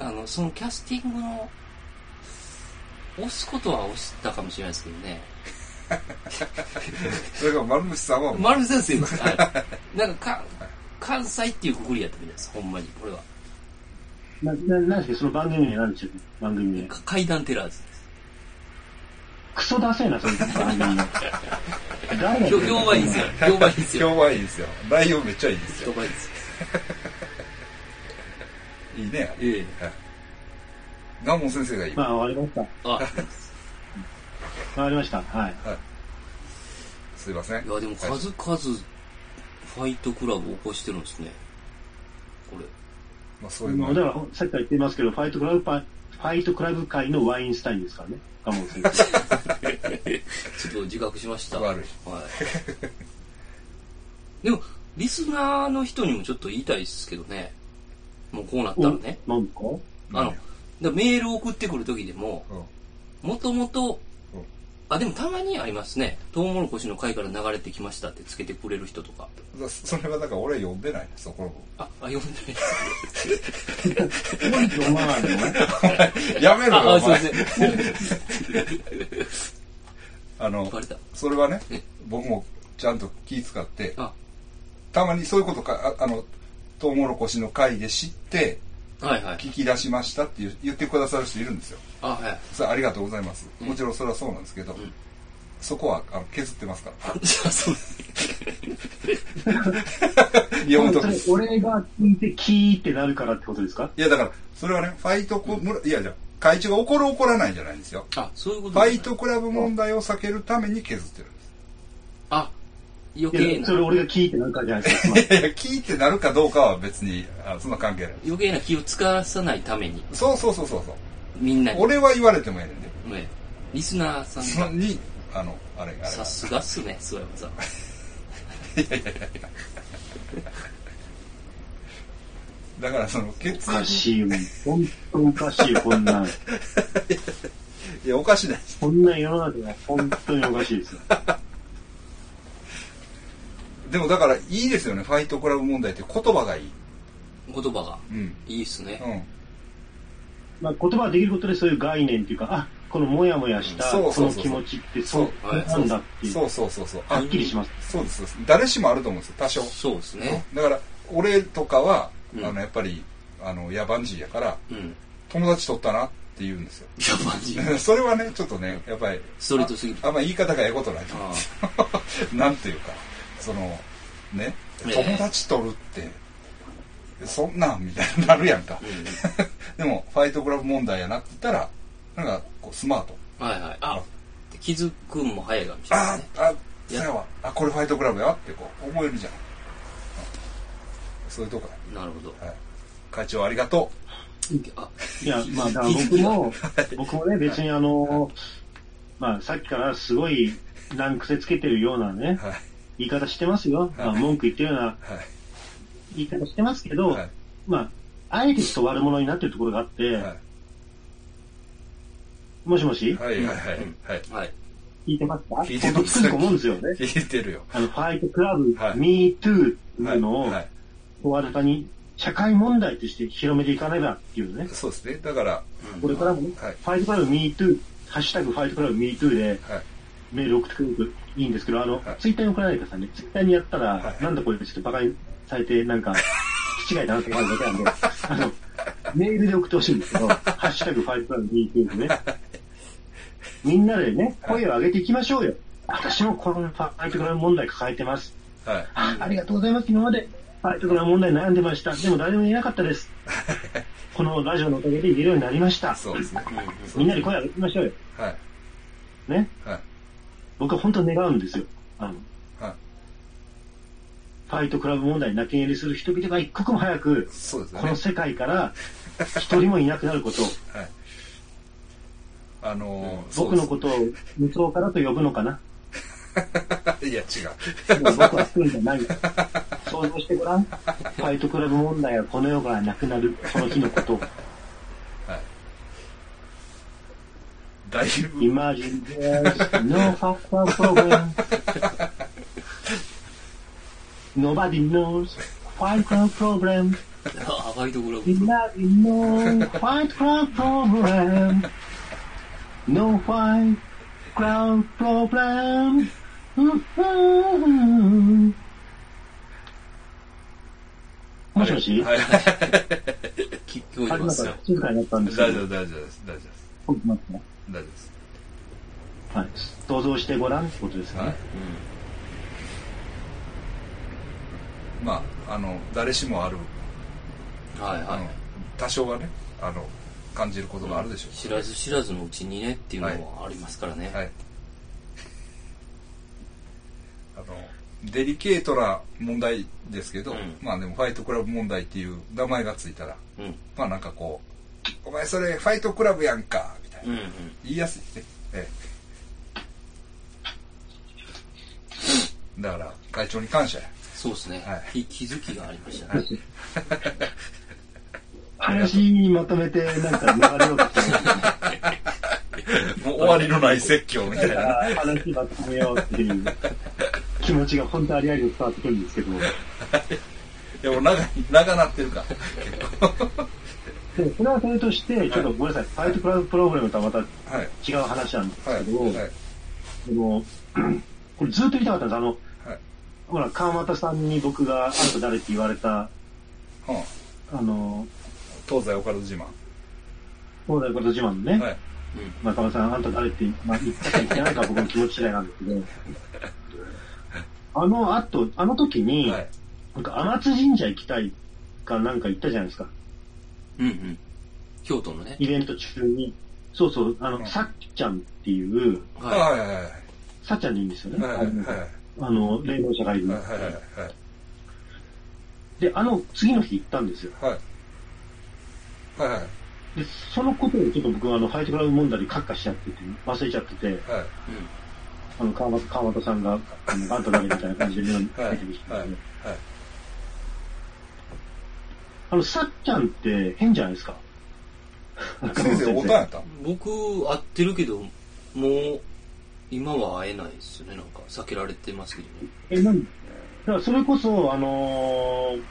S3: あの、そのキャスティングの、押すことは押したかもしれないですけどね。
S2: それから丸虫さんは、
S3: 丸渕先生、はいなんかか、関西っていうくくりやったみたいです、ほんまに、これは。
S1: な、な、なんですかその番組名なんでしょうね。番組名。
S3: か階段テラーズです。
S1: クソダセえな、その番組名。 誰だ
S3: 評評判いいですよ。 評判いいですよ。
S2: 評判いいですよ。内容めっちゃいいです
S3: 評
S2: よ。
S3: 判いいですよ。
S2: いいね。
S3: ええ。
S2: ガモン先生がいい。
S1: まあ、わかりました。
S3: あ、
S1: わかりました。はい。
S2: すいません。
S3: いや、でも数々、ファイトクラブを起こしてるんですね。これ。
S2: まあそういう
S1: ま
S2: の
S1: あ、だから、さっきから言ってますけど、ファイトクラブパ、ファイトクラブ界のワインスタインですからね。ガモン先 生。
S3: ちょっと自覚しました。
S2: 悪い
S3: はい。でも、リスナーの人にもちょっと言いたいですけどね。もうこうなったらね。
S1: おなんか
S3: あの、だからメール送ってくる時でも、
S2: うん。
S3: もともと
S2: うん、
S3: あ、でもたまにありますね。トウモロコシの回から流れてきましたってつけてくれる人とか。
S2: だからそれはだから俺は読んでないんですよ、この
S3: あ、あ、 読んでない
S1: なんか読まないのね。
S2: 子やめろ
S3: あ、
S2: よ、
S3: あ
S2: お
S3: すいま
S2: 前。
S3: せん。
S2: あの
S3: バ、レた。
S2: それはね
S3: え、
S2: 僕もちゃんと気使って、
S3: あ、
S2: たまにそういうことか、ああの、トウモロコシの会で知って、
S3: はいはい。
S2: 聞き出しましたって言う言ってくださる人いるんですよ。
S3: あ、はい。
S2: それありがとうございます。
S3: ん
S2: もちろんそれはそうなんですけど、そこはあの削ってますから。
S3: じゃあ、そうですね。
S2: 読むとき
S1: それ俺が聞いて、キーってなるからってことですか
S2: いやだから、それはね、ファイトコ、むらいやじゃあ会長が怒る怒らないじゃないんですよ。
S3: あ、そういうこ
S2: フ
S3: と
S2: ァ
S3: です
S2: イ
S3: ね
S2: トクラブ問題を避けるために削ってるんです。
S3: あ、余
S1: い
S3: 計
S1: や、
S3: な
S1: そ。れ俺がキーってなるからじゃないですか。
S2: いやいや、聞いてなるかどうかは別に、あそんな関係ない。
S3: 余計な気を使わさないために、
S2: そうそうそうそうそう。
S3: みんなに、
S2: 俺は言われてもええねんで。
S3: ねリスナーさ
S2: その
S3: ん
S2: に、あの、あれあれ
S3: が、さすがっすね、諏訪山さん。
S2: だからその、
S1: お
S2: 決
S1: か
S2: 意。
S1: しいよ。ほんとおかしいよ、こんなん。
S2: いや、おかしない。
S1: こんなん世の中が本当におかしいですよ。
S2: でもだから、いいですよね、ファイトクラブ問題って言葉がいい。
S3: 言葉が、
S2: うん。
S3: いいっすね。
S2: うん。
S1: まあ、言葉ができることでそういう概念っていうか、あ、このモヤモヤした、
S2: そう
S1: こ
S2: そう
S1: の
S2: そう
S1: 気持ちってそう
S2: そう
S3: はい
S1: なんだっていう、
S2: そうそうそうそう。
S1: はっきりします。
S2: そうですそうです。誰しもあると思うんですよ、多少。
S3: そうですね。
S2: だから、俺とかは、
S3: うん
S2: あの、やっぱり、あの野蛮人やから
S3: うん。
S2: 友達取ったなって言うんですよ
S3: いや、マ ジ。
S2: それはねちょっとねやっぱり
S3: ストレートすぎ る。
S2: あんま言い方がええこと ない
S3: あ
S2: なんていうかそのね
S3: ええ
S2: 友達取るってそんなんみたいになるやんか、 でもファイトクラブ問題やなって言ったらなんかこうスマート
S3: はいはい。あ、気づくんも早いかもしれない
S2: あ
S3: ね。
S2: あそやわあこれファイトクラブやってこう思えるじゃんうんそういうとこ
S3: なるほど。
S2: や、はい、会長ありがと
S3: あ、
S1: いや、まあ、だから僕も、僕もね、別にあの、まあ、さっきからすごい、難癖つけてるようなね
S2: う、はい
S1: 言い方してますよ。まあ、文句言ってるような
S2: はい
S1: 言い方してますけど、
S2: はい
S1: まあ、あえてちょっと悪者になってるところがあって、
S2: は
S1: もしもし、
S2: いはいはいはい
S3: うん
S2: はい
S3: はい。
S1: 聞いてますか
S2: 聞いてます
S1: 僕つく思うんですよね。
S2: 聞いてるよ
S1: あの、ファイトクラブ、
S2: はい
S1: MeToo って
S2: はいいう
S1: のを、
S2: はい
S1: 大新たに社会問題として広めていかねばっていうね。
S2: そうですねだから
S1: これからもね、
S2: はい
S1: ファイトクラブ MeToo、ハッシュタグファイトクラブ MeToo で
S2: はい
S1: メール送ってくれるといいんですけど、あの、
S2: はい
S1: ツイッターに送らないでくださいね。ツイッターにやったら、
S2: はい
S1: なんだこれちょっとバカにされて、なんか、気違いだなって感じだけ なんで、あの、メールで送ってほしいんですけど、ハッシュタグファイトクラブ MeToo でね。みんなでね、声を上げていきましょうよ。私もこのファイトクラブ問題抱えてます。
S2: はい
S1: あありがとうございます。今まで、ファイトクラブ問題悩んでました。でも誰も言えなかったです。このラジオのおかげで言えるようになりました。
S2: そうですね
S1: みんなで声を上げましょうよ。
S2: はい
S1: ね。
S2: はい
S1: 僕は本当に願うんですよ。あの、
S2: はい
S1: ファイトクラブ問題に泣き寝入りする人々が一刻も早く、
S2: そうですね
S1: この世界から一人もいなくなる こと、
S2: はいあのーそう
S1: 僕
S2: で
S1: の
S2: す
S1: ことを無双からと呼ぶのか な。
S2: いや違う
S1: もう僕は作るんじゃないよ。想像してごらん。ファイトクラブ問題はこの世がなくなる、その日のこと。
S2: だいぶ
S1: Imagine there's no fucking problem. Nobody knows fight club problem.
S3: あ、ファイトグラブ。
S1: Nobody knows fight club problem. No fight club problem. もしもし、
S2: はい
S3: 聞こえ
S1: あ
S3: て
S1: れ
S3: ま
S1: なん
S3: す
S1: か
S3: よ。
S1: 静かになったんですけ
S2: 大
S1: ど
S2: 丈、夫大丈夫です大丈夫です
S1: ちょっと待ってね
S2: 大丈夫です
S1: はい、想像してごらんってことですよ
S2: は
S1: ね
S2: い。まああの誰しもある
S3: うん。はい
S2: あ
S3: は
S2: の
S3: い。
S2: 多少はねあの感じることがあるでしょ
S3: 知らず知らずのうちにねっていうのもありますからね。
S2: う、はいあのデリケートな問題ですけど、
S3: うん
S2: まあでもファイトクラブ問題っていう名前がついたら
S3: うん。
S2: まあなんかこう「お前それファイトクラブやんか」みたいな、
S3: うんうん。
S2: 言いやすいね、ええ、だから会長に感謝や
S3: そうですね
S2: は。
S3: 気気づきがありましたね。
S1: 話にまとめて、なんか流れようとしてる。
S2: もう終わりのない説教みたい な
S1: あー話まとめようっていう気持ちが本当ありありと伝わってくるんですけど、
S2: でも長い長なってるから
S1: でもそれはそれとして、ちょっとごめんなさい、ファイトクラブプログラムとはまた
S2: はい
S1: 違う話なんです
S2: はい
S1: けど、
S2: はい
S1: でも これずっと言いたかったんです。あの、
S2: はい
S1: ほら、川又さんに僕があんた誰って言われた、
S2: はあ
S1: あの、
S2: 東西オカルト自慢
S1: 東大こと自慢のね、
S2: はい
S1: 中村さん、あんた誰って、まあ、言ったか言ってない かは僕の気持ち次第なんですけど、あの後、あの時に、
S2: はい
S1: なんか天津神社行きたいかなんか言ったじゃないですか。
S3: うんうん。京都のね。
S1: イベント中に、そうそう、あの、
S2: うん
S1: さっちゃんっていう、
S2: はい
S3: は
S2: はいはいはい
S1: さっちゃんでいいんですよね。
S2: はいはいはい
S1: あの、霊能者がいる
S2: はい。はいはいはい
S1: で、あの、次の日行ったんですよ。
S2: はいはい
S1: で、そのことをちょっと僕は、あの、ファイトクラブ問題にカッカしちゃってて、忘れちゃってて、
S2: はい
S3: い。うん。
S1: あの、川端、川端さんが、あの、あんた誰みたいな感じで目に入ってきて、
S2: はいはいはい
S1: あの、さっちゃんって変じゃないですか。
S2: 先生おたんやったん
S3: 僕、会ってるけど、もう、今は会えないですよね。なんか、避けられてますけどね。
S1: え、何だからそれこそ、あのー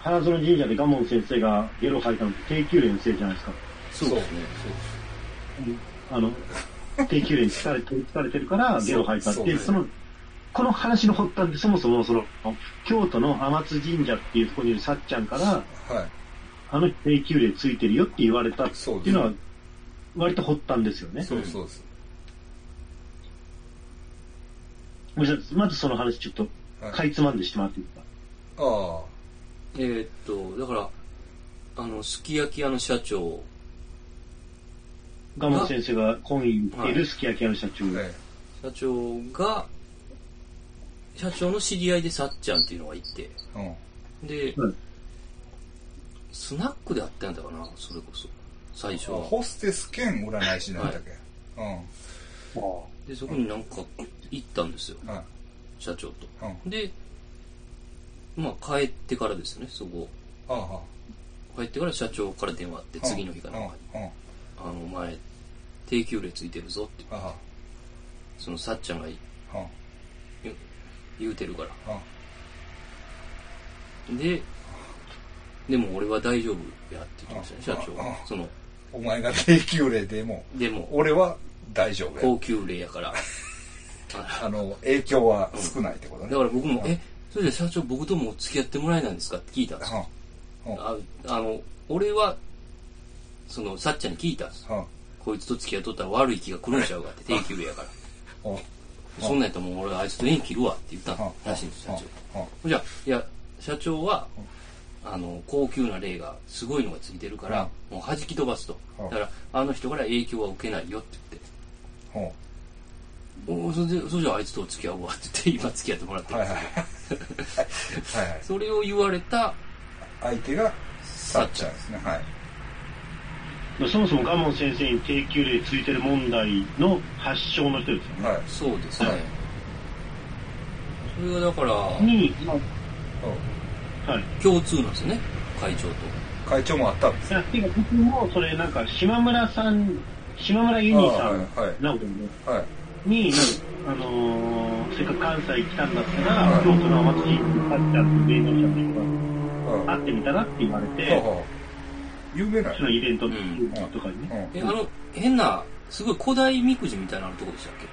S1: 花園神社で蒲門先生がゲロ吐いたのって低級連のせいじゃないですか。
S3: そうですね。
S1: あの、低級連に疲れて、疲れてるからゲロ吐いたっていう、
S2: そう
S1: その、この話の発端でそもそもその、京都の天津神社っていうところにいるさっちゃんから、
S2: はい
S1: あの人定休令ついてるよって言われたっていうの
S2: そう
S1: は
S2: で、
S1: 割と発端ですよね。
S2: そうそうです。
S1: ごめんなさいまずその話ちょっと、
S2: はい
S1: かいつまんでしてもらっていいですか。
S2: あ
S3: えーっと、だから、あの、すき焼き屋の社長、
S1: ガモ先生が今院にい
S3: はい
S1: るすき焼き屋の社長。
S2: あ、え
S3: 社長が、社長の知り合いでさっちゃんっていうのがいて、
S2: え、うん。
S3: で、
S1: うん
S3: スナックであったんだかな、それこそ。最初は。
S2: ホステス兼占い師なんだっけ。
S3: で、そこになんか行ったんですよ、
S2: うん。はい。
S3: 社長と。
S2: うん。あ
S3: で、まあ帰ってからですよね、そこ。
S2: あ、は
S3: 帰ってから社長から電話あって、
S2: あ。
S3: 次の日か
S2: う
S3: ら、
S2: ん。うん。あ
S3: あの、お前、定休令ついてるぞって、
S2: あ、
S3: そのさっちゃんが
S2: うん。うん。
S3: 言う言うてるから。で、でも俺は大丈夫やって言ってましたね、社長
S2: ああ
S3: が。その、
S2: お前が定休令でも、
S3: でも、
S2: 俺は大丈夫や
S3: 高。級令やから。あ
S2: あの、影響は少ないってこと
S3: だ
S2: ね。
S3: から僕も、え、それじゃ社長僕ともお付き合ってもらえないんですかって聞いたんですよ。
S2: うん。うん。
S3: ああの、俺は、その、さっちゃんに聞いたんです。
S2: うん。
S3: こいつと付き合いとったら悪い気が来るんちゃうかって、定休令やから。
S2: うん。
S3: そんなんやったらもう俺はあいつと縁切るわって言った
S2: うん。
S3: らしいんです、社長。
S2: うん。
S3: じゃあ、いや、社長は、あの、高級な例がすごいのがついてるから、もう弾き飛ばすと。
S2: うん
S3: だから、あの人から影響は受けないよって
S2: うん。うん
S3: 言って、おそれで、それじゃああいつと付き合おうわって言って、今付き合ってもらってるん
S2: は
S3: で
S2: いは
S3: す
S2: い。
S3: よ
S2: はいはい。
S3: それを言われた、
S2: 相手が、さっちゃんですね。はい。
S1: そもそもガモ先生に定休令ついてる問題の発祥の人ですよね。
S2: はい。
S3: そうですね。それがだから、
S1: に、
S2: うん
S1: はい。
S3: 共通なんですよね、会長と。
S2: 会長もあったんです。
S1: いや、てか僕も、それなんか、島村さん、島村ユニさん
S2: あ、はいはい
S1: なおくんね
S2: はい。
S1: に、あのー、せっかく関西来たんだった
S2: は
S1: ら、
S2: い
S1: 京都の天津にさっちゃんっていう芸能者の
S2: う
S1: 人。
S2: ん
S1: が会ってみたらって言われ
S2: は
S1: て、
S2: は有名な
S1: そのイベントとかにね。
S2: ん
S3: え、あの、変な、すごい古代みくじみたいなのあるとこでしたっけ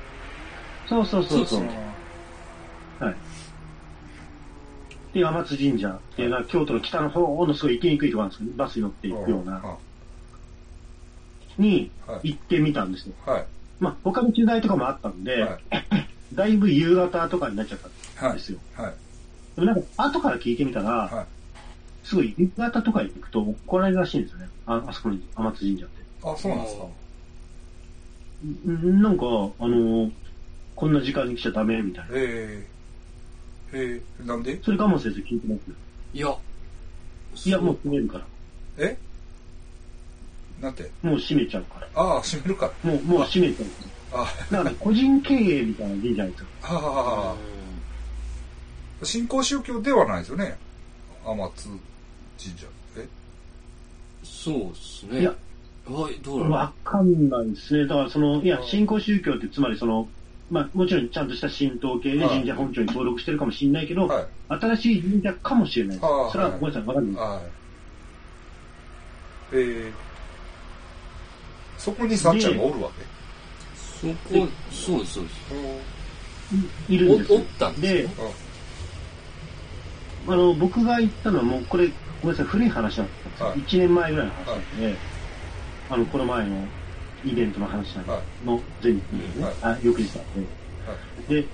S1: そうそうそう
S3: そ
S1: そうう。はい。で、天津神社っていうのは、京都の北の方のすごい行きにくいところなんですけど、バスに乗っていくような、に行ってみたんですよ。
S2: はい。
S1: まあ、他の取材とかもあったんで、
S2: はい。
S1: だいぶ夕方とかになっちゃったん
S2: はい
S1: ですよ。。
S2: はい。
S1: でもなんか、後から聞いてみたら、
S2: はい。
S1: すごい、夕方とか行くと怒られるらしいんですよね。あ、あそこの天津神社って。
S2: あ、そうなんですか。
S1: んなんか、あのーこんな時間に来ちゃダメみたいな。
S2: ええええなんで
S1: それ我慢せず聞いてます
S3: いや、
S1: いや、もう閉めるから。
S2: えなんて
S1: もう閉めちゃうから。
S2: ああ、閉めるか。
S1: もう、もう閉めちゃうか
S2: あ
S1: ら。だから、個人経営みたいな神社なんですよ。
S2: あ、
S3: うん
S2: 信仰宗教ではないですよね。天津神社。え
S3: そうですね。
S1: いや
S3: はい、どうなの
S1: わかんないですね。だから、その、いや
S2: う、ん
S1: 信仰宗教ってつまりその、まあ、もちろんちゃんとした神道系で
S2: はい
S1: 神社本庁に登録してるかもしれないけど、
S2: はい。
S1: 新しい神社かもしれないです
S2: はい。
S1: それはごめんなさい、わかんない。
S2: はい。ええそこにさっちゃんがおるわけ。
S3: そこ、そうです、そうです。
S1: いるんです
S3: お
S1: よ
S3: おったんです
S1: で
S3: ね、
S1: あの、僕が行ったのはもうこれ、ごめんなさい、古い話なんですけど、
S2: はい
S1: 1年前ぐらいの話なんで、あの、この前のイベントの話なんで、
S2: はい
S1: の前日ですね、
S2: はい
S1: あ、翌日なんで、で、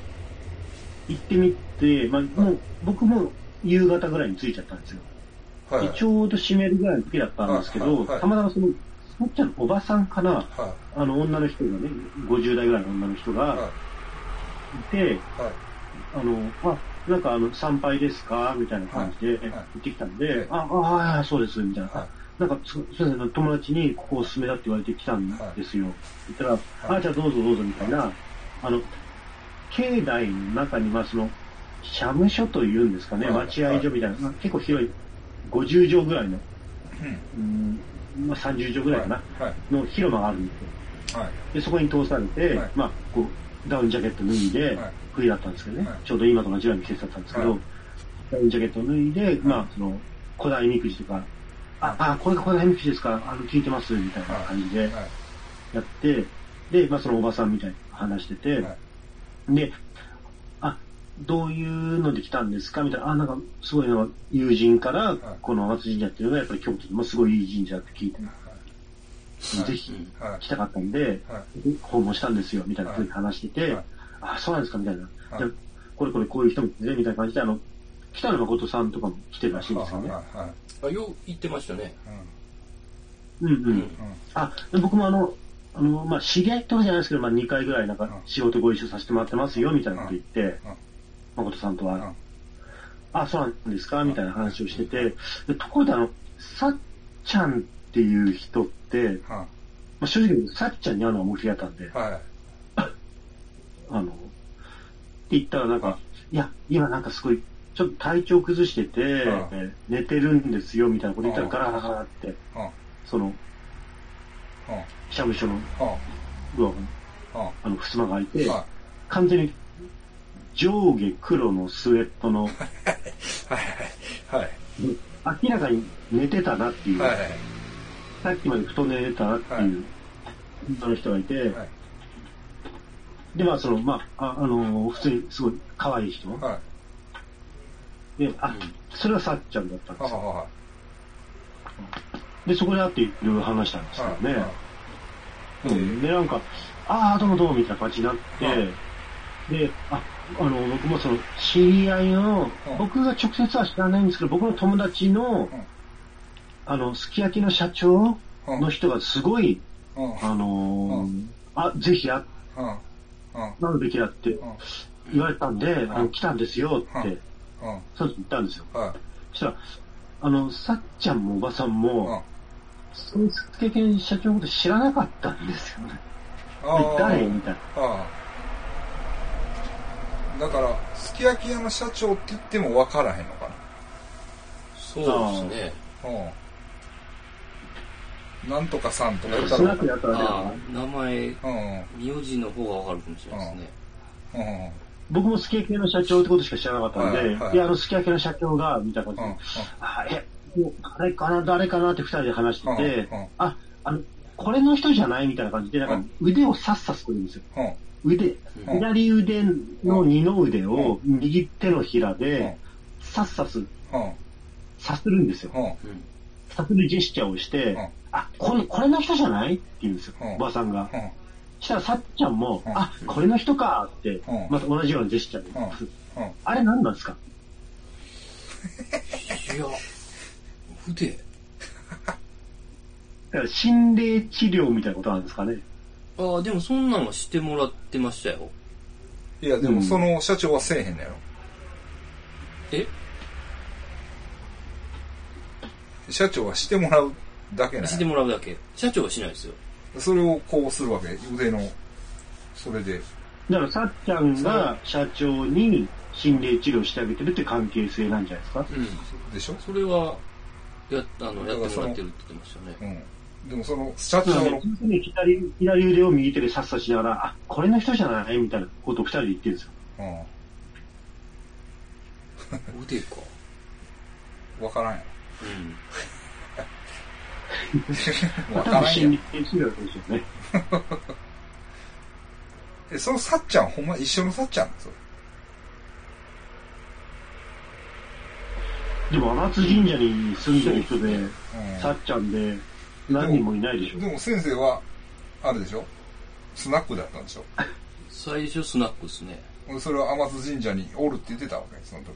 S1: 行ってみて、まあ、もう、僕も夕方ぐらいに着いちゃったんですよ。
S2: はい。
S1: でちょうど閉めるぐらいの時だったんですけど、
S2: はいはい
S1: たまたまその、そっちゃんのおばさんかな、
S2: は
S1: あの、女の人がね、50代ぐらいの女の人
S2: い。はい
S1: が。いて、
S2: はい。
S1: あの、あ、なんかあの、参拝ですかみたいな感じで
S2: い
S1: 行
S2: はい
S1: ってきたん
S2: はい
S1: で、あ、あ、はいはい、そうです、みたいな。
S2: は
S1: なんか、すすいません、友達にここおすすめだって言われてきたんですよ。言ったら、
S2: い
S1: あ、じゃあどうぞどうぞ、みたいな。あの、境内の中に、まあその、社務所というんですかね、
S2: はい
S1: 待合所みたいな、まあ結構広い、50畳ぐらいの、
S2: うん
S1: うん、まあ30畳ぐらいかな、
S2: はい。
S1: の広間があるんですよ。
S2: はい。
S1: で、そこに通されて、
S2: はい
S1: まあ、こう、ダウンジャケット脱いで、
S2: はい
S1: 冬だったんですけどね、
S2: はい
S1: ちょうど今と同じような季節だったんですけど、
S2: はい
S1: ダウンジャケット脱いで、まあ、その、古代みくじとか、あ、あ、これが古代みくじですか、あの、聞いてます、みたいな感じで
S2: はい。
S1: やって、で、まあ、そのおばさんみたいに話してて、
S2: は
S1: で、あ、どういうので来たんですかみたいな、あ、なんか、すごいの、友人から
S2: い、
S1: この松神社っていうのが、やっぱり京都でもすごいいい神社って聞いて、ぜひ
S2: はい
S1: 来たかったんで、
S2: は
S1: 訪問したんですよ、みたいなふうに話してて、
S2: はい
S1: あ、そうなんですか、みたいな。
S2: はい
S1: じゃあこれこれこういう人もいてね、みたいな感じで、あの、北野誠さんとかも来てるらしいんですよね。
S2: はいはい
S3: あ、よう言ってましたね。
S1: うんう。
S3: うんん。
S1: あ、で僕もあの、あの、まあ、知り合いとかじゃないですけど、まあ、2回ぐらいなん
S2: うん
S1: か仕事ご一緒させてもらってますよ、みたいなこと言って
S2: うんうん、
S1: 誠さんと
S2: うん
S1: は、あ、そうなんですかみたいな話をしてて、でところであの、さっちゃんっていう人って、
S2: は
S1: まあ、正直、さっちゃんに会うのは無理やったんで
S2: い、はい
S1: あの、って言ったらなんか、いや、今なんかすごい、ちょっと体調崩してて、
S2: ん
S1: 寝てるんですよ、みたいなこと言ったら
S2: うん
S1: ガラガラガラって、
S2: うんうん
S1: その、社務所のドアが、
S2: うん
S1: あの、襖が開いて、
S2: は
S1: 完全に上下黒のスウェット の、
S2: いはいはい
S1: 明らかに寝てたなっていう、
S2: はいはい
S1: さっきまで布団で寝てたなっていう、女の人がいて、
S2: はい
S1: で、まあ、その、まあ、あ、あの普通にすごい可愛い人。
S2: はいはい
S1: で、あ、それはさっちゃんだったんですよ。
S2: は
S1: で、そこで会っていろいろ話したんですけど
S2: い
S1: ね。
S2: はい
S1: うんで、なんか、ああ、どうもどうもみたいな感じになって、
S2: うん
S1: で、あ、あの、僕もその、知り合いの、
S2: うん
S1: 僕が直接は知らないんですけど、僕の友達の、
S2: うん
S1: あの、すき焼きの社長
S2: うん
S1: の人がすごい、
S2: うん
S1: あのー
S2: う
S1: あ、ぜひ会
S2: うんうん
S1: うべきだって
S2: うん
S1: 言われたんで、あ
S2: うん
S1: の、来たんですよっ
S2: う
S1: て
S2: ん、うん
S1: その時言ったんですよ。
S2: はい
S1: そしたら、あの、さっちゃんもおばさん
S2: うん
S1: も、そのすき焼きの社長のこと知らなかったんですよね。
S2: あー
S1: で誰みたいな。
S2: ああだからすき焼き屋の社長って言っても分からへんのか
S3: そうですね。
S2: なうんなんとかさんとか言った
S1: スナ
S2: ら
S1: ックやったら
S3: あ
S1: ね、
S3: あ、名前、
S2: うんうん
S3: 名字の方がわかるかもしれないですね。
S2: うんうん
S1: 僕もすき焼き屋の社長ってことしか知らなかったんで、
S2: はい
S1: い
S2: はい
S1: や、あの、すき焼き屋の社長が、みたいな
S2: うんうん
S1: 感じで、あ、え、もう、誰かな、誰かなって二人で話してて
S2: うんうん、
S1: あ、あの、これの人じゃないみたいな感じで、なんか腕をさっさすくるんですよ。
S2: うん
S1: 腕、
S2: うん
S1: 左腕の二の腕を右手のひらで、さっさす、
S2: うん
S1: さするんですよ。
S2: うん
S3: うん。
S1: さするジェスチャーをし
S2: うん
S1: て、あ、これ、これの人じゃないって言うんですよ
S2: うん、
S1: おばさんが。
S2: うん
S1: したらさっちゃんも、
S2: うん
S1: あ、これの人かって
S2: うん、
S1: また同じようなジェスチャーで、
S2: うんうん
S1: あれ何なんですか
S3: いや、筆。
S1: だから心霊治療みたいなことなんですかね。
S3: ああ、でもそんなんはしてもらってましたよ。
S2: いやでもその社長はせえへんのやろ
S3: え
S2: 社長はしてもらうだけな
S3: して
S2: んや
S3: もらうだけ。社長はしないですよ。
S2: それをこうするわけ腕のそれで
S1: だからさっちゃんが社長に心霊治療してあげてるって関係性なんじゃないですか
S3: うん。
S2: でしょ
S3: それは、や、あの、
S2: だから
S3: やって
S2: そ
S3: も
S2: の
S3: らってるって言ってましたね。
S2: うんでもその社
S1: そう
S2: 長
S1: で
S2: の
S1: すね左左腕を右手でさっさしながら、あ、これの人じゃないみたいなことを二人で言ってるんですよ。
S2: うん
S3: 腕か。
S2: 分からんや
S3: うん。
S2: ろ
S1: まあ
S2: 分か
S1: 多
S2: ら
S1: 分
S2: ん
S1: 心
S2: やろ
S1: 理治療なんですよね。
S2: えそのさっちゃんほんま一緒のさっちゃんなんそれ
S1: でも、天津神社に住んでる人で、
S2: うん
S1: さっちゃんで、何人もいないでしょ
S2: で。も先生はあれでしょスナックだったんでしょ
S3: 最初スナックですね。
S2: それは天津神社におるって言ってたわけその時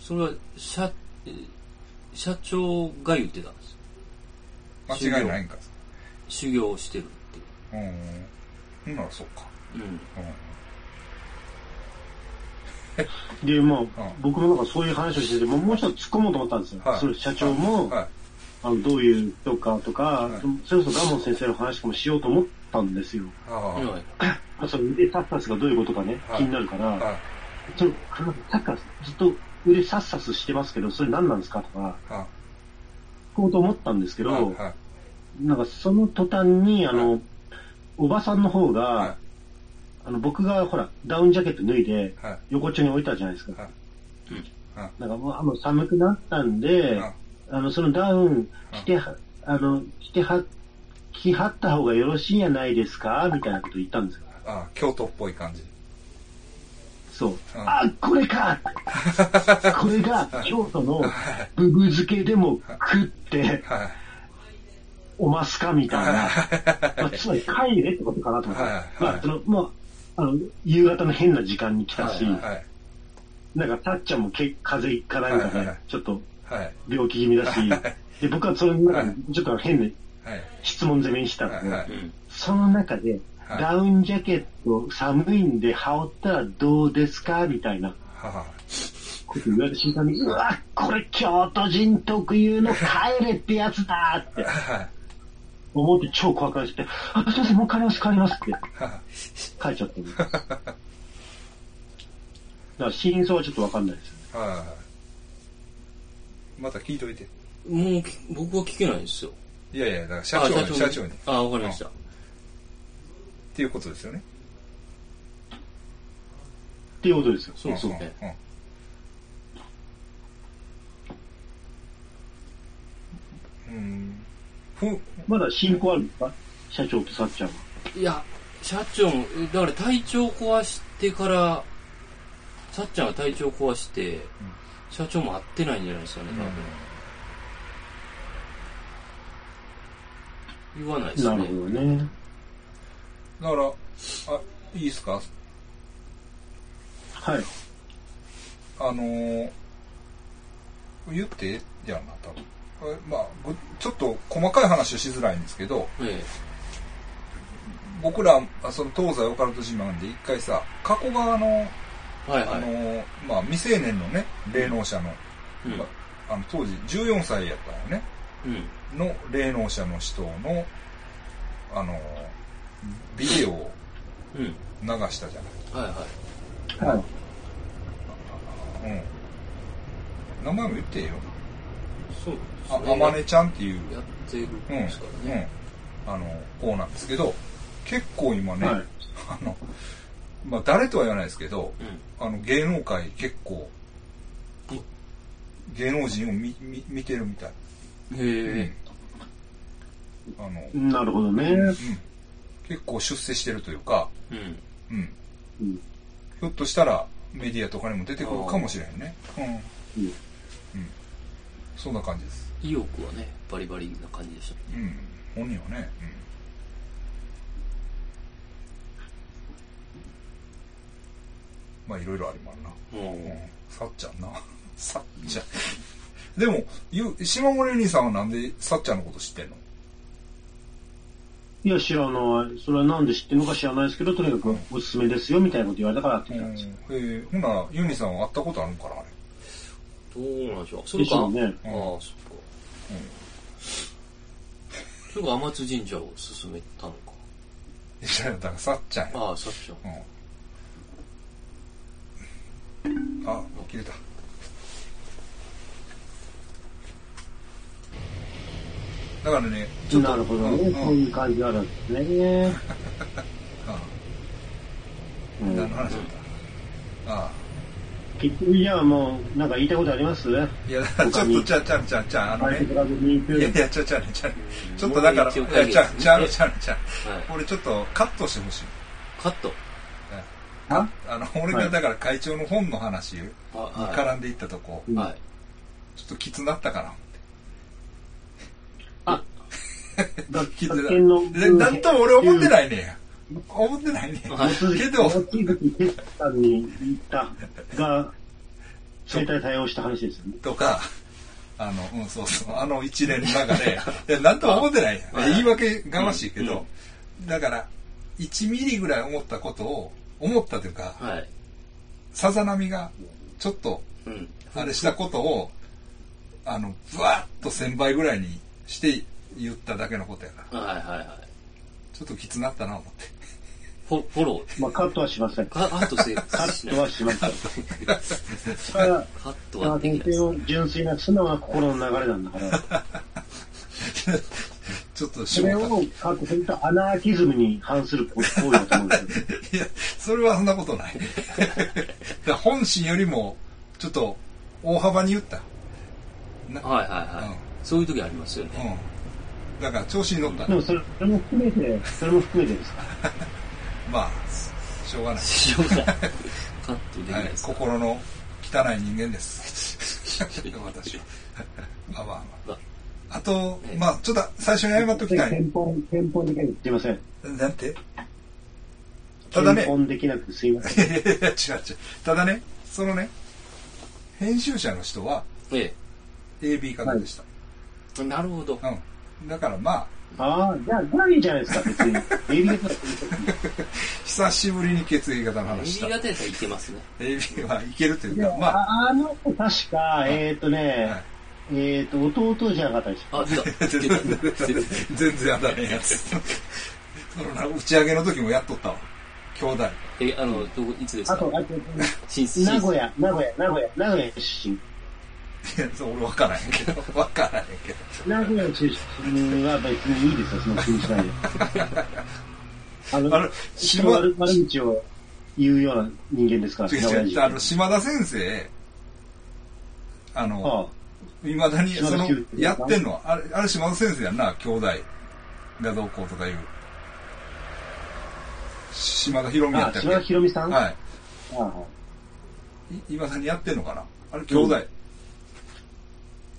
S3: それは、社、え社長が言ってたんです。
S2: 間違いないんか
S3: 修行をしてるっ
S2: うんほんならそっか
S3: ていう。うん。
S1: で、
S2: う
S1: まあ、
S2: うん
S1: 僕もなんかそういう話をしてて、もうもう一つ突っ込もうと思ったんですよ。
S2: はい
S1: その社長も、
S2: んはい
S1: あのどういう人かとか、
S2: はい
S1: それこそガモン先生の話とかもしようと思ったんですよ。
S2: ああはい
S3: はい
S1: まあ、その腕サッサスがどういうことかね、
S2: はい
S1: 気になるから、
S2: はい
S1: そのあのサッカーずっと腕サッサスしてますけど、それ何なんですかとか、
S2: は
S1: 聞こうと思ったんですけ
S2: い
S1: ど、
S2: はいはい
S1: なんかその途端に、あの、
S2: は
S1: おばさんの方が、
S2: は
S1: あの僕がほら、ダウンジャケット脱いで、
S2: いはい
S1: 横丁に置いたじゃないですか。
S2: は
S1: なんかもうあもう寒くなったんで、
S2: うん
S1: あの、そのダウン着ては、あの、着ては、着はった方がよろしいんやないですかみたいなこと言ったんですよ。
S2: ああ京都っぽい感じ
S1: と、あ、これ かこれが京都のブブ漬けでも食って、
S2: はい。
S1: おますかみたいな。まあ、つまり帰れってことかなと思って。
S2: はいはい
S1: まあ、その、まあ、あの、夕方の変な時間に来たし、
S3: はい
S2: はい。
S1: なんか、たっちゃんもけ風邪かなんか
S2: はい
S1: で
S2: はい、
S1: ちょっと
S2: はい。
S1: 病気気味だし、で、僕はそれの中で、ちょっと変な
S2: はい。
S1: 質問攻めにしたので、
S2: はいはい
S3: うん。
S1: その中で、
S2: はい
S1: ダウンジャケット寒いんで羽織ったらどうですかみたいな
S2: は
S1: こと言われた瞬間に、うわ、これ京都人特有の帰れってやつだ って
S2: はい。
S1: 思って超怖くなっちゃって、あ、すいません、もう帰ります、帰りますって
S2: は
S1: 帰っちゃって る。だから真相はちょっとわかんないですよね。
S2: い。はい。また聞いといて。
S3: もうき、僕は聞けないですよ。
S2: いやいや、だから社
S3: あ
S2: 長に、社長に。っ
S3: あ、わかりました。
S2: ていうことですよね。
S1: っていうことですよ。
S3: そうです
S2: ん
S3: ね。
S2: んうん。ふ、
S1: まだ進行あるんですか社長とさっちゃんは。
S3: いや、社長、だから体調壊してから、さっちゃんが体調壊して、社長も会ってないんじゃないですかね、多分。言わないです
S1: な
S3: ね
S1: る。ほどね。
S2: だから、あ、いいですか
S1: はい。
S2: あのー言ってじゃんな、多分。えまあ、ぐちょっと細かい話はしづらいんですけど、
S3: え
S2: 僕ら、あその東西オカルト自慢で一回さ、加古川の、
S3: え。はい
S2: あ
S3: は
S2: の
S3: い。
S2: ーまあ、未成年のね、霊能者の、
S3: うん
S2: まああの当時14歳やったよね、
S3: うん。
S2: の霊能者の人の、あのービデオを
S3: うん。
S2: 流したじゃない。
S3: はいは
S1: はい。
S2: うん。名前も言っていいよ。
S3: い。そう
S2: あ
S3: ですね。
S2: あまねちゃんっていう
S3: やってるん
S2: うん
S3: ですからね。
S2: うん、あのこうなんですけど結構今ね、
S1: はい
S2: あのまあ誰とは言わないですけど
S3: うん。
S2: あの芸能界結構芸能人を見見見てるみたい、
S3: へえ。
S2: あの、うん、
S1: なるほどね。
S2: 結構出世してるというか、
S3: うん。
S2: うん、
S1: うん。
S2: ひょっとしたらメディアとかにも出てくるかもしれんね、うん、
S1: うん
S2: そんな感じです、
S3: 意欲はね、バリバリな感じでした。
S2: うん、本人はね、うん、まあいろいろありまんな
S3: も
S2: うん
S3: う、
S2: さっちゃんな。 さっちゃん。でも、ゆ島森兄さんはなんでさっちゃんのこと知ってんの
S1: いや、知らない。それはなんで知ってるのか知らないですけど、とにかくおすすめですよ、みたいなこと言われたからって
S2: う
S1: 言ったん
S2: ん。
S1: で
S2: へ
S1: すよ。
S2: えほな、ユニさんは会ったことあるんかなあれ。
S3: どうなんでしょう。そ
S1: で
S3: れ
S1: し
S3: か、
S1: ょうね。
S3: ああ、そっか。それか、天津神社を勧めたのか。
S2: いや、だからさっちゃんや。
S3: ああ、さっちゃん。
S2: うん。あ、切れた。だからね、ちょっと、
S1: なるほど
S2: う
S1: ね。
S2: ん
S1: そういう感じがあるんですね。う
S2: 何の
S1: ん、
S2: 話だったああ。
S1: 結局、じゃあもう、なんか言いたいことあります
S2: いや、だからちょっと、ちゃうちゃうちゃうちゃう、あの
S1: マイ
S2: ね
S1: ク。ラグミート
S2: いや
S1: ゥ
S2: い
S1: ー
S2: や、ちゃうちゃうねちゃうねちょっとだから、
S3: もう一応
S2: いや、ちゃうちゃうちゃうちゃう。
S3: はい。
S2: 俺ちょっとカットしてほしい。
S3: カット。
S2: ああの、俺
S1: は
S2: が
S1: い
S2: だから会長の本の話に
S3: あは
S2: 絡んでいったとこ、
S3: い。はい。
S2: ちょっときつなったかな。きつな。
S1: 学研の。
S2: でなんとも俺思って
S1: い。
S2: ないねや。思ってないねや。
S3: はい
S2: け
S1: けど、
S2: ど、
S1: 望月哲さんに言ったが、生態対応した話ですよね。
S2: とか、あの、うん、そうそう、あの一連の中で、いや、なんとも思って ないや
S3: は。い
S2: 言い訳がましいけ
S3: うん
S2: ど、だから、1ミリぐらい思ったことを、思ったというか、
S3: はい。
S2: さざ波が、ちょっと、
S3: うん。
S2: あれしたことを、あの、ぶわっと1000倍ぐらいにして言っただけのことやから。
S3: はいはいはい。
S2: ちょっときつなったな、思って。
S3: フォフォロー。
S1: まあ、カットはしません。カ
S3: カカッ トせ、カ
S1: ットはしません。それは、
S3: カットはでき
S1: 学研
S3: ないです。
S1: の純粋な素直な心の流れなんだから。
S2: ちょっと仕
S1: それ
S2: 事
S1: を、かっこするとアナーキズムに反する行為だと思うんですよ。
S2: いや、それはそんなことない。 だから本心よりも、ちょっと、大幅に言った。
S3: はいはいはい。そういう時ありま すよね。
S2: うん。だから、調子に乗った
S1: で。もそれそれも含めて、それも含めてですか。
S2: まあ、しょうがない。
S3: しょうがない。カットできないですか、
S2: 心の汚い人間です私は まあまあまああと、
S3: ええ
S2: まあちょっと最初に謝っときたい
S1: 憲法、憲法できない。すいません。
S2: なんてただね
S1: 憲法できなくてすいません。
S2: いや いやいや違う違うただねそのね編集者の人は
S3: え
S2: AB 型でした、
S3: え。なるほど。
S2: うんだからまあ
S1: ああ、じゃあ、じゃあいいじゃないですか、別に。エビが
S2: 久しぶりに血液型の話し
S3: AB
S2: た
S3: 型やったらいけますね。
S2: AB はいけるとい
S1: いうや
S2: かまあ
S1: あの子確か、えっ、ー、と
S2: は
S1: ね
S2: い、
S1: えっ、ー、と、弟じゃなかったでした。
S3: あ、出 た。出た。出た。
S2: 全然当たらへんやつ。そのな打ち上げの時もやっとったわ。兄弟。
S3: え、あの、どこ、いつです
S1: あ
S3: か
S1: と、あと、
S3: 新新
S1: 名古屋、名古屋、名古屋、名古屋出身。
S2: いや、そう俺分からへんけど。分からへんけど。
S1: 名古屋出身は別にいいですよ、その気にしないで。 あの、
S2: あの
S1: 人の悪悪口を言うような人間ですから、
S2: 違
S1: 名古
S2: う
S1: 屋
S2: 違う。
S1: 人
S2: あの、島田先生、あの、
S1: あ
S2: いまだに、そ
S1: 島
S2: の
S1: 田久、
S2: やってんのは、あれ、あれ島田先生やんな、兄弟がどうこうとかいう。島田博美やっ
S1: あ、
S2: た
S1: あ
S2: っ
S1: 島田
S2: け
S1: 博美さん、い、
S2: は
S1: あ
S2: い。いまだにやってんのかなあれ、兄弟。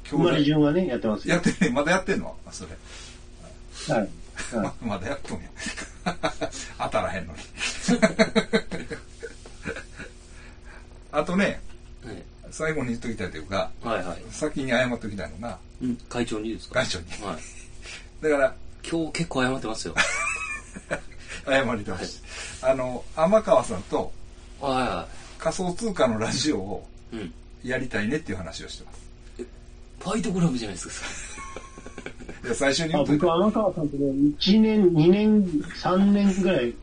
S1: 生まれ
S2: 兄弟。
S1: 順はね、やってますよ。
S2: やってね、まだやってんのあそれ。
S1: はい。はい
S2: ままだやっとんや 当たらへんのに あとね
S3: え
S2: 最後に言っときたいというか
S3: えはいはい。
S2: 先に謝っときたいのが
S3: うん、会長にですか
S2: 会長に
S3: はい。
S2: だから
S3: 今日結構謝ってますよ。
S2: 謝りてほしいあの天川さんと
S3: は
S2: 仮想通貨のラジオを
S3: いはい。うん。
S2: やりたいねっていう話をしてます
S3: ファイトクラブじゃないです
S2: いや最初に言
S1: あ
S2: っとい
S1: 僕
S2: て
S1: は天川さんとね、1年、2年、3年ぐらい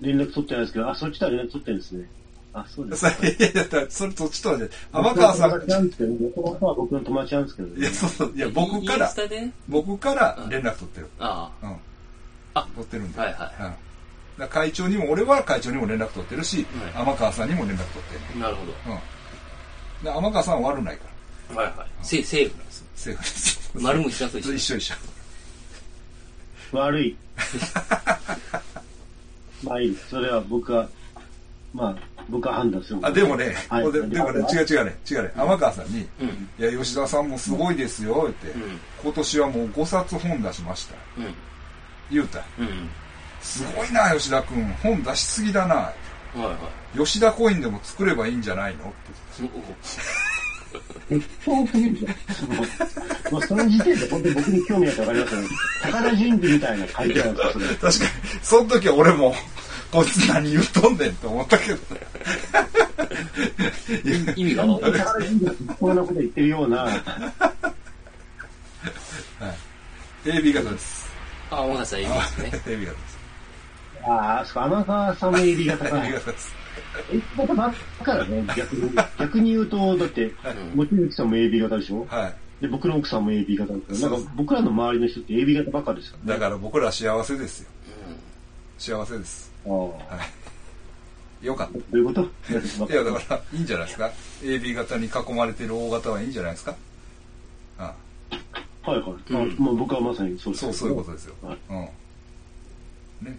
S1: 連絡取ってないですけど、あ、そっちとは連絡取ってるんですね。あ、そうです
S2: さ
S1: か。
S2: いやいやだからそれそっちとはね天川さ
S1: 僕の友達なんんですけど、ね、元々は僕の友達なんですけど
S2: い
S1: ね
S2: や。そうそうい
S3: か。
S2: や僕か
S3: イン
S2: ら
S3: スタで
S2: 僕から連絡取ってる
S3: あ
S2: うん
S3: あ
S2: 取ってるんで
S3: あ。はいは
S2: うんだから会長にも俺は会長にも連絡取ってるし、
S3: はい
S2: 天川さんにも連絡取ってる、
S3: い。なるほ
S2: うん、で天川さんは悪ないから
S3: ど。はいはい。セセーフなんですよ。
S2: セーフです
S3: 丸も一緒だと一緒
S2: 一緒一緒
S1: 悪 い。まあいい。それは僕は、まあ、僕は判断する。
S2: あでもね、
S1: はい
S2: ほんででもね違う違うね違うね天川さんに「
S3: うん。
S2: いや吉田さんもすごいですよ」って、
S3: うん
S2: 今年はもう5冊本出しました」
S3: うん。
S2: 言うた
S3: うん。
S2: 「すごいな吉田君本出しすぎだな
S3: はいは
S2: 吉田コインでも作ればいいんじゃないの?」って
S3: い。お
S1: 結構すぎるじゃん。もう、もうその時点で本当に僕に興味がわかりますよね。高田純次みたいな書いてあるんですよ、それ。
S2: 確かにその時は俺も こいつ何言うとんねんと思ったけどねいや
S3: 意味が
S1: 本
S3: わか
S1: 当に高田
S3: んない
S1: 純次が適当なこと言ってるような、
S2: AB 型です。
S3: あ、お母さんいいですね。
S2: AB 型です。
S1: ああ、そう、天川さんの AB 型か。
S2: AB 型です。
S1: え、僕ばっからね、逆に。逆に言うと、だって、望月さんも AB 型でしょ
S2: は
S1: で、僕の奥さんも AB 型だから、なんか僕らの周りの人って AB 型ばっかですよ
S2: い。
S1: ね。
S2: だから僕ら幸せですよ。幸せです。
S1: ああ。ど
S2: よかっ
S1: ういうこと
S2: た。いや、だから、いいんじゃないですか。AB 型に囲まれてる O 型はいいんじゃないですか。あ
S1: はいはい。まあ
S3: うん
S1: まあ僕はまさにそうです
S2: そう、そういうことですよ。
S1: はい
S2: うん。ね。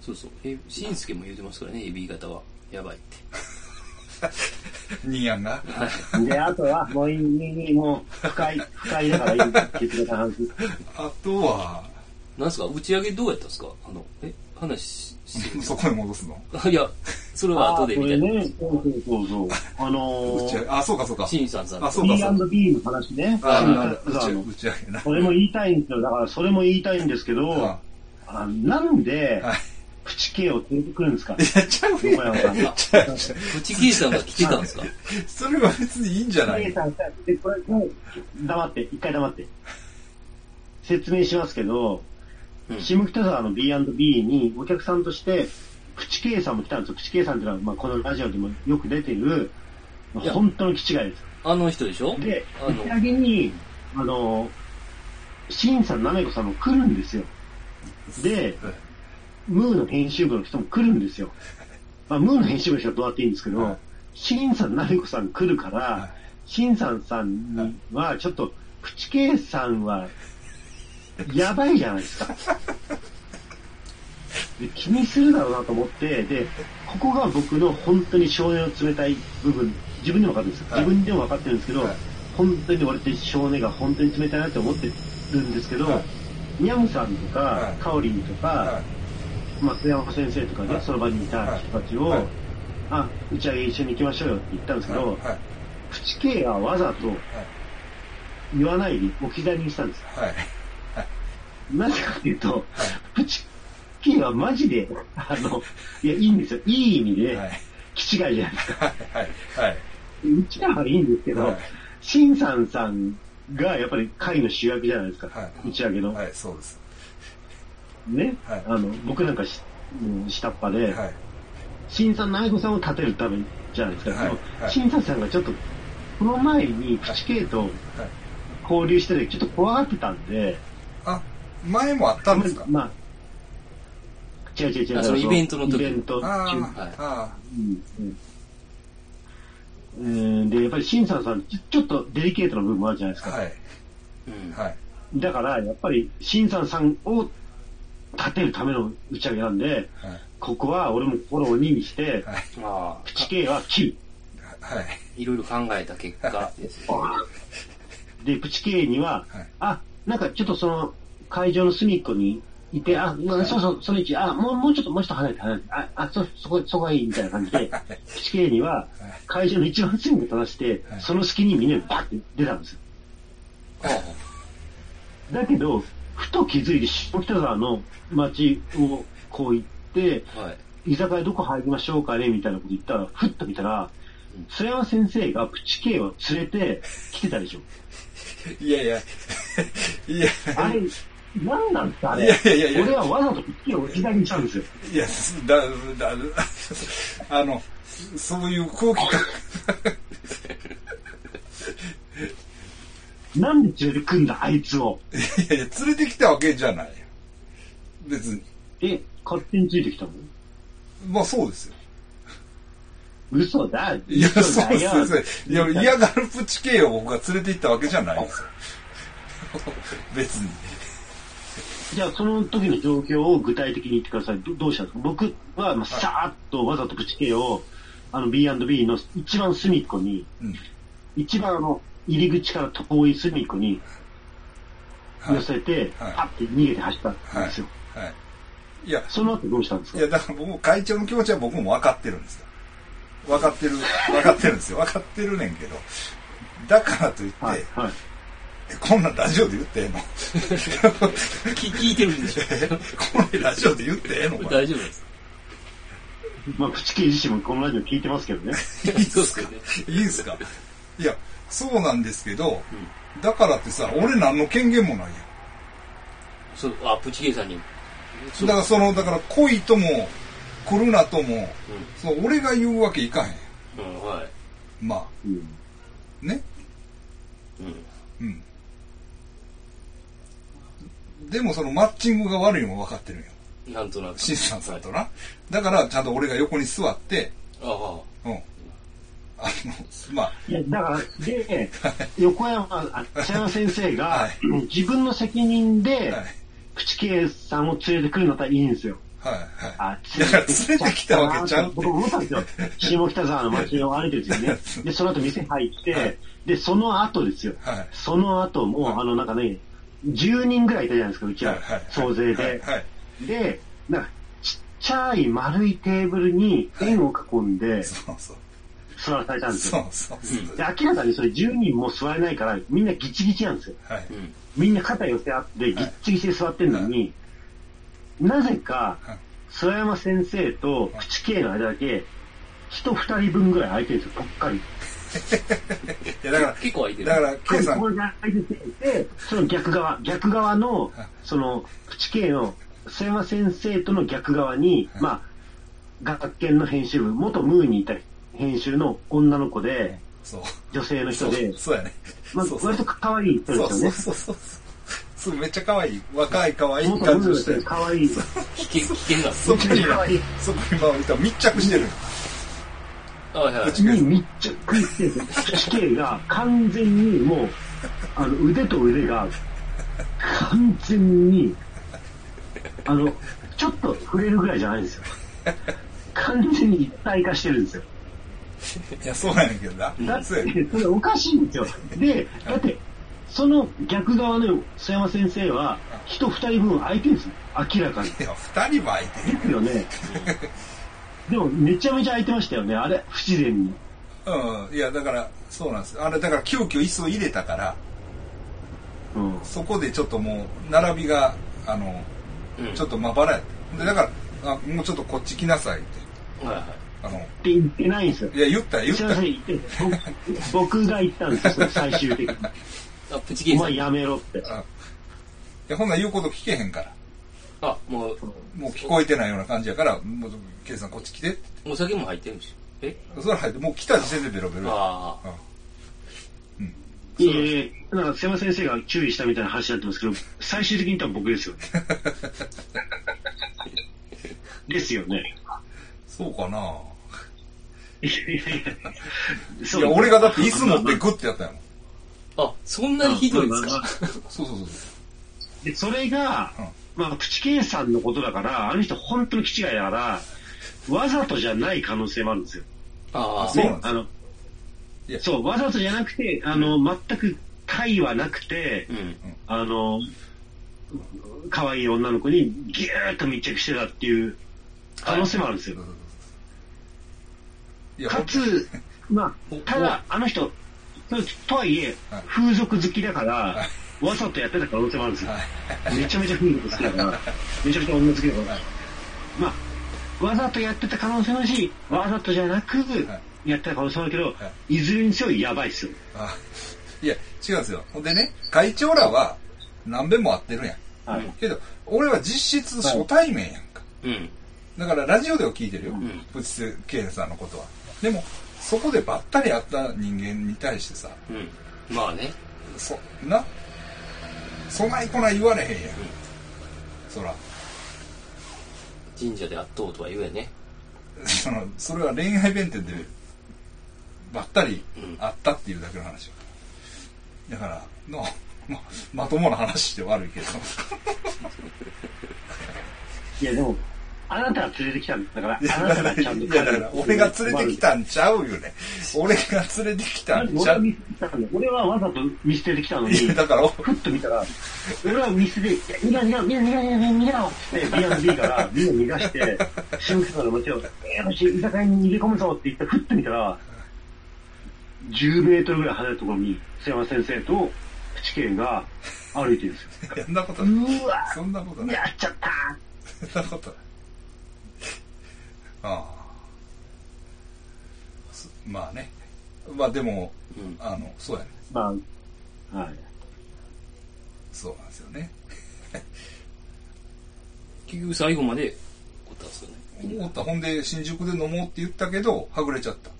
S3: そうそう。え、しんすけも言うてますからね、AB 型は。やばいって。
S2: ニーヤンが。
S1: と。で、あとは、もういい、いいもう、深い、 深いだからいい。血型の話。
S2: あとは、
S3: なんすか打ち上げどうやったんですかあの、え、話しし
S2: そこに戻すの。
S3: いや、それは後で
S1: あー
S3: み
S1: こ
S3: た
S1: れ
S3: いな。
S1: ね、そうそうそうそう。あの
S2: 打ち上げ
S1: ー、
S2: あ、そうかそうか。
S3: シンさんさんと
S2: あ、そうかそうか。
S1: B&B の話ね。
S2: あ
S1: シン
S2: あ
S1: カツアーの
S2: 打ち上げな。
S1: それも言いたいんですよ。だから、それも言いたいんですけど
S2: あ、
S1: あなんで、
S2: はい。
S1: プチ系を連れてくるんですか
S2: いや、ちゃうや
S1: 横山さんが
S2: ん。ちゃうちゃう
S3: プチケイさんが来てたんですか
S2: それは別にいいんじゃな
S1: 姉
S2: い
S1: さんさでこれもう黙って、一回黙って。説明しますけど、
S3: うん
S1: 下北沢の B&B にお客さんとして、プチケイさんも来たんですよ。プチケイさんっていうのは、まあ、このラジオでもよく出てる、
S3: いや
S1: 本当の気違いです。
S3: あの人でしょ
S1: で、
S3: あ
S1: 打ち上げに、あの、シンさん、ナメコさんも来るんですよ。で、ムーの編集部の人も来るんですよ。まあ、ムーの編集部の人はどうやっていいんですけど、
S2: はい
S1: シンさん、ナメコさん来るから、
S2: はい
S1: シンさんさんには、ちょっと、プチケイさんは、やば いじゃないですか。で気にするだろうなと思って、で、ここが僕の本当に少年の冷たい部分、自分でも分かってるんですよ、
S2: はい
S1: 自分でも分かってるんですけど、
S2: はい
S1: 本当に俺って少年が本当に冷たいなって思ってるんですけど、
S2: はい
S1: ニャムさんとか、
S2: はい
S1: カオリンとか、
S2: は
S1: 松山先生とかね、
S2: はい
S1: その場にいた人たちを、
S2: はいはい
S1: あ、打ち上げ一緒に行きましょうよって言ったんです
S2: い。
S1: けど、
S2: はい。
S1: プチケイがわざと言わないで置き去りにしたんですよ。
S2: はい。
S1: なぜかというと、プチケイはマジで、あの、いや、いいんですよ。いい意味で、
S2: はい。
S1: 気違いじゃないですか。
S2: はい。はい。
S1: うちらはいいんですけ
S2: はい
S1: ど、シンさんさんがやっぱり会の主役じゃないですか。
S2: はい
S1: 打ち上げの。
S2: はい。そうです。
S1: ね、
S2: はい
S1: あの、僕なんかし、うん下っ端で、
S2: はい。
S1: 新さんの愛子さんを立てるためじゃないですか。
S2: はい
S1: でも
S2: はい
S1: 新さんさんがちょっと、この前にプチケイと交流してて、ちょっと怖がってたんで、
S2: あ、前もあったんですか
S1: まあ、違う違う違う。
S3: あそのイベントの時
S1: イベント中。
S2: あ
S3: はい
S2: あ、あ
S1: うんうんうんで、やっぱり新さんさん、ちょちょっとデリケートな部分もあるじゃないです
S2: あ、
S1: か。
S2: はい。
S3: うん。
S2: はい。
S1: だから、やっぱり、新さんさんを立てるための打ち上げなんで、
S2: はい。
S1: ここは俺も心を2にして、
S2: はい
S3: まあ、
S1: 地形は9。
S2: はい。
S3: いろいろ考えた結果ですね。
S1: で、プチ経営には、
S2: はい
S1: あ、なんかちょっとその会場の隅っこにいて、あ、まあ、そうそう、その位置、あ、もう、もうちょっと、もうちょっと離れて、離れて、あ、あそ、そこ、そこがいいみたいな感じで、プチ経営には、会場の一番隅に立たして
S2: は、い
S1: その隙にみんなでバッて出たんですよ。
S3: はあ
S1: だけど、ふと気づいて、下北沢の街をこう行って、
S3: はい。
S1: 居酒屋どこ入りましょうかねみたいなこと言ったら、ふっと見たら
S3: うん、
S1: 津山先生がプチ経営を連れて来てたでしょ。
S2: いやいや、いや、
S1: あれ、なんなんですかあれ。
S2: いやいやいや
S1: 俺はわざと一気を置き去りにしたんですよ。
S2: いや、だ、だ、あの、そういう空気感、
S1: なんで連れてくんだ、あいつを。
S2: いやいや、連れてきたわけじゃない。別に。
S1: え、勝手についてきたの
S2: まあそうですよ。
S1: 嘘だ、
S2: いや、
S1: 嘘
S2: そう
S1: だよ。
S2: です。いや、嫌がるプチ系を僕が連れて行ったわけじゃないんです よ。別に。
S1: じゃあ、その時の状況を具体的に言ってください。どどうしたんですか僕は、まあ、さーっとわざとプチ系を、あの、B&B の一番隅っこに、
S2: うん。
S1: 一番あの、入り口から遠い隅っこに
S2: はい
S1: 寄せて、
S2: はい
S1: パッて逃げて走ったんですよ。
S2: はい。いや、
S1: その後どうしたんです
S2: い
S1: か
S2: や、だから僕も会長の気持ちは僕も分かってるんですよ。分かってる、分かってるんですよ。分かってるねんけど。だからといって、
S1: はい、はい。
S2: えこんなんラジオで言ってええの
S3: 聞聞いてるんでしょ
S2: これラジオで言ってええのか
S3: 大丈夫です。
S1: まあ、プチ系自身もこのラジオ聞いてますけ どね。
S2: いいですか
S3: そうで
S2: いいですかいや、そうなんですけど、だからってさ、俺何の権限もないや
S3: そう、あ、プチゲイさんに。
S2: ん。
S3: そう
S2: だからその、だから恋とも、来るなとも、
S3: う
S2: その俺が言うわけいかへんや
S3: ん、うん、はい。
S2: ん。ま
S1: うん
S2: あ、ね。
S3: うん。
S2: うん。でもそのマッチングが悪いのも分かってるんよ。
S3: なんとなく。
S2: シンさんさんとな。だからちゃんと俺が横に座って、
S3: ああ、
S2: うん。あの、まあ、
S1: いや、だから、で、横山、あ北山先生が、
S2: はい
S1: 自分の責任で、
S2: はい。
S1: プチケイさんを連れてくるんだったらいいんですよ。
S2: はい、はい。
S1: あ、
S2: だから連れてきたわけちゃうって
S1: 僕思ったんですよ。下北沢の街を歩いてるん ですよね。で、その後店入って、
S2: はい
S1: で、その後ですよ。
S2: はい
S1: その後も、あの、なんかね、10人ぐらいいたじゃないですか、うちら。
S2: はいはい
S1: 総勢で。
S2: はい、はい。
S1: で、なんか、ちっちゃい丸いテーブルに円を囲んで
S2: そうそう。
S1: 座らされたんです
S2: そう
S1: よ。
S2: そうそう。
S1: で、明らかにそれ10人も座れないから、みんなギチギチなんですよ。
S2: はい。
S3: うん。
S1: みんな肩寄せ合って、ぎっちぎちで座ってんのに、なぜか、諏訪山先生と口系の間だけ、人二人分ぐらい空いてるんですよ、ぽっかり。
S2: いや、だから、
S3: 結構空いてる。
S2: だから、ケイさん、
S1: これが空いてて、その逆側、逆側の、その、口系の、諏訪山先生との逆側に、まあ、学研の編集部、元ムーにいた編集の女の子で、
S2: そう。
S1: 女性の人
S2: そう
S1: で、
S2: そうやね。
S1: まあ
S2: そう、そう
S1: 割と可愛い人です
S2: そう
S1: よ
S2: そう
S1: ね。
S2: そうそう。そうめっちゃ可愛い。若い可愛い
S1: 元
S2: 感
S1: ム
S2: じ
S1: ー
S2: を
S1: の
S2: して
S1: 人で
S2: る。
S1: 可愛い。
S3: 危険、危険だ。
S2: そこに
S1: 可愛い、
S2: そこに周りと密着してる。
S3: あはいはい。
S1: に密着してて、死刑が完全にもう、あの腕と腕が完全に、あの、ちょっと触れるぐらいじゃないんですよ。完全に一体化してるんですよ。
S2: いや、そうなんやけどな。
S1: だって、そ
S2: そうや
S1: れおかしいんですよ。で、だって、その逆側の須山先生は、人二人分空いてるんですよ。明らかに。
S2: いや、二人も相手
S1: ですよね。でも、めちゃめちゃ空いてましたよね。あれ、不自然に。
S2: うん、いや、だから、そうなんです。あれ、だから、急遽椅子を入れたから、
S1: うん。
S2: そこでちょっともう、並びが、あの、
S3: うん
S2: ちょっとまばらやった。で、だから、あもうちょっとこっち来なさいって。
S3: はいはい。
S2: あの、
S1: って言ってないんですよ。
S2: いや、言ったよ、言っ
S1: すいま
S2: た
S1: せん、
S2: よ。
S1: 言ってない僕僕が言ったんですよ、最終的に。
S3: あ、プチ
S1: お
S3: キンさ
S1: 前
S3: ん。
S1: やめろって。
S2: あいや、ほんなら言うこと聞けへんから。
S3: あ、もう、
S2: もう聞こえてないような感じやから、もう、ケイさんこっち来てって。
S3: お酒も入ってるし。え
S2: それ入って、もう来た時点でベロベロや。
S3: ああ。
S1: いえいえ、なんか、瀬山先生が注意したみたいな話になってますけど、最終的に多分僕ですよね。ですよね。
S2: そうかない
S1: やいやいや
S2: いや、俺がだって椅子持ってグッてやったんやもん。
S3: あ、そんなにひどいんですか
S2: そうそうそう。
S1: で、それが、まあ、プチケンさんのことだから、あの人本当に気違いだから、わざとじゃない可能性もあるんですよ。
S3: ああ。
S2: そうなんです
S1: あの
S2: いや、
S1: そう、わざとじゃなくて、あの、全く解はなくて
S3: う、ん。
S1: あの、可愛い女の子にギューッと密着してたっていう可能性もあるんですよ。
S2: いや、
S1: かつ、まあ、ただ、あの人、ととはいえ
S2: はい、
S1: 風俗好きだから、わざとやってた可能性もあるんですよ。めちゃめちゃ風俗好きだから、めちゃめちゃ女好きだから。まあ、わざとやってた可能性もあるし、わざとじゃなく、やってた可能性もあるけど、い、ずれにせよやばいっすよ。
S2: あいや、違うんですよ。ほんでね、会長らは何べんも会ってるやん。
S1: はい。
S2: けど、俺は実質初対面やんか。
S3: うん。
S2: だからラジオでは聞いてるよ
S3: ん。
S2: プチケンさんのことは。でも、そこでばったり会った人間に対してさ、
S3: うん。まあね。
S2: そ、な、そないこない言われへんやん。そら、
S3: 神社で圧倒とは言えね。
S2: その、それは恋愛弁天でばったり会ったっていうだけの話よだから、の、ま、まともな話して悪いけど。
S1: いや、でも、あなたが連れてきたんだから、あ
S2: いや
S1: なたがちゃんと
S2: だから俺が連れてきたんちゃうよね。俺が連れてきたんちゃう。い
S1: 俺はわざと見捨ててきたのに、
S2: や、だから、
S1: ふっと見たら、俺はミスで、いや、逃が、逃が、逃が、逃が、逃が、って、B&B から、みんな逃がして、新宿から街を、えー、私、居酒屋に逃げ込むぞって言って、ふっと見たら、10メートルぐらい離れたところに、瀬山先生と、チケンが歩いてるんですよ。
S2: いやそんなこと
S1: う
S2: ない。
S1: わ
S2: そんなことない。
S1: やっちゃった
S2: そんなことない。ああ。すまあね。まあでも、
S3: うん。
S2: あの、そうやね。
S1: まあ、はい。
S2: そうなんですよね。
S3: 結局最後まで怒ったんですよね。
S2: 思った。ほんで、新宿で飲もうって言ったけど、はぐれちゃった。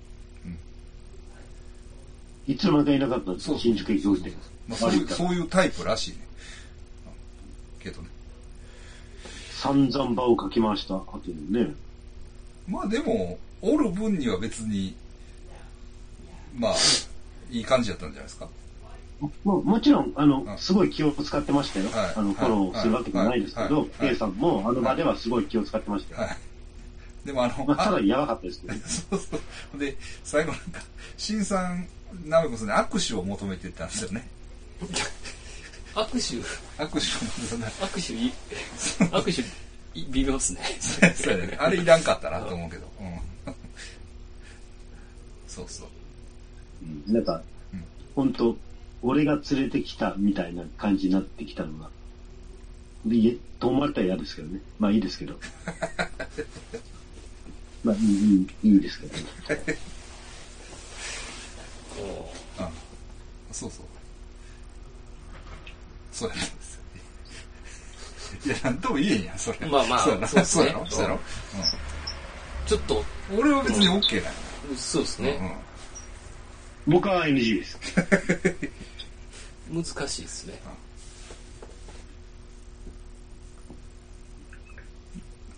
S1: いつまでいなかったんですよ、新宿行くって。
S2: まあ、そういう、
S1: そう
S2: そういうタイプらしいね。けどね。
S1: 散々場をかき回した後にね。
S2: まあでも、おる分には別に、まあ、いい感じだったんじゃないですか。
S1: ももちろん、あ
S2: う
S1: の、
S2: ん
S1: すごい気を使ってましたよ
S2: はい。
S1: あの、フォローするわけじゃないですけ
S2: はい
S1: ど
S2: はい、はい
S1: A さんもあの場ではすごい気を使ってましたよ。
S2: でもあの、
S1: まあ、た
S2: あ
S1: だやばかったですけど。
S2: そうそう。で、最後なんか、新さん、なめこさんに握手を求めてたんですよね。
S3: 握手、
S2: 握手を求めて
S3: 握手い、握手い、微妙っすね。
S2: た。 そう やね。あれいらんかったなと思うけど。うん。そうそう。
S1: うんなんか
S2: うん、
S1: 本当俺が連れてきたみたいな感じになってきたのが。で、いえと思われたら嫌ですけどね。まあいいですけど。 まあいい、いいいいですけどね。
S3: も
S2: あそうそう。そうやなんですよ。いや、なんとも言えんやん、それ。
S3: まあまあ
S2: そうやろ、
S3: そうですね
S2: そうやろ、そうやろ。
S3: うちょっと、
S2: うん俺は別に OK だよ。
S3: そうですね。
S2: う
S1: 僕は NG です。
S3: 難しいですね。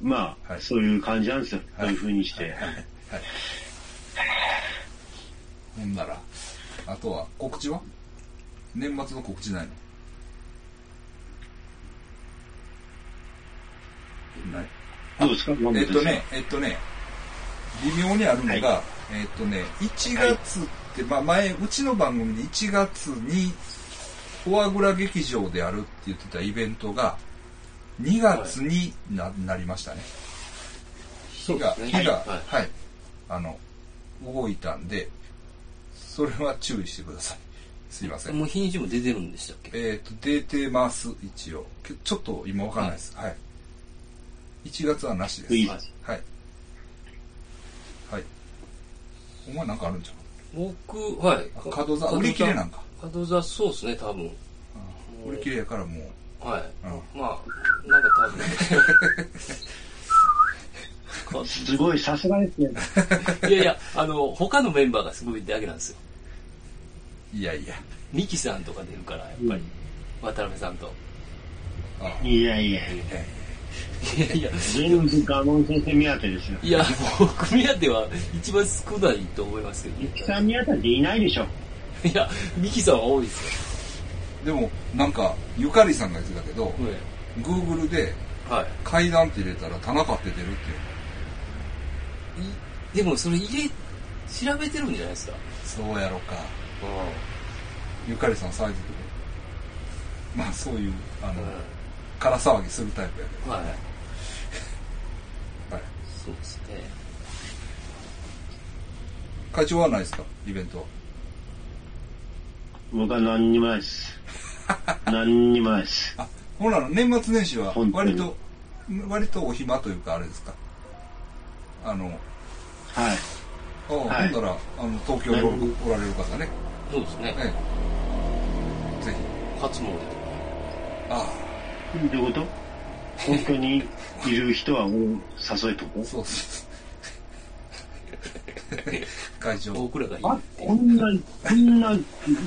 S1: まあ、
S2: はい
S1: そういう感じなんですよ。こ
S2: はい
S1: ういう風にして。
S2: ん。ほんなら、あとは告知は年末の告知ないのない。
S1: どうですか
S2: えっとね、えっとね、微妙にあるのが、
S1: は
S2: えーっとね、1月って、まあ前、うちの番組で1月に、フォアグラ劇場でやるって言ってたイベントが、2月にな,、なりましたね。
S3: そ
S2: 日
S3: うで
S2: が、
S3: すね
S2: 日が、
S3: は
S2: はいい、あの、動いたんで、それは注意してください。すいません。
S3: もう日にちも出てるんでしたっけ
S2: えっ、と、出てます、一応。けちょっと今わかんないです。はい。1月はなしです。
S1: いい
S3: はい
S2: はい。はい。お前なんかあるんちゃ
S3: 僕、はい。
S2: うあ、角座、売り切れなんか。
S3: 角座、そうですね、多分。
S2: うん売り切れやからもう。
S3: はい。
S2: うん
S3: まあ、なんか多分。
S1: すごい、さすがですね。
S3: いやいや、あの、他のメンバーがすごいだけなんですよ。
S2: いやいや。
S3: ミキさんとか出るから、やっぱり。渡辺さんと。
S2: あ
S1: いやいやいや。
S3: いやいや、
S1: 全部ガモン先生目当てですよ。
S3: いや、僕目当ては一番少ないと思いますけど、
S1: ミキさん目当てでいないでしょ。
S3: いや、ミキさんは多いです
S2: でも、なんか、ゆかりさんが言ってたけど、
S3: よ。
S2: Google で
S3: はい。
S2: 階段って入れたら田中って出るっていう。
S3: いでもそれ家、調べてるんじゃないですか。
S2: そうやろか。ゆかりさんサイズで。まあ、そういう、あの、空騒ぎするタイプやけ
S3: うん。はい。
S2: ど。はい。
S3: そうですね。
S2: 会長はないですかイベントは。
S1: 僕は何にもないです。何にもないです。
S2: あ、ほら、年末年始は
S1: 本当
S2: 割
S1: に
S2: と、割とお暇というか、あれですか。あの、
S1: はい。
S2: ああ、
S1: はい
S2: ほんなら、あの、東京におるおられる方ね。
S3: そうですね。
S2: ええ。ぜひ。
S3: 初詣
S2: あ
S1: どういうこと本当にいる人はもう誘いとこ
S2: あ、そ うです。会長。
S3: と。僕らがいい
S1: あ
S3: っ、てい
S1: こ
S3: うん
S1: な、こんな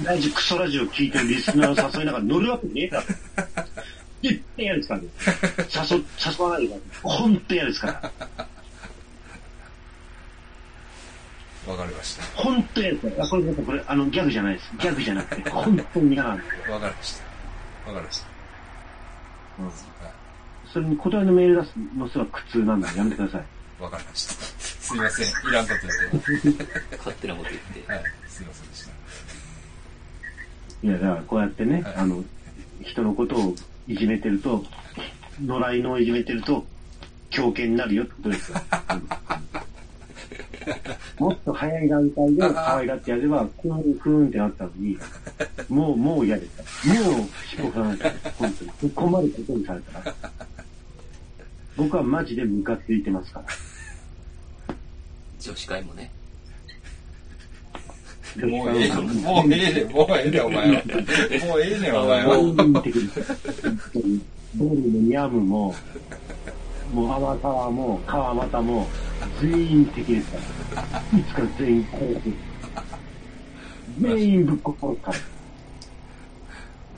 S1: ラジクソラジオ聞いてるリスナーを誘いながら乗るわけねえだろ。絶対嫌ですからね。誘、誘わないから。本当嫌ですから。
S2: わかりまし
S1: 本当嫌ですから。あこれ、これ、これ、あの、ギャグじゃないです。ギャグじゃなくて、本当に嫌なんです。
S2: た。わかりました。わかりまし
S1: それに答えのメール出すのすら苦痛なんだ。やめてください。
S2: た。わかりました。すいません。いらんこと言って。
S3: 勝手なこと言って。
S2: はい。すいませんでした。
S1: いや、だからこうやってね、
S2: はい
S1: あの、人のことをいじめてると、野良犬をいじめてると、狂犬になるよってことですよ。もっと早い段階で可愛がってやれば、クーンクーンってなったのに、もう、もう嫌でした。もう、引っかないから、本当に。ここまでことにされたら。僕はマジでムカついてますから。
S3: 女子会もね。
S2: もうええよ、もうええで、もうええで、お前は。もうええねん、お前
S1: ボ
S2: は。
S1: ール見てくる。ボールもニャムも、もうアバターも、川又も、全員敵ですから。いつか全員殺す。全員ぶっ殺すか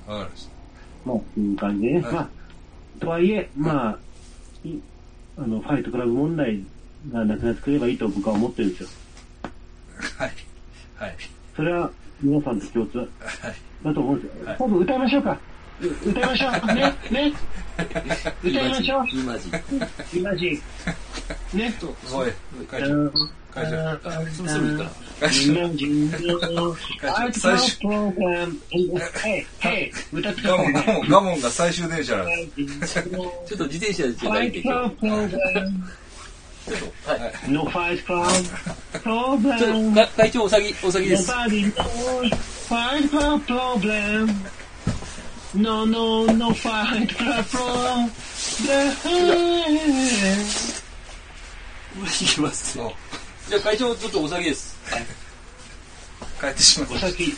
S1: ら。
S2: わかりました。
S1: まあ、そういう感じでね。まあ、とはいえ、まあ、いあの、ファイトクラブ問題がなくなってくればいいと僕は思ってるんですよ。
S2: はい。はい。
S1: それは皆さんと共通だと思うんですよ。今度歌いましょうか。う歌いましょう。ね、ね、歌いましょう。
S3: イマジン。イマジン
S1: 今時。ね。
S3: そう。
S2: おい、会長、会長。
S1: Ah,
S3: あそろそろいいかな。
S2: ガモン、ガモン、ガモンが最終電車なんです。
S3: ちょっと自転車じゃないんで今日。はい。
S1: No fight club
S3: ちょっ
S1: problem.
S3: と、か会長お先、お先です。
S1: Nobody knows fight club problem. No, no, no fight club problem.
S3: 行きます。
S2: そう。
S3: じゃあ会長、ちょっとお先です。
S2: 帰ってしまった。
S1: お
S2: 帰
S1: 先
S2: 帰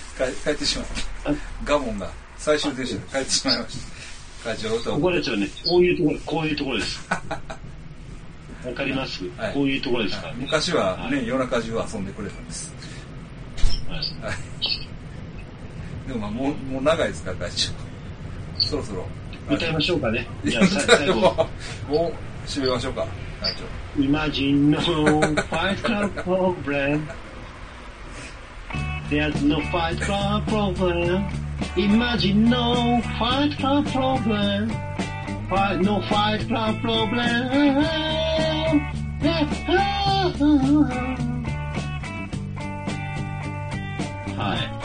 S2: ってしまった。ガモンが最終電車で帰ってしまいました。会長、ど
S1: こ
S2: うも
S1: こですよね。こういうところ、こういうところ です。わかります、
S2: はい
S1: こういうところですからね。
S2: 昔はね、夜中中遊んでくれたんです。
S1: はい
S2: でもまあ、もう、もう長いですから、会長。そろそろ。
S1: 歌いましょうかね。じゃあさ最
S2: も
S1: 後、
S2: う、もう、締めましょうか、会長。
S1: Imagine no fight club problem. There's no fight club problem. Imagine no fight club problem. Fight, no fight club problem. はい。